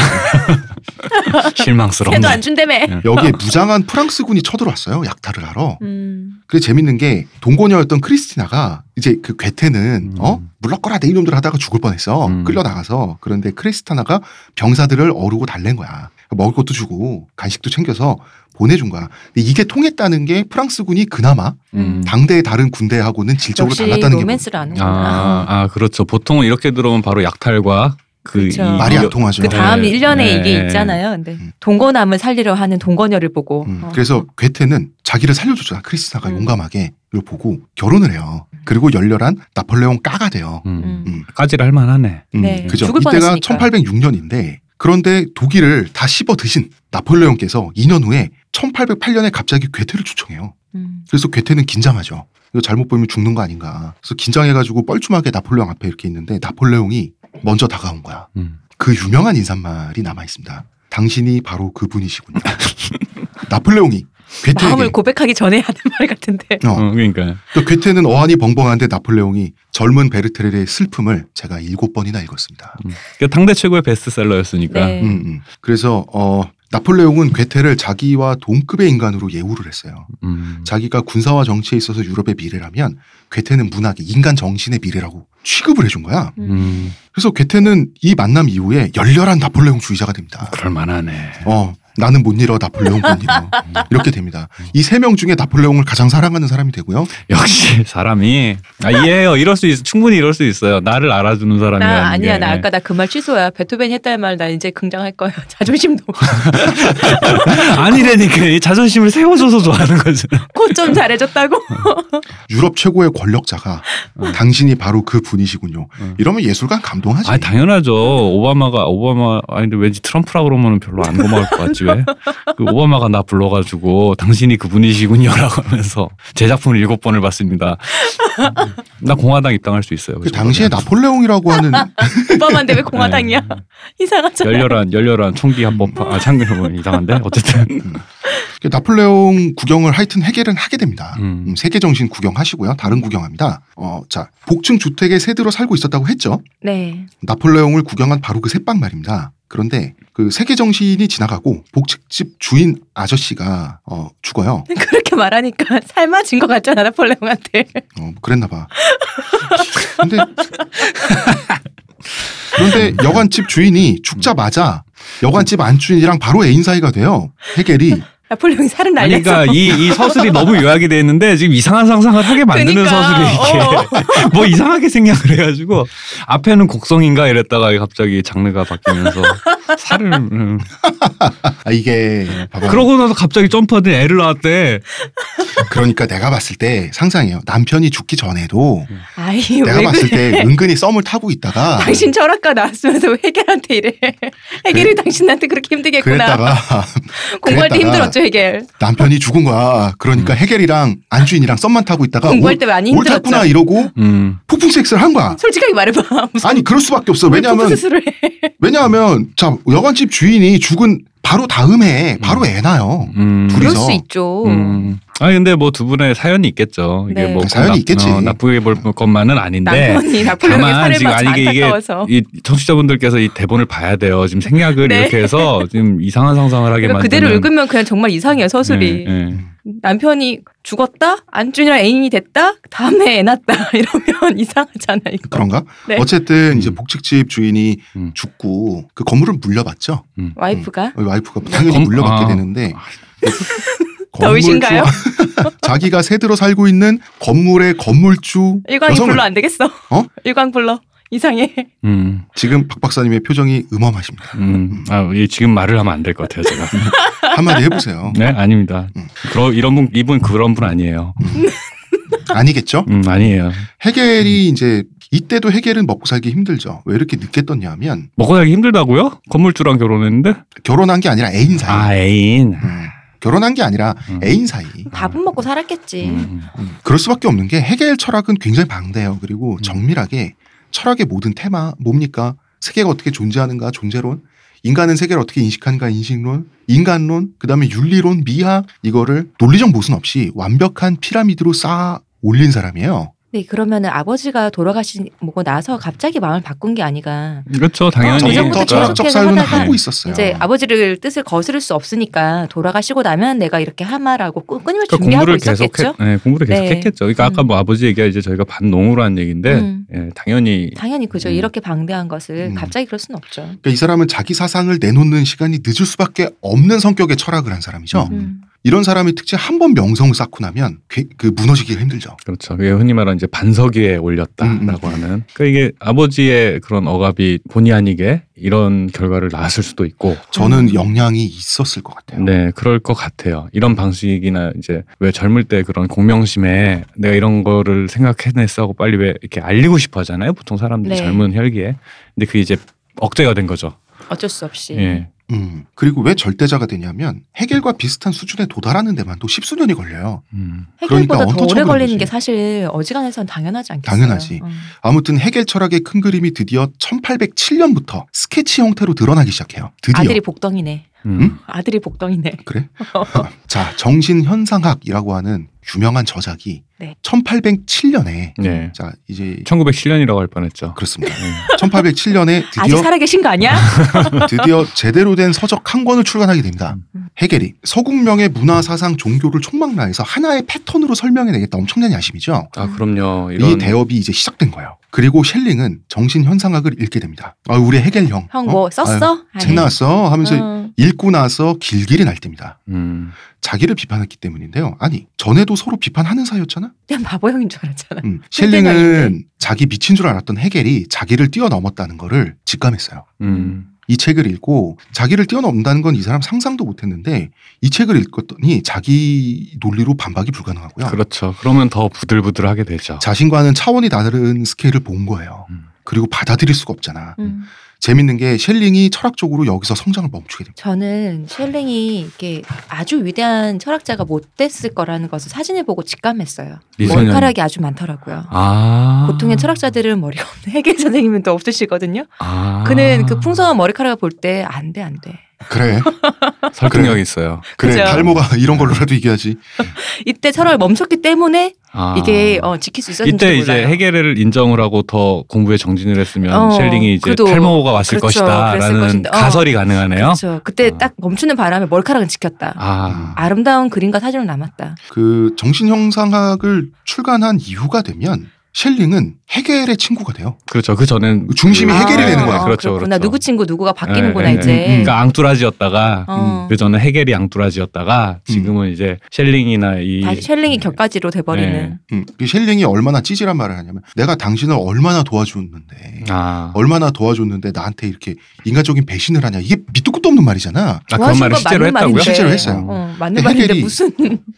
S3: (laughs) 실망스럽네. 네.
S2: 해도 안 준다며.
S1: 여기에 무장한 프랑스군이 쳐들어왔어요. 약탈을 하러.
S2: 음.
S1: 그래 재밌는 게 동거녀였던 크리스티나가 이제 그 괴테는
S3: 음.
S1: 어 물러거라 내 이놈들 하다가 죽을 뻔했어
S3: 음.
S1: 끌려 나가서 그런데 크리스티나가 병사들을 어르고 달랜 거야 먹을 것도 주고 간식도 챙겨서 보내준 거야 근데 이게 통했다는 게 프랑스군이 그나마
S3: 음.
S1: 당대의 다른 군대하고는 질적으로
S2: 역시
S1: 달랐다는 게 뭐-
S2: 로맨스를 아는
S3: 아,
S2: 거구나.
S3: 아 그렇죠. 보통은 이렇게 들어오면 바로 약탈과 그
S2: 그렇죠.
S3: 이-
S1: 말이 안 통하죠.
S2: 그 다음
S3: 네.
S2: 일년에
S3: 네.
S2: 이게 있잖아요. 근데
S1: 음.
S2: 동거남을 살리려 하는 동거녀를 보고.
S1: 음,
S2: 어.
S1: 그래서 괴테는 자기를 살려줬잖아 크리스티나가
S2: 음.
S1: 용감하게 이걸 보고 결혼을 해요 그리고 열렬한 나폴레옹 까가 돼요
S3: 음.
S2: 음.
S1: 음.
S3: 까지를 할 만하네.
S1: 음,
S2: 네,
S1: 그죠.
S2: 죽을
S1: 이때가
S2: 뻔했으니까.
S1: 1806년인데 그런데 독일을 다 씹어 드신 나폴레옹께서 2년 후에 1808년에 갑자기 괴테를 초청해요.
S2: 음.
S1: 그래서 괴테는 긴장하죠. 이거 잘못 보면 죽는 거 아닌가. 그래서 긴장해가지고 뻘쭘하게 나폴레옹 앞에 이렇게 있는데 나폴레옹이 먼저 다가온 거야.
S3: 음.
S1: 그 유명한 인사말이 남아 있습니다. 당신이 바로 그분이시군요. (laughs) 나폴레옹이
S2: 마음을
S1: 괴테에게
S2: 고백하기 전에 하는 (laughs) 말 같은데.
S1: 어,
S3: 어, 그러니까
S1: 또 괴테는 어안이 벙벙한데 나폴레옹이 젊은 베르테르의 슬픔을 제가 일곱 번이나 읽었습니다.
S3: 그 당대 최고의 베스트셀러였으니까.
S2: 네.
S1: 음, 음. 그래서 어, 나폴레옹은 괴테를 자기와 동급의 인간으로 예우를 했어요.
S3: 음.
S1: 자기가 군사와 정치에 있어서 유럽의 미래라면 괴테는 문학의 인간 정신의 미래라고 취급을 해준 거야.
S3: 음,
S1: 그래서 괴테는 이 만남 이후에 열렬한 나폴레옹 주의자가 됩니다.
S3: 그럴 만하네.
S1: 어, 나는 못 잃어 나폴레옹 못 잃어 이렇게 됩니다. 이 세 명 중에 나폴레옹을 가장 사랑하는 사람이 되고요.
S3: 역시 사람이 아, 이해해요. 이럴 수 있, 충분히 이럴 수 있어요. 나를 알아주는 사람이라는
S2: 나 아니야
S3: 게.
S2: 나
S3: (laughs)
S2: 아까 나 그 말 취소야 베토벤이 했다는 말 나 이제 긍정할 거야 (laughs) 자존심도
S3: 아니라니까 이 자존심을 세워줘서
S2: (laughs)
S3: 좋아하는 거죠.
S2: 곧 좀 잘해줬다고 (laughs)
S1: 유럽 최고의 권력자가 당신이 바로 그 분이시군요.
S3: 음.
S1: 이러면 예술가 감동하지.
S3: 아 당연하죠. 오바마가 오바마 아니 근데 왠지 트럼프라 그러면 별로 안 고마울 것 같지 왜? 그 오바마가 나 불러가지고 당신이 그분이시군요라고 (laughs) 하면서 제 작품을 일곱 번을 봤습니다. 음, 나 공화당 입당할 수 있어요.
S1: 그 당시에 나폴레옹이라고 하는
S2: 오바마인데 왜 공화당이야
S1: 네.
S2: (laughs) 이상하잖아
S3: 열렬한 열렬한 총기 합법화 아 참기름 이상한데 어쨌든
S1: 그 나폴레옹 구경을 하여튼 해결은 하게 됩니다.
S3: 음.
S1: 음, 세계 정신 구경하시고요. 다른 구경합니다. 어, 자, 복층 주택에 세대로 살고 있었다고 했죠.
S2: 네
S1: 나폴레옹을 구경한 바로 그 새빵 말입니다. 그런데 그 세계 정신이 지나가고 복층집 주인 아저씨가 어, 죽어요.
S2: 그렇게 말하니까 (laughs) 삶아진 것 같잖아 나폴레옹한테 (laughs)
S1: 어, 그랬나 봐. (laughs) 근데 (laughs) 그런데 여관집 주인이 죽자마자 여관집 안주인이랑 바로 애인 사이가 돼요. 해겔이
S2: 나폴레옹이 살은
S3: 아니
S2: 날려서
S3: 그러니까 이, 이 서술이 너무 요약이 돼 있는데 지금 이상한 상상을 하게 만드는
S2: 그러니까, 어.
S3: 서술이 이게 (laughs) 뭐 이상하게 생각을 해가지고 앞에는 곡성인가 이랬다가 갑자기 장르가 바뀌면서 살을 음.
S1: 아 이게 봐봐.
S3: 그러고 나서 갑자기 점프하더니 애를 낳았대.
S1: 그러니까 내가 봤을 때 상상해요. 남편이 죽기 전에도
S2: 아이
S1: 내가
S2: 음. 왜
S1: 봤을
S2: 그래
S1: 때 은근히 썸을 타고 있다가
S2: (laughs) 당신 철학과 나왔으면서 왜 해결한테 이래 (laughs) 해결이 당신한테 그렇게 힘들게 했구나
S1: 네. 그랬다가 (laughs)
S2: 공부할
S1: 그랬다가
S2: 때 힘들었죠 해결
S1: 남편이 죽은 거야. 그러니까
S3: 음.
S1: 해겔이랑 안주인이랑 썸만 타고 있다가
S2: 공부할
S1: 옳-
S2: 때 많이
S1: 옳다구나
S2: 힘들었죠
S1: 이러고
S3: 음.
S1: 폭풍 섹스를 한 거야.
S2: 솔직하게 말해봐 무슨
S1: 아니 그럴 수밖에 없어. 왜냐하면
S2: 스스로 해
S1: 왜냐하면 자 여관집 주인이 죽은 바로 다음에 바로 애 낳아요.
S3: 음.
S1: 둘이-
S2: 그럴
S1: 둘이서.
S2: 수 있죠
S3: 음. 아니 근데 뭐 두 분의 사연이 있겠죠. 이게
S2: 네.
S3: 뭐
S1: 사연이
S3: 나-
S1: 있겠지.
S3: 어, 나쁘게 볼 것만은 아닌데.
S2: 남편이 나폴레옹의
S3: 네. 다만
S2: 살을
S3: 지금
S2: 봐서
S3: 아니 이게 이게
S2: 안타까워서
S3: 이 청취자분들께서 이 대본을 봐야 돼요. 지금 생략을
S2: 네.
S3: 이렇게 해서 지금 이상한 상상을 하게
S2: 그러니까
S3: 만드는.
S2: 그대로 읽으면 그냥 정말 이상해요 서술이
S3: 예, 예.
S2: 남편이 죽었다 안준이랑 애인이 됐다 다음에 애 낳았다 (laughs) 이러면 이상하잖아 이거
S1: 그런가?
S2: 네.
S1: 어쨌든 이제
S3: 음.
S1: 복직집 주인이
S3: 음.
S1: 죽고 그 건물을 물려받죠. 음. 어,
S2: 와이프가
S1: 와이프가 당연히
S3: 검-
S1: 물려받게
S3: 아.
S1: 되는데 그
S2: (laughs) 더위신가요?
S1: 건물주- 자기가 세대로 살고 있는 건물의 건물주
S2: 일광이
S1: 여성을
S2: 불러 안 되겠어
S1: 어?
S2: (laughs) 일광 불러 이상해.
S3: 음,
S1: 지금 박 박사님의 표정이 음험하십니다.
S3: 음. 아, 이 지금 말을 하면 안 될 것 같아요, 제가.
S1: 한마디 해보세요.
S3: 네, 아닙니다.
S1: 음.
S3: 그러, 이런 분, 이분 그런 분 아니에요.
S1: 아니겠죠?
S3: 음, 아니에요. 음.
S1: 헤겔이 이제 이때도 헤겔은 먹고 살기 힘들죠. 왜 이렇게 늦게 떴냐면
S3: 먹고 살기 힘들다고요? 건물주랑 결혼했는데?
S1: 결혼한 게 아니라 애인 사이.
S3: 아, 애인.
S1: 음, 결혼한 게 아니라
S3: 음.
S1: 애인 사이.
S2: 밥은 먹고 살았겠지.
S3: 음.
S1: 그럴 수밖에 없는 게 헤겔 철학은 굉장히 방대해요. 그리고 정밀하게 철학의 모든 테마 뭡니까? 세계가 어떻게 존재하는가 존재론, 인간은 세계를 어떻게 인식하는가 인식론, 인간론, 그다음에 윤리론, 미학 이거를 논리적 모순 없이 완벽한 피라미드로 쌓아 올린 사람이에요.
S2: 네, 그러면은 아버지가 돌아가신 뭐고 나서 갑자기 마음을 바꾼 게 아니가.
S3: 그렇죠, 당연히.
S2: 어,
S1: 전부터
S2: 그러니까.
S1: 철학적 사유는
S2: 계속해서
S1: 하고
S3: 하다가
S1: 있었어요.
S2: 이제 아버지를 뜻을 거스를 수 없으니까 돌아가시고 나면 내가 이렇게 하마라고 끊- 끊임없이
S3: 그러니까
S2: 준비하고
S3: 공부를
S2: 있었겠죠.
S3: 계속 했, 네, 공부를 계속
S2: 네.
S3: 했겠죠. 그러니까 아까 뭐 아버지 얘기가 이제 저희가 반농으로 한 얘기인데,
S2: 음.
S3: 예, 당연히
S2: 당연히 그죠.
S3: 음.
S2: 이렇게 방대한 것을
S1: 음.
S2: 갑자기 그럴 수는 없죠.
S1: 그러니까 이 사람은 자기 사상을 내놓는 시간이 늦을 수밖에 없는 성격의 철학을 한 사람이죠.
S2: 음.
S1: 이런 사람의 특징 한 번 명성을 쌓고 나면 그, 그 무너지기가 힘들죠.
S3: 그렇죠. 그게 흔히 말하는 이제 반석 위에 올렸다라고 하는. 그러니까 이게 아버지의 그런 억압이 본의 아니게 이런 결과를 낳았을 수도 있고,
S1: 저는 영향이 있었을 것 같아요.
S3: 네, 그럴 것 같아요. 이런 방식이나 이제 왜 젊을 때 그런 공명심에 내가 이런 거를 생각해냈어 하고 빨리 왜 이렇게 알리고 싶어 하잖아요. 보통 사람들이
S2: 네.
S3: 젊은 혈기에. 근데 그게 이제 억제가 된 거죠.
S2: 어쩔 수 없이.
S3: 예.
S1: 음, 그리고 왜 절대자가 되냐면 해결과 비슷한 수준에 도달하는 데만도 십수년이 걸려요.
S3: 음.
S2: 해결보다
S1: 그러니까
S2: 더 오래
S1: 언터처블한
S2: 걸리는
S1: 거지.
S2: 게 사실 어지간해서는 당연하지 않겠어요.
S1: 당연하지.
S2: 어.
S1: 아무튼 해겔 철학의 큰 그림이 드디어 1807년부터 스케치 형태로 드러나기 시작해요. 드디어.
S2: 아들이 복덩이네.
S3: 음.
S1: 음?
S2: 아들이 복덩이네.
S1: 그래?
S2: 뭐?
S1: (laughs) 자, 정신현상학이라고 하는 유명한 저작이
S2: 네.
S1: 1807년에
S3: 네.
S1: 자, 이제
S3: 1907년이라고 할 뻔했죠.
S1: 그렇습니다. 1807년에
S2: (laughs) 아직
S1: 드디어
S2: 살아계신 거 아니야?
S1: 드디어 제대로 된 서적 한 권을 출간하게 됩니다.
S2: 음.
S1: 헤겔이 서구명의 문화, 사상, 종교를 총망라해서 하나의 패턴으로 설명해내겠다 엄청난 야심이죠.
S3: 아, 그럼요.
S1: 이
S3: 이런
S1: 대업이 이제 시작된 거예요. 그리고 셸링은 정신 현상학을 읽게 됩니다. 아, 우리 헤겔 형.
S2: 형 뭐 썼어?
S1: 아유, 책 나왔어? 하면서
S2: 어.
S1: 읽고 나서 길길이 날립니다.
S3: 음.
S1: 자기를 비판했기 때문인데요. 아니, 전에도 서로 비판하는 사이였잖아?
S2: 그냥 바보 형인 줄 알았잖아.
S1: 음,
S2: 셀링은
S1: 셸링은 자기 미친 줄 알았던 헤겔이 자기를 뛰어넘었다는 거를 직감했어요.
S3: 음.
S1: 이 책을 읽고 자기를 뛰어넘는다는 건 이 사람 상상도 못했는데 이 책을 읽었더니 자기 논리로 반박이 불가능하고요.
S3: 그렇죠. 그러면 더 부들부들하게 되죠.
S1: 아. 자신과는 차원이 다른 스케일을 본 거예요.
S3: 음.
S1: 그리고 받아들일 수가 없잖아.
S2: 음.
S1: 재밌는 게 셸링이 철학적으로 여기서 성장을 멈추게 됩니다.
S2: 저는 셸링이 이게 아주 위대한 철학자가 못 됐을 거라는 것을 사진을 보고 직감했어요.
S3: 리선형.
S2: 머리카락이 아주 많더라고요.
S3: 아.
S2: 보통의 철학자들은 머리가 없는 (laughs) 해계 선생님은 또 없으시거든요.
S3: 아.
S2: 그는 그 풍성한 머리카락을 볼 때 안 돼 안 돼.
S1: 그래,
S3: 설득력 이 있어요.
S1: (laughs) 그래.
S2: 그죠?
S1: 탈모가 (laughs) 이런 걸로라도 이겨야지.
S2: 이때 철학을 멈췄기 때문에
S3: 아.
S2: 이게 어, 지킬 수 있었는지
S3: 이때
S2: 몰라요.
S3: 이제 해겔을 인정을 하고 더 공부에 정진을 했으면
S2: 어,
S3: 셸링이 이제
S2: 그래도-
S3: 탈모가 왔을
S2: 그렇죠.
S3: 것이다라는
S2: 그랬을 것인데, 어.
S3: 가설이 가능하네요.
S2: 그렇죠. 그때
S3: 아.
S2: 딱 멈추는 바람에 머리카락은 지켰다.
S3: 아,
S2: 아름다운 그림과 사진은 남았다.
S1: 그 정신형상학을 출간한 이후가 되면 셸링은 헤겔의 친구가 돼요.
S3: 그렇죠. 그 전엔
S1: 중심이
S3: 그-
S1: 해결이 해겔이 되는 거야.
S2: 아,
S3: 그렇죠,
S2: 그렇구나.
S3: 그렇죠.
S2: 누구 친구 누구가 바뀌는구나
S3: 예, 예,
S2: 이제.
S3: 예. 그러니까 앙뚜라지였다가
S2: 어.
S3: 그 전에 헤겔이 앙뚜라지였다가 지금은 이제 셸링이나 이
S2: 다시 셸링이 격가지로
S3: 네.
S2: 돼버리는.
S1: 음, 그 셸링이 얼마나 찌질한 말을 하냐면 내가 당신을 얼마나 도와줬는데
S3: 아,
S1: 얼마나 도와줬는데 나한테 이렇게 인간적인 배신을 하냐 이게 밑도 끝도 없는 말이잖아.
S3: 아,
S2: 뭐
S3: 그런
S2: 하신
S3: 말을
S2: 건
S3: 실제로
S2: 맞는
S3: 했다고요?
S2: 말인데.
S1: 실제로 했어요.
S2: 어,
S1: 근데
S2: 맞는 말인데
S1: 해결이-
S2: 무슨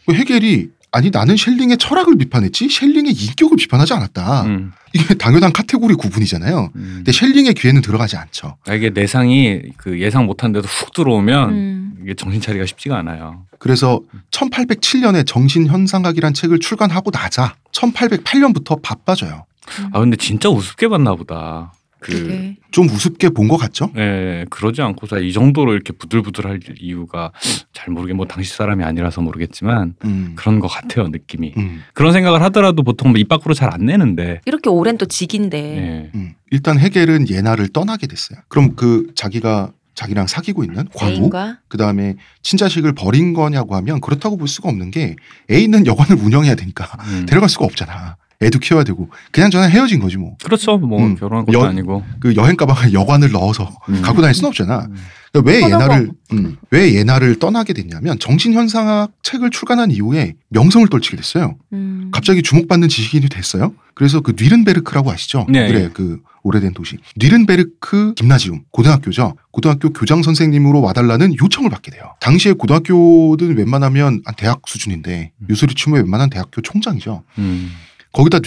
S1: 그 헤겔이 아니 나는 셸링의 철학을 비판했지 셸링의 인격을 비판하지 않았다.
S3: 음.
S1: 이게 당연한 카테고리 구분이잖아요.
S3: 음.
S1: 근데 셸링의 귀에는 들어가지 않죠.
S3: 아, 이게 내상이 그 예상 못한 데도 훅 들어오면
S2: 음.
S3: 이게 정신 차리가 쉽지가 않아요.
S1: 그래서 1807년에 정신현상학이란 책을 출간하고 나자 1808년부터 바빠져요.
S3: 아 근데 진짜 우습게 봤나 보다. 그
S2: 그게
S1: 좀 우습게 본 것 같죠?
S3: 예, 그러지 않고서 이 정도로 이렇게 부들부들할 이유가 잘 모르게 뭐 당시 사람이 아니라서 모르겠지만
S1: 음.
S3: 그런 것 같아요 느낌이.
S1: 음.
S3: 그런 생각을 하더라도 보통 뭐 입 밖으로 잘 안 내는데.
S2: 이렇게 오랜 또 직인데
S3: 예.
S1: 음. 일단 헤겔은 예나를 떠나게 됐어요. 그럼 그 자기가 자기랑 사귀고 있는 과부,
S2: 애인과
S1: 그 다음에 친자식을 버린 거냐고 하면 그렇다고 볼 수가 없는 게 애인은 여관을 운영해야 되니까
S3: 음.
S1: 데려갈 수가 없잖아. 애도 키워야 되고 그냥 저는 헤어진 거지 뭐.
S3: 그렇죠. 뭐
S1: 음.
S3: 결혼한 것도
S1: 연-
S3: 아니고.
S1: 그 여행 가방에 여관을 넣어서
S3: 음.
S1: 갖고 다닐 순 없잖아.
S3: 음.
S1: 그러니까 왜
S2: 떠나고.
S1: 예나를 음, 왜 예나를 떠나게 됐냐면 정신현상학 책을 출간한 이후에 명성을 떨치게 됐어요.
S2: 음.
S1: 갑자기 주목받는 지식인이 됐어요. 그래서 그 뉘른베르크라고 아시죠?
S3: 네.
S1: 그래 그 오래된 도시 뉘른베르크 김나지움 고등학교죠. 고등학교 교장 선생님으로 와달라는 요청을 받게 돼요. 당시에 고등학교는 웬만하면 한 대학 수준인데 유수리 추모의 웬만한 대학교 총장이죠.
S3: 음.
S1: 거기다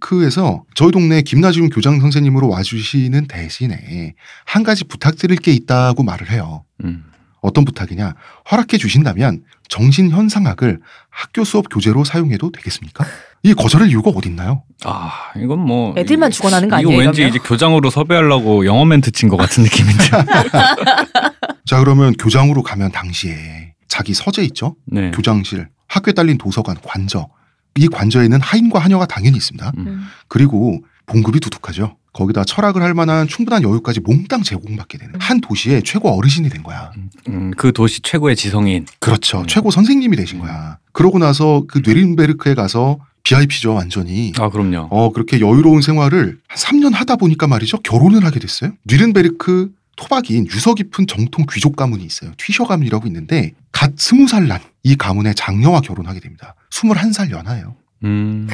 S1: 뉘른베르크에서 저희 동네 김나지움 교장 선생님으로 와주시는 대신에 한 가지 부탁드릴 게 있다고 말을 해요.
S3: 음.
S1: 어떤 부탁이냐? 허락해 주신다면 정신 현상학을 학교 수업 교재로 사용해도 되겠습니까? 이 거절할 이유가 어딨나요?
S3: 아 이건 뭐
S2: 애들만
S3: 이-
S2: 죽어나는 거
S3: 이거
S2: 아니에요,
S3: 왠지
S2: 이러면?
S3: 이제 교장으로 섭외하려고 영어 멘트 친 것 같은 느낌인데.
S1: (laughs) 자 그러면 교장으로 가면 당시에 자기 서재 있죠?
S3: 네.
S1: 교장실, 학교에 딸린 도서관, 관저. 이 관저에는 하인과 하녀가 당연히 있습니다.
S2: 음.
S1: 그리고 봉급이 두둑하죠. 거기다 철학을 할 만한 충분한 여유까지 몽땅 제공받게 되는 한 도시의 최고 어르신이 된 거야.
S3: 음, 그 도시 최고의 지성인.
S1: 그렇죠.
S3: 음.
S1: 최고 선생님이 되신 거야. 그러고 나서 그 뇌린베르크에 가서 BIP죠, 완전히.
S3: 아 그럼요.
S1: 어, 그렇게 여유로운 생활을 한 3년 하다 보니까 말이죠. 결혼을 하게 됐어요. 뉘른베르크 토박이인 유서 깊은 정통 귀족 가문이 있어요. 튀셔 가문이라고 있는데 갓 스무 살 난 이 가문의 장녀와 결혼하게 됩니다. 21살 연하예요.
S3: 음.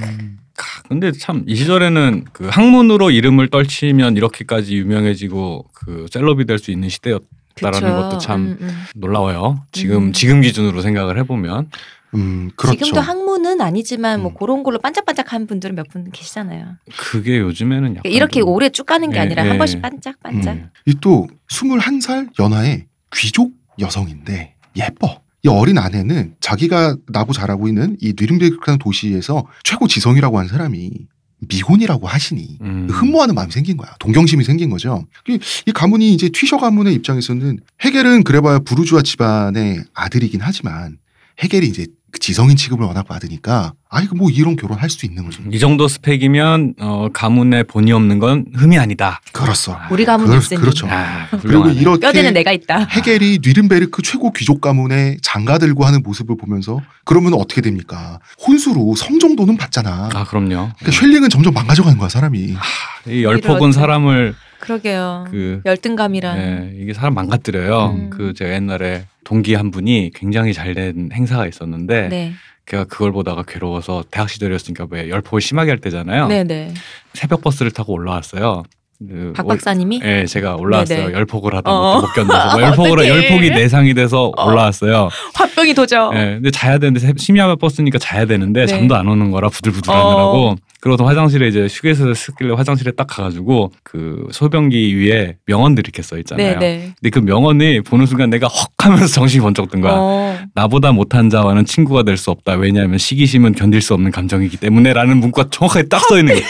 S3: 캬, 근데 참 이 시절에는 그 학문으로 이름을 떨치면 이렇게까지 유명해지고 그 셀럽이 될 수 있는
S2: 그쵸.
S3: 시대였다라는 것도 참
S2: 음, 음.
S3: 놀라워요. 지금
S2: 음.
S3: 지금 기준으로 생각을 해보면
S1: 음, 그렇죠.
S2: 지금도 학문은 아니지만 뭐
S1: 음.
S2: 그런 걸로 반짝반짝한 분들은 몇 분 계시잖아요. 그러니까
S3: 그게 요즘에는 약간
S2: 이렇게
S3: 좀-
S2: 오래 쭉 가는 게
S3: 예,
S2: 아니라
S3: 예.
S2: 한 번씩 반짝반짝.
S3: 음.
S1: 이 또 21살 연하의 귀족 여성인데 예뻐. 이 어린 아내는 자기가 나고 자라고 있는 이 뉘른베르크라는 도시에서 최고 지성이라고 한 사람이 미혼이라고 하시니
S3: 음.
S1: 흠모하는 마음이 생긴 거야. 동경심이 생긴 거죠. 이, 이 가문이 이제 튀셔 가문의 입장에서는 헤겔은 그래봐야 부르주아 집안의 아들이긴 하지만 헤겔이 이제 그 지성인 취급을 워낙 받으니까 아이 그 뭐 이런 결혼할 수 있는 거죠.
S3: 이 정도 스펙이면 어, 가문의 본이 없는 건 흠이 아니다.
S1: 그렇소.
S3: 아,
S2: 우리 가문
S1: 그럴-
S2: 있으니
S1: 그렇죠.
S3: 아,
S1: 그리고
S3: 훌륭하네.
S1: 이렇게
S2: 뼈대는 내가
S3: (laughs)
S2: 있다.
S1: 헤겔이 뉘른베르크 최고 귀족 가문의 장가들고 하는 모습을 보면서 그러면 어떻게 됩니까? 혼수로 성 정도는 받잖아.
S3: 아 그럼요.
S1: 그러니까 쉘링은 점점 망가져가는 거야 사람이.
S3: 이 열폭은
S2: 이런-
S3: 사람을
S2: 그러게요.
S3: 그
S2: 열등감이란.
S3: 예, 이게 사람 망가뜨려요.
S2: 음.
S3: 그 제가 옛날에 동기 한 분이 굉장히 잘 된 행사가 있었는데
S2: 네.
S3: 걔가 그걸 보다가 괴로워서 대학 시절이었으니까 왜 열폭을 심하게 할 때잖아요.
S2: 네, 네.
S3: 새벽 버스를 타고 올라왔어요. 그
S2: 박
S3: 올-
S2: 박사님이
S3: 예, 제가 올라왔어요.
S2: 네네.
S3: 열폭을 하다
S2: 어.
S3: 못해 못
S2: (laughs)
S3: 견뎌서 뭐 열폭으로
S2: 어떡해.
S3: 열폭이 내상이 돼서
S2: 어.
S3: 올라왔어요.
S2: 화병이 도죠.
S3: 예, 근데 자야 되는데 새- 심야 버스니까 자야 되는데
S2: 네. 어.
S3: 잠도 안 오는 거라 부들부들 하느라고 그러고서 화장실에 이제 휴게소에 쓰길래 화장실에 딱 가가지고 그 소변기 위에 명언들 이렇게 써
S2: 네,
S3: 있잖아요.
S2: 네.
S3: 근데 그 명언이 보는 순간 내가 헉 하면서 정신이 번쩍 든 거야.
S2: 어.
S3: 나보다 못한 자와는 친구가 될 수 없다. 왜냐하면 시기심은 견딜 수 없는 감정이기 때문에라는 문구가 정확하게 딱
S2: (laughs)
S3: 써 있는 거야.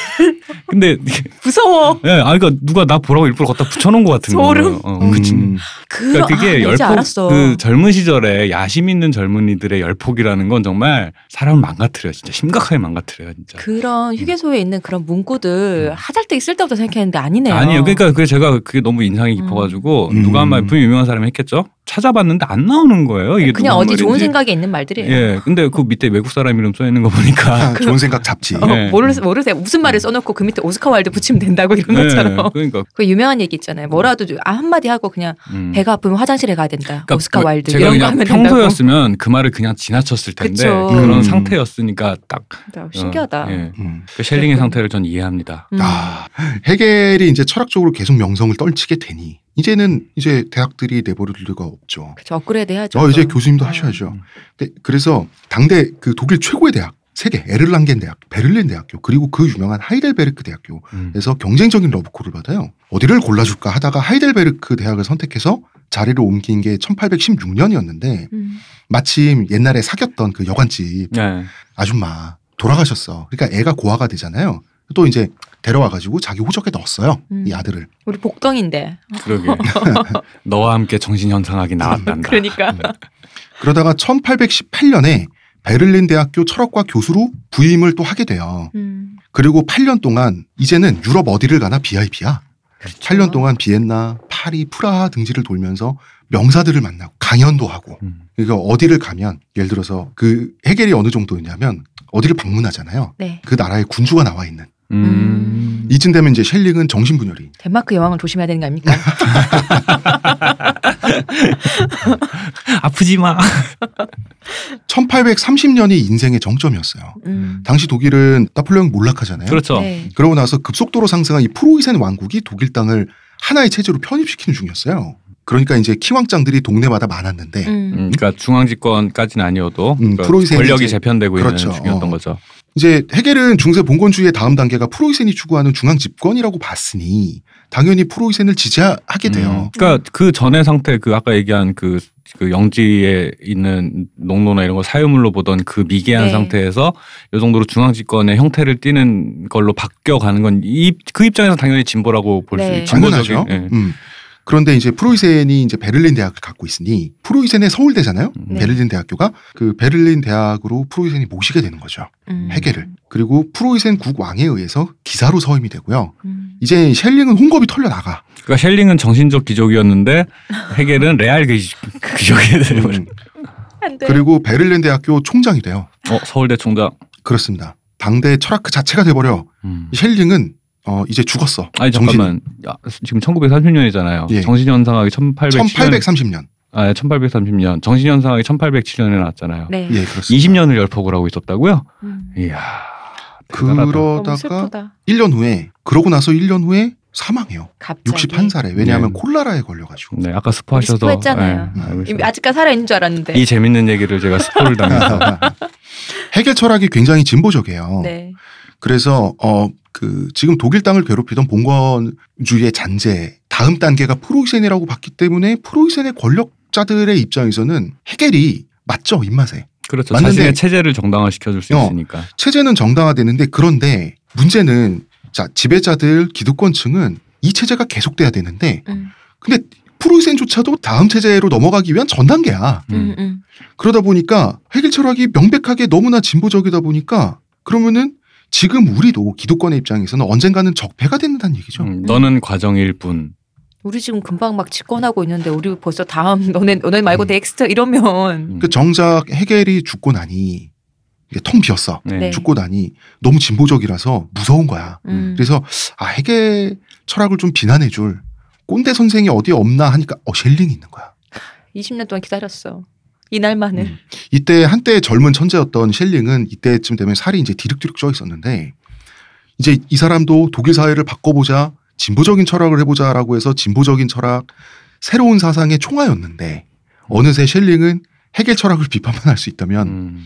S3: 근데
S2: 무서워.
S3: 예, 아 그러니까 누가 나 보라고 일부러 갖다 붙여놓은 것 같은 거예요.
S2: 소름.
S3: 어, 그치.
S1: 음.
S2: 그
S3: 그러니까
S2: 아,
S3: 그게
S2: 나 이제
S3: 열폭
S2: 알았어.
S3: 그 젊은 시절에 야심 있는 젊은이들의 열폭이라는 건 정말 사람을 망가뜨려 요 진짜 심각하게 망가뜨려요 진짜.
S2: 그런 휴게소에 있는 그런 문구들
S3: 음.
S2: 하잘때 있을 때부터 생각했는데 아니네요.
S3: 아니에요. 그러니까 그 제가 그게 너무 인상이 깊어가지고
S1: 음.
S3: 누가 한말 분명 유명한 사람이 했겠죠. 찾아봤는데 안 나오는 거예요. 이게
S2: 그냥
S3: 누군
S2: 어디 좋은
S3: 말인지.
S2: 생각에 있는 말들이에요.
S3: 예, 근데 그 밑에 외국 사람 이름 써 있는 거
S2: (laughs)
S3: 보니까.
S1: 아, 좋은 생각 잡지.
S2: 어,
S3: 예.
S2: 모르, 모르세요. 무슨 말을 써놓고 그 밑에 오스카 와일드 붙이면 된다고 이런 것처럼. (laughs)
S3: 예, 그러니까
S2: 그 유명한 얘기 있잖아요. 뭐라도 좀- 아 한마디 하고 그냥
S3: 음.
S2: 배가 아프면 화장실에 가야 된다.
S3: 그러니까
S2: 오스카
S3: 그-
S2: 와일드
S3: 제가
S2: 이런 거
S3: 그냥
S2: 하면
S3: 평소였으면 그 말을 그냥 지나쳤을 텐데
S2: 그쵸.
S3: 그런
S1: 음.
S3: 상태였으니까 딱
S2: 된다고.
S3: 어,
S2: 신기하다. 네.
S3: 예.
S1: 음.
S3: 그 셸링의 상태를 전 이해합니다.
S2: 음.
S1: 아, 헤겔이 이제 철학적으로 계속 명성을 떨치게 되니 이제는 이제 대학들이 내버려 둘 리가 없죠.
S2: 그쵸, 업그레이드 해야죠.
S1: 어, 이제
S2: 또.
S1: 교수님도
S2: 어.
S1: 하셔야죠. 근데 그래서 당대 그 독일 최고의 대학 세계 에르랑겐 대학, 베를린 대학교 그리고 그 유명한 하이델베르크 대학교
S3: 음.
S1: 그래서 경쟁적인 러브콜을 받아요. 어디를 골라줄까 하다가 하이델베르크 대학을 선택해서 자리를 옮긴 게 1816년이었는데
S2: 음.
S1: 마침 옛날에 사귀었던 그 여관집
S3: 예.
S1: 아줌마 돌아가셨어. 그러니까 애가 고아가 되잖아요. 또 이제 데려와가지고 자기 호적에 넣었어요.
S2: 음.
S1: 이 아들을.
S2: 우리 복덩인데. (laughs)
S3: 그러게. 너와 함께 정신현상학이 나왔단다.
S2: 그러니까.
S1: 그러다가 1818년에 베를린 대학교 철학과 교수로 부임을 또 하게 돼요.
S2: 음.
S1: 그리고 8년 동안 이제는 유럽 어디를 가나 VIP야.
S2: 그렇죠.
S1: 8년 동안 비엔나, 파리, 프라하 등지를 돌면서 명사들을 만나고 강연도 하고
S3: 음.
S1: 그러니까 어디를 가면 예를 들어서 그 해결이 어느 정도였냐면 어디를 방문하잖아요.
S2: 네.
S1: 그 나라의 군주가 나와 있는
S3: 음.
S1: 이쯤 되면 이제 셸링은 정신분열이
S2: 덴마크 여왕을 조심해야 되는 거 아닙니까?
S7: 아프지 마.
S3: 음,
S1: 1830년이 인생의 정점이었어요.
S2: 음.
S1: 당시 독일은 나폴레옹 몰락하잖아요.
S3: 그렇죠.
S2: 네.
S1: 그러고 나서 급속도로 상승한 이 프로이센 왕국이 독일 땅을 하나의 체제로 편입시키는 중이었어요. 그러니까 이제 키왕짱들이 동네마다 많았는데
S2: 음.
S3: 음, 그러니까 중앙 집권까지는 아니어도
S1: 음,
S3: 그러니까
S1: 프로이센이
S3: 권력이
S1: 이제-
S3: 재편되고
S1: 그렇죠.
S3: 있는 중이었던
S1: 어.
S3: 거죠.
S1: 이제 해겔은 중세 봉건주의의 다음 단계가 프로이센이 추구하는 중앙 집권이라고 봤으니 당연히 프로이센을 지지하게 돼요.
S3: 음, 그러니까 그 전의 상태 그 아까 얘기한 그, 그 영지에 있는 농로나 이런 거 사유물로 보던 그 미개한
S2: 네.
S3: 상태에서 요 정도로 중앙 집권의 형태를 띠는 걸로 바뀌어 가는 건 이 그 입장에서 당연히 진보라고 볼 수 예.
S2: 네.
S3: 있
S1: 당연하죠. 음. 그런데 이제 프로이센이 이제 베를린 대학을 갖고 있으니 프로이센의 서울대잖아요.
S3: 음.
S2: 네.
S1: 베를린 대학교가 그 베를린 대학으로 프로이센이 모시게 되는 거죠.
S2: 음.
S1: 해겔을. 그리고 프로이센 국왕에 의해서 기사로 서임이 되고요.
S2: 음.
S1: 이제 셸링은 혼겁이 털려 나가.
S3: 그러니까 셸링은 정신적 기적이었는데 해겔은 레알 기적, (laughs)
S1: 음.
S3: 기적이 되는
S2: 네.
S1: 그리고 베를린 대학교 총장이 돼요.
S3: 어 서울대 총장.
S1: 그렇습니다. 당대 철학 그 자체가 돼버려.
S3: 음.
S1: 셸링은 어 이제 죽었어.
S3: 아니 잠깐만 야, 지금 1930년이잖아요.
S1: 예.
S3: 정신 현상학이 1807년
S1: 1830년.
S3: 아 1830년 정신 현상학이 1807년에 나왔잖아요.
S2: 네.
S1: 예, 그렇습니다.
S3: 20년을 열폭을 하고 있었다고요?
S2: 음.
S3: 이야. 대단하다.
S2: 너무
S1: 그 그러다가
S2: 슬프다.
S1: 1년 후에 그러고 나서 1년 후에 사망해요.
S2: 갑자기.
S1: 61살에. 왜냐하면
S3: 네.
S1: 콜라라에 걸려가지고.
S3: 네, (laughs) 아까 스포하셔서
S2: 스포했잖아요.
S3: 네, 알고 있어요.
S2: 아직까지 살아있는 줄 알았는데.
S3: 이 재밌는 얘기를 제가 스포를
S1: (laughs)
S3: 당해서
S2: (laughs)
S1: 해결 철학이 굉장히 진보적이에요.
S2: 네.
S1: 그래서 어 그 지금 독일 땅을 괴롭히던 봉건주의의 잔재 다음 단계가 프로이센이라고 봤기 때문에 프로이센의 권력자들의 입장에서는 해겔이 맞죠 입맛에
S3: 그렇죠.
S1: 맞는데-
S3: 자신의 체제를 정당화 시켜줄 수
S1: 어.
S3: 있으니까.
S1: 체제는 정당화되는데 그런데 문제는 자 지배자들 기득권층은 이 체제가 계속돼야 되는데
S2: 음.
S1: 근데 프로이센조차도 다음 체제로 넘어가기 위한 전 단계야
S2: 음.
S3: 음.
S2: 음.
S1: 그러다 보니까 해결 철학이 명백하게 너무나 진보적이다 보니까 그러면은 지금 우리도 기득권의 입장에서는 언젠가는 적폐가 된다는 얘기죠.
S3: 음, 너는 과정일 뿐.
S2: 우리 지금 금방 막 집권하고 있는데 우리 벌써 다음 (laughs) 너네 너네
S1: 음.
S2: 말고 넥스트
S3: 음.
S2: 이러면
S1: 그 정작 해겔이 죽고 나니 이게 텅 비었어.
S3: 네.
S2: 네.
S1: 죽고 나니 너무 진보적이라서 무서운 거야.
S2: 음.
S1: 그래서 아 해겔 철학을 좀 비난해줄 꼰대 선생이 어디 없나 하니까 어 셸링이 있는 거야.
S2: 20년 동안 기다렸어. 이 날만을.
S1: 음. 이때 한때 젊은 천재였던 셸링은 이때쯤 되면 살이 이제 디륵디륵 쪄 있었는데 이제 이 사람도 독일 사회를 바꿔보자 진보적인 철학을 해보자라고 해서 진보적인 철학 새로운 사상의 총화였는데 어느새 셸링은 해겔 철학을 비판만 할 수 있다면
S3: 음.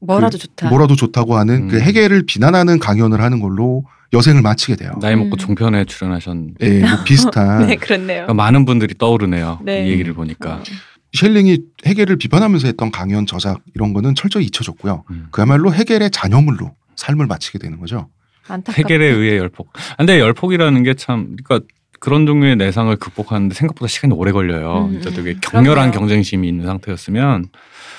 S2: 뭐라도 좋다.
S1: 뭐라도 좋다고 하는 그
S3: 음.
S1: 해겔을 비난하는 강연을 하는 걸로 여생을 마치게 돼요.
S3: 나이
S2: 음.
S3: 먹고 종편에 출연하셨.
S1: 예,
S2: (laughs)
S1: 뭐 비슷한
S2: 네, 그렇네요.
S3: 그러니까 많은 분들이 떠오르네요.
S2: 네.
S3: 이 얘기를 보니까.
S1: 셸링이 해겔을 비판하면서 했던 강연 저작 이런 거는 철저히 잊혀졌고요.
S3: 음.
S1: 그야말로 해겔의 잔여물로 삶을 마치게 되는 거죠.
S2: 안타깝다.
S3: 해결에 의해 열폭. 아, 근데 열폭이라는 게 참, 그러니까 그런 종류의 내상을 극복하는데 생각보다 시간이 오래 걸려요.
S2: 음,
S3: 진짜
S2: 음.
S3: 되게
S2: 그럼요.
S3: 격렬한 경쟁심이 있는 상태였으면.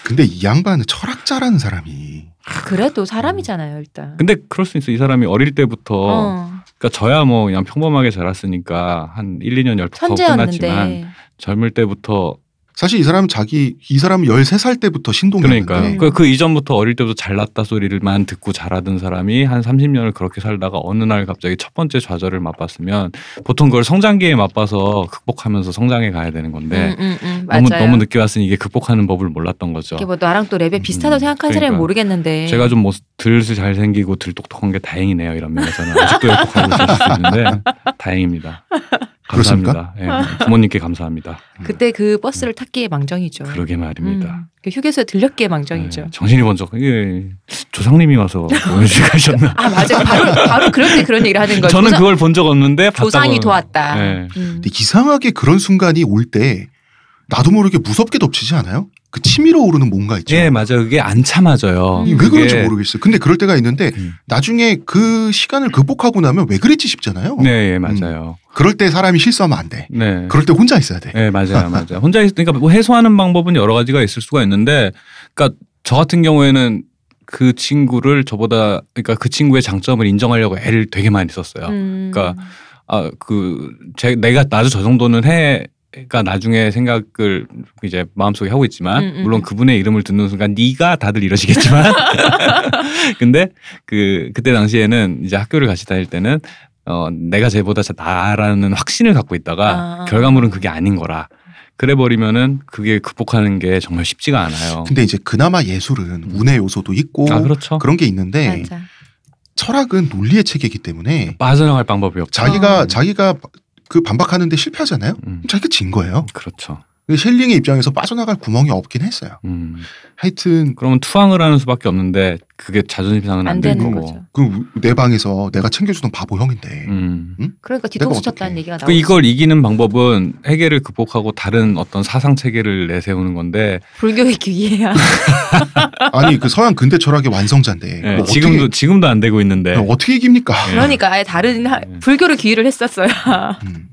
S1: 근데 이 양반은 철학자라는 사람이
S2: 아, 그래도 사람이잖아요, 일단.
S3: 근데 그럴 수 있어. 이 사람이 어릴 때부터,
S2: 어,
S3: 그러니까 저야 뭐 그냥 평범하게 자랐으니까 한 1, 2년 열폭하고 끝났지만
S2: 천재였는데. 음,
S3: 젊을 때부터
S1: 사실 이 사람은 자기 이 사람은 13살 때부터 신동이었는데
S2: 네.
S3: 그러니까요. 그, 그 이전부터 어릴 때부터 잘났다 소리를만 듣고 자라던 사람이 한 30년을 그렇게 살다가 어느 날 갑자기 첫 번째 좌절을 맛봤으면 보통 그걸 성장기에 맛봐서 극복하면서 성장해 가야 되는 건데
S2: 음, 음, 음, 맞아요.
S3: 네. 너무 너무 늦게 왔으니 이게 극복하는 법을 몰랐던 거죠.
S2: 이게 뭐 나랑 또 레벨 비슷하다고
S3: 음,
S2: 생각하는 사람이
S3: 그러니까요.
S2: 모르겠는데.
S3: 제가 좀 뭐, 들스 잘생기고 들 똑똑한 게 다행이네요. 이런 면에서는 아직도 극복하고 있을 수 있는데
S2: (laughs)
S3: 다행입니다. 감사합니다. 예, 부모님께 감사합니다.
S2: 그때 그 버스를 탔기에 망정이죠.
S3: 그러게 말입니다.
S2: 음, 그 휴게소에 들렸기에 망정이죠.
S3: 예, 정신이 번쩍. 예,
S2: (laughs)
S3: 조상님이 와서 보여주고 가셨나?
S2: 아 맞아요. 바로 바로 그럴 때 그런 얘기를 하는 거예요.
S3: 저는
S2: 그러니까 조상-
S3: 그걸 본 적 없는데 봤다고-
S2: 조상이 도왔다.
S3: 예.
S2: 음.
S1: 근데 이상하게 그런 순간이 올 때 나도 모르게 무섭게 덮치지 않아요? 그 치밀어 오르는 뭔가 있죠.
S3: 예, 맞아요. 그게 안
S2: 음.
S3: 참아져요.
S1: 이게 음. 왜 그런지 모르겠어요. 근데 그럴 때가 있는데
S3: 음.
S1: 나중에 그 시간을 극복하고 나면 왜 그랬지 싶잖아요.
S3: 네, 예, 맞아요.
S1: 그럴 때 사람이 실수하면 안 돼.
S3: 네.
S1: 음. 그럴 때 혼자 있어야 돼.
S3: 네, 맞아요, 맞아요. 혼자 있, 그러니까 뭐 해소하는 방법은 여러 가지가 있을 수가 있는데, 그러니까 저 같은 경우에는 그 친구를 저보다, 그러니까 그 친구의 장점을 인정하려고 애를 되게 많이 썼어요.
S2: 음.
S3: 그러니까 아, 그, 제, 내가 나도 저 정도는 해. 가 나중에 생각을 이제 마음속에 하고 있지만
S2: 음, 음,
S3: 물론
S2: 음.
S3: 그분의 이름을 듣는 순간 네가
S2: (laughs)
S3: 다들 이러시겠지만 근데 그 그때 당시에는 이제 학교를 같이 다닐 때는 어 내가 쟤보다 자- 나라는 확신을 갖고 있다가
S2: 아.
S3: 결과물은 그게 아닌 거라 그래 버리면은 그게 극복하는 게 정말 쉽지가 않아요.
S1: 근데 이제 그나마 예술은 운의 요소도 있고
S3: 음. 아 그렇죠.
S1: 그런 게 있는데
S2: 맞아.
S1: 철학은 논리의 체계이기 때문에
S3: 빠져나갈 방법이 없죠.
S1: 자기가
S2: 어.
S1: 자기가 그 반박하는데 실패하잖아요. 그럼
S3: 음,
S1: 자기가 진 거예요.
S3: 그렇죠.
S1: 근데 셸링의 입장에서 빠져나갈 구멍이 없긴 했어요.
S3: 음.
S1: 하여튼
S3: 그러면 투항을 하는 수밖에 없는데 그게 자존심 상은
S2: 안
S3: 안
S2: 되는
S3: 되는 거고.
S2: 거죠.
S1: 그 내 방에서 내가 챙겨주던 바보 형인데
S3: 음.
S2: 그러니까 뒤통수
S1: 어떡해.
S2: 쳤다는 얘기가 나오고
S3: 그 이걸 이기는 방법은 해계를 극복하고 다른 어떤 사상 체계를 내세우는 건데
S2: 불교의 기회야.
S3: 네.
S1: 아니 그 서양 근대 철학의 완성자인데
S3: 예,
S1: 뭐
S3: 지금도 네. 지금도 안 되고 있는데.
S1: 어떻게, 어떻게 이깁니까?
S3: 예.
S2: 그러니까 아예 다른 하-
S1: 네.
S3: 음.
S2: 불교를 기회를 했었어요.
S1: 음.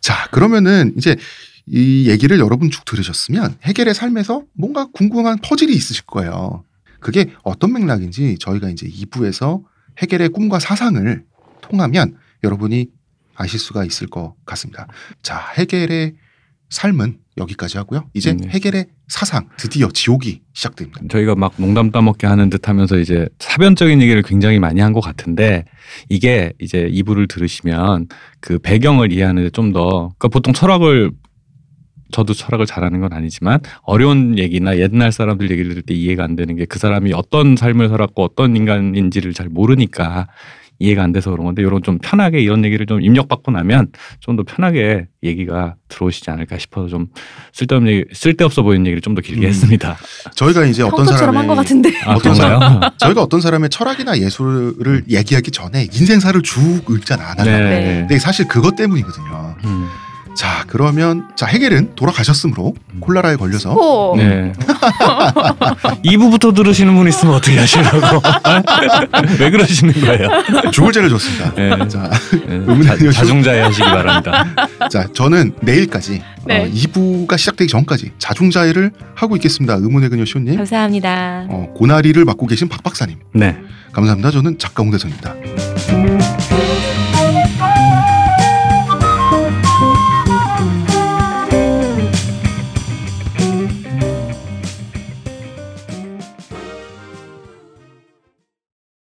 S1: 자 그러면은 이제 이 얘기를 여러분 쭉 들으셨으면 해겔의 삶에서 뭔가 궁금한 퍼즐이 있으실 거예요. 그게 어떤 맥락인지 저희가 이제 2부에서 해겔의 꿈과 사상을 통하면 여러분이 아실 수가 있을 것 같습니다. 자 해겔의 삶은 여기까지 하고요. 이제
S3: 네.
S1: 해겔의 사상 드디어 지옥이 시작됩니다.
S3: 저희가 막 농담 따먹게 하는 듯 하면서 이제 사변적인 얘기를 굉장히 많이 한 것 같은데 이게 이제 이부를 들으시면 그 배경을 이해하는데 좀 더 그러니까 보통 철학을 저도 철학을 잘하는 건 아니지만 어려운 얘기나 옛날 사람들 얘기를 들을 때 이해가 안 되는 게 그 사람이 어떤 삶을 살았고 어떤 인간인지를 잘 모르니까 이해가 안 돼서 그런 건데 이런 좀 편하게 이런 얘기를 좀 입력받고 나면 좀 더 편하게 얘기가 들어오시지 않을까 싶어서 좀 쓸데없는 얘기- 쓸데없어 보이는 얘기를 좀 더 길게
S1: 음.
S3: 했습니다.
S1: 저희가 이제 어떤
S2: 평소처럼
S1: 사람의
S2: 한 것 같은데.
S3: 아,
S1: 어떤
S3: 그런가요?
S1: 저희가 어떤 사람의 철학이나 예술을 얘기하기 전에 인생사를 쭉 읽잖아. 안 하잖아.
S2: 네.
S1: 근데 사실 그것 때문이거든요.
S3: 음.
S1: 자 그러면 자 해겔은 돌아가셨으므로 콜라라에 걸려서
S2: 오.
S3: 네. 2부부터 들으시는 분 있으면 어떻게 하시려고? 왜 그러시는 거예요?
S1: 죽을 죄를
S3: (laughs)
S1: 줬습니다.
S3: 네.
S1: 자,
S3: 네.
S1: 의문의
S3: 자, 자중자애 하시기 바랍니다.
S1: 자 저는 내일까지
S2: 네.
S1: 어, 2부가 시작되기 전까지 자중자애를 하고 있겠습니다. 의문의 그녀 시온님
S2: 감사합니다.
S1: 어, 고나리를 맡고 계신 박 박사님
S3: 네.
S1: 감사합니다. 저는 작가 홍대선입니다.
S2: 음.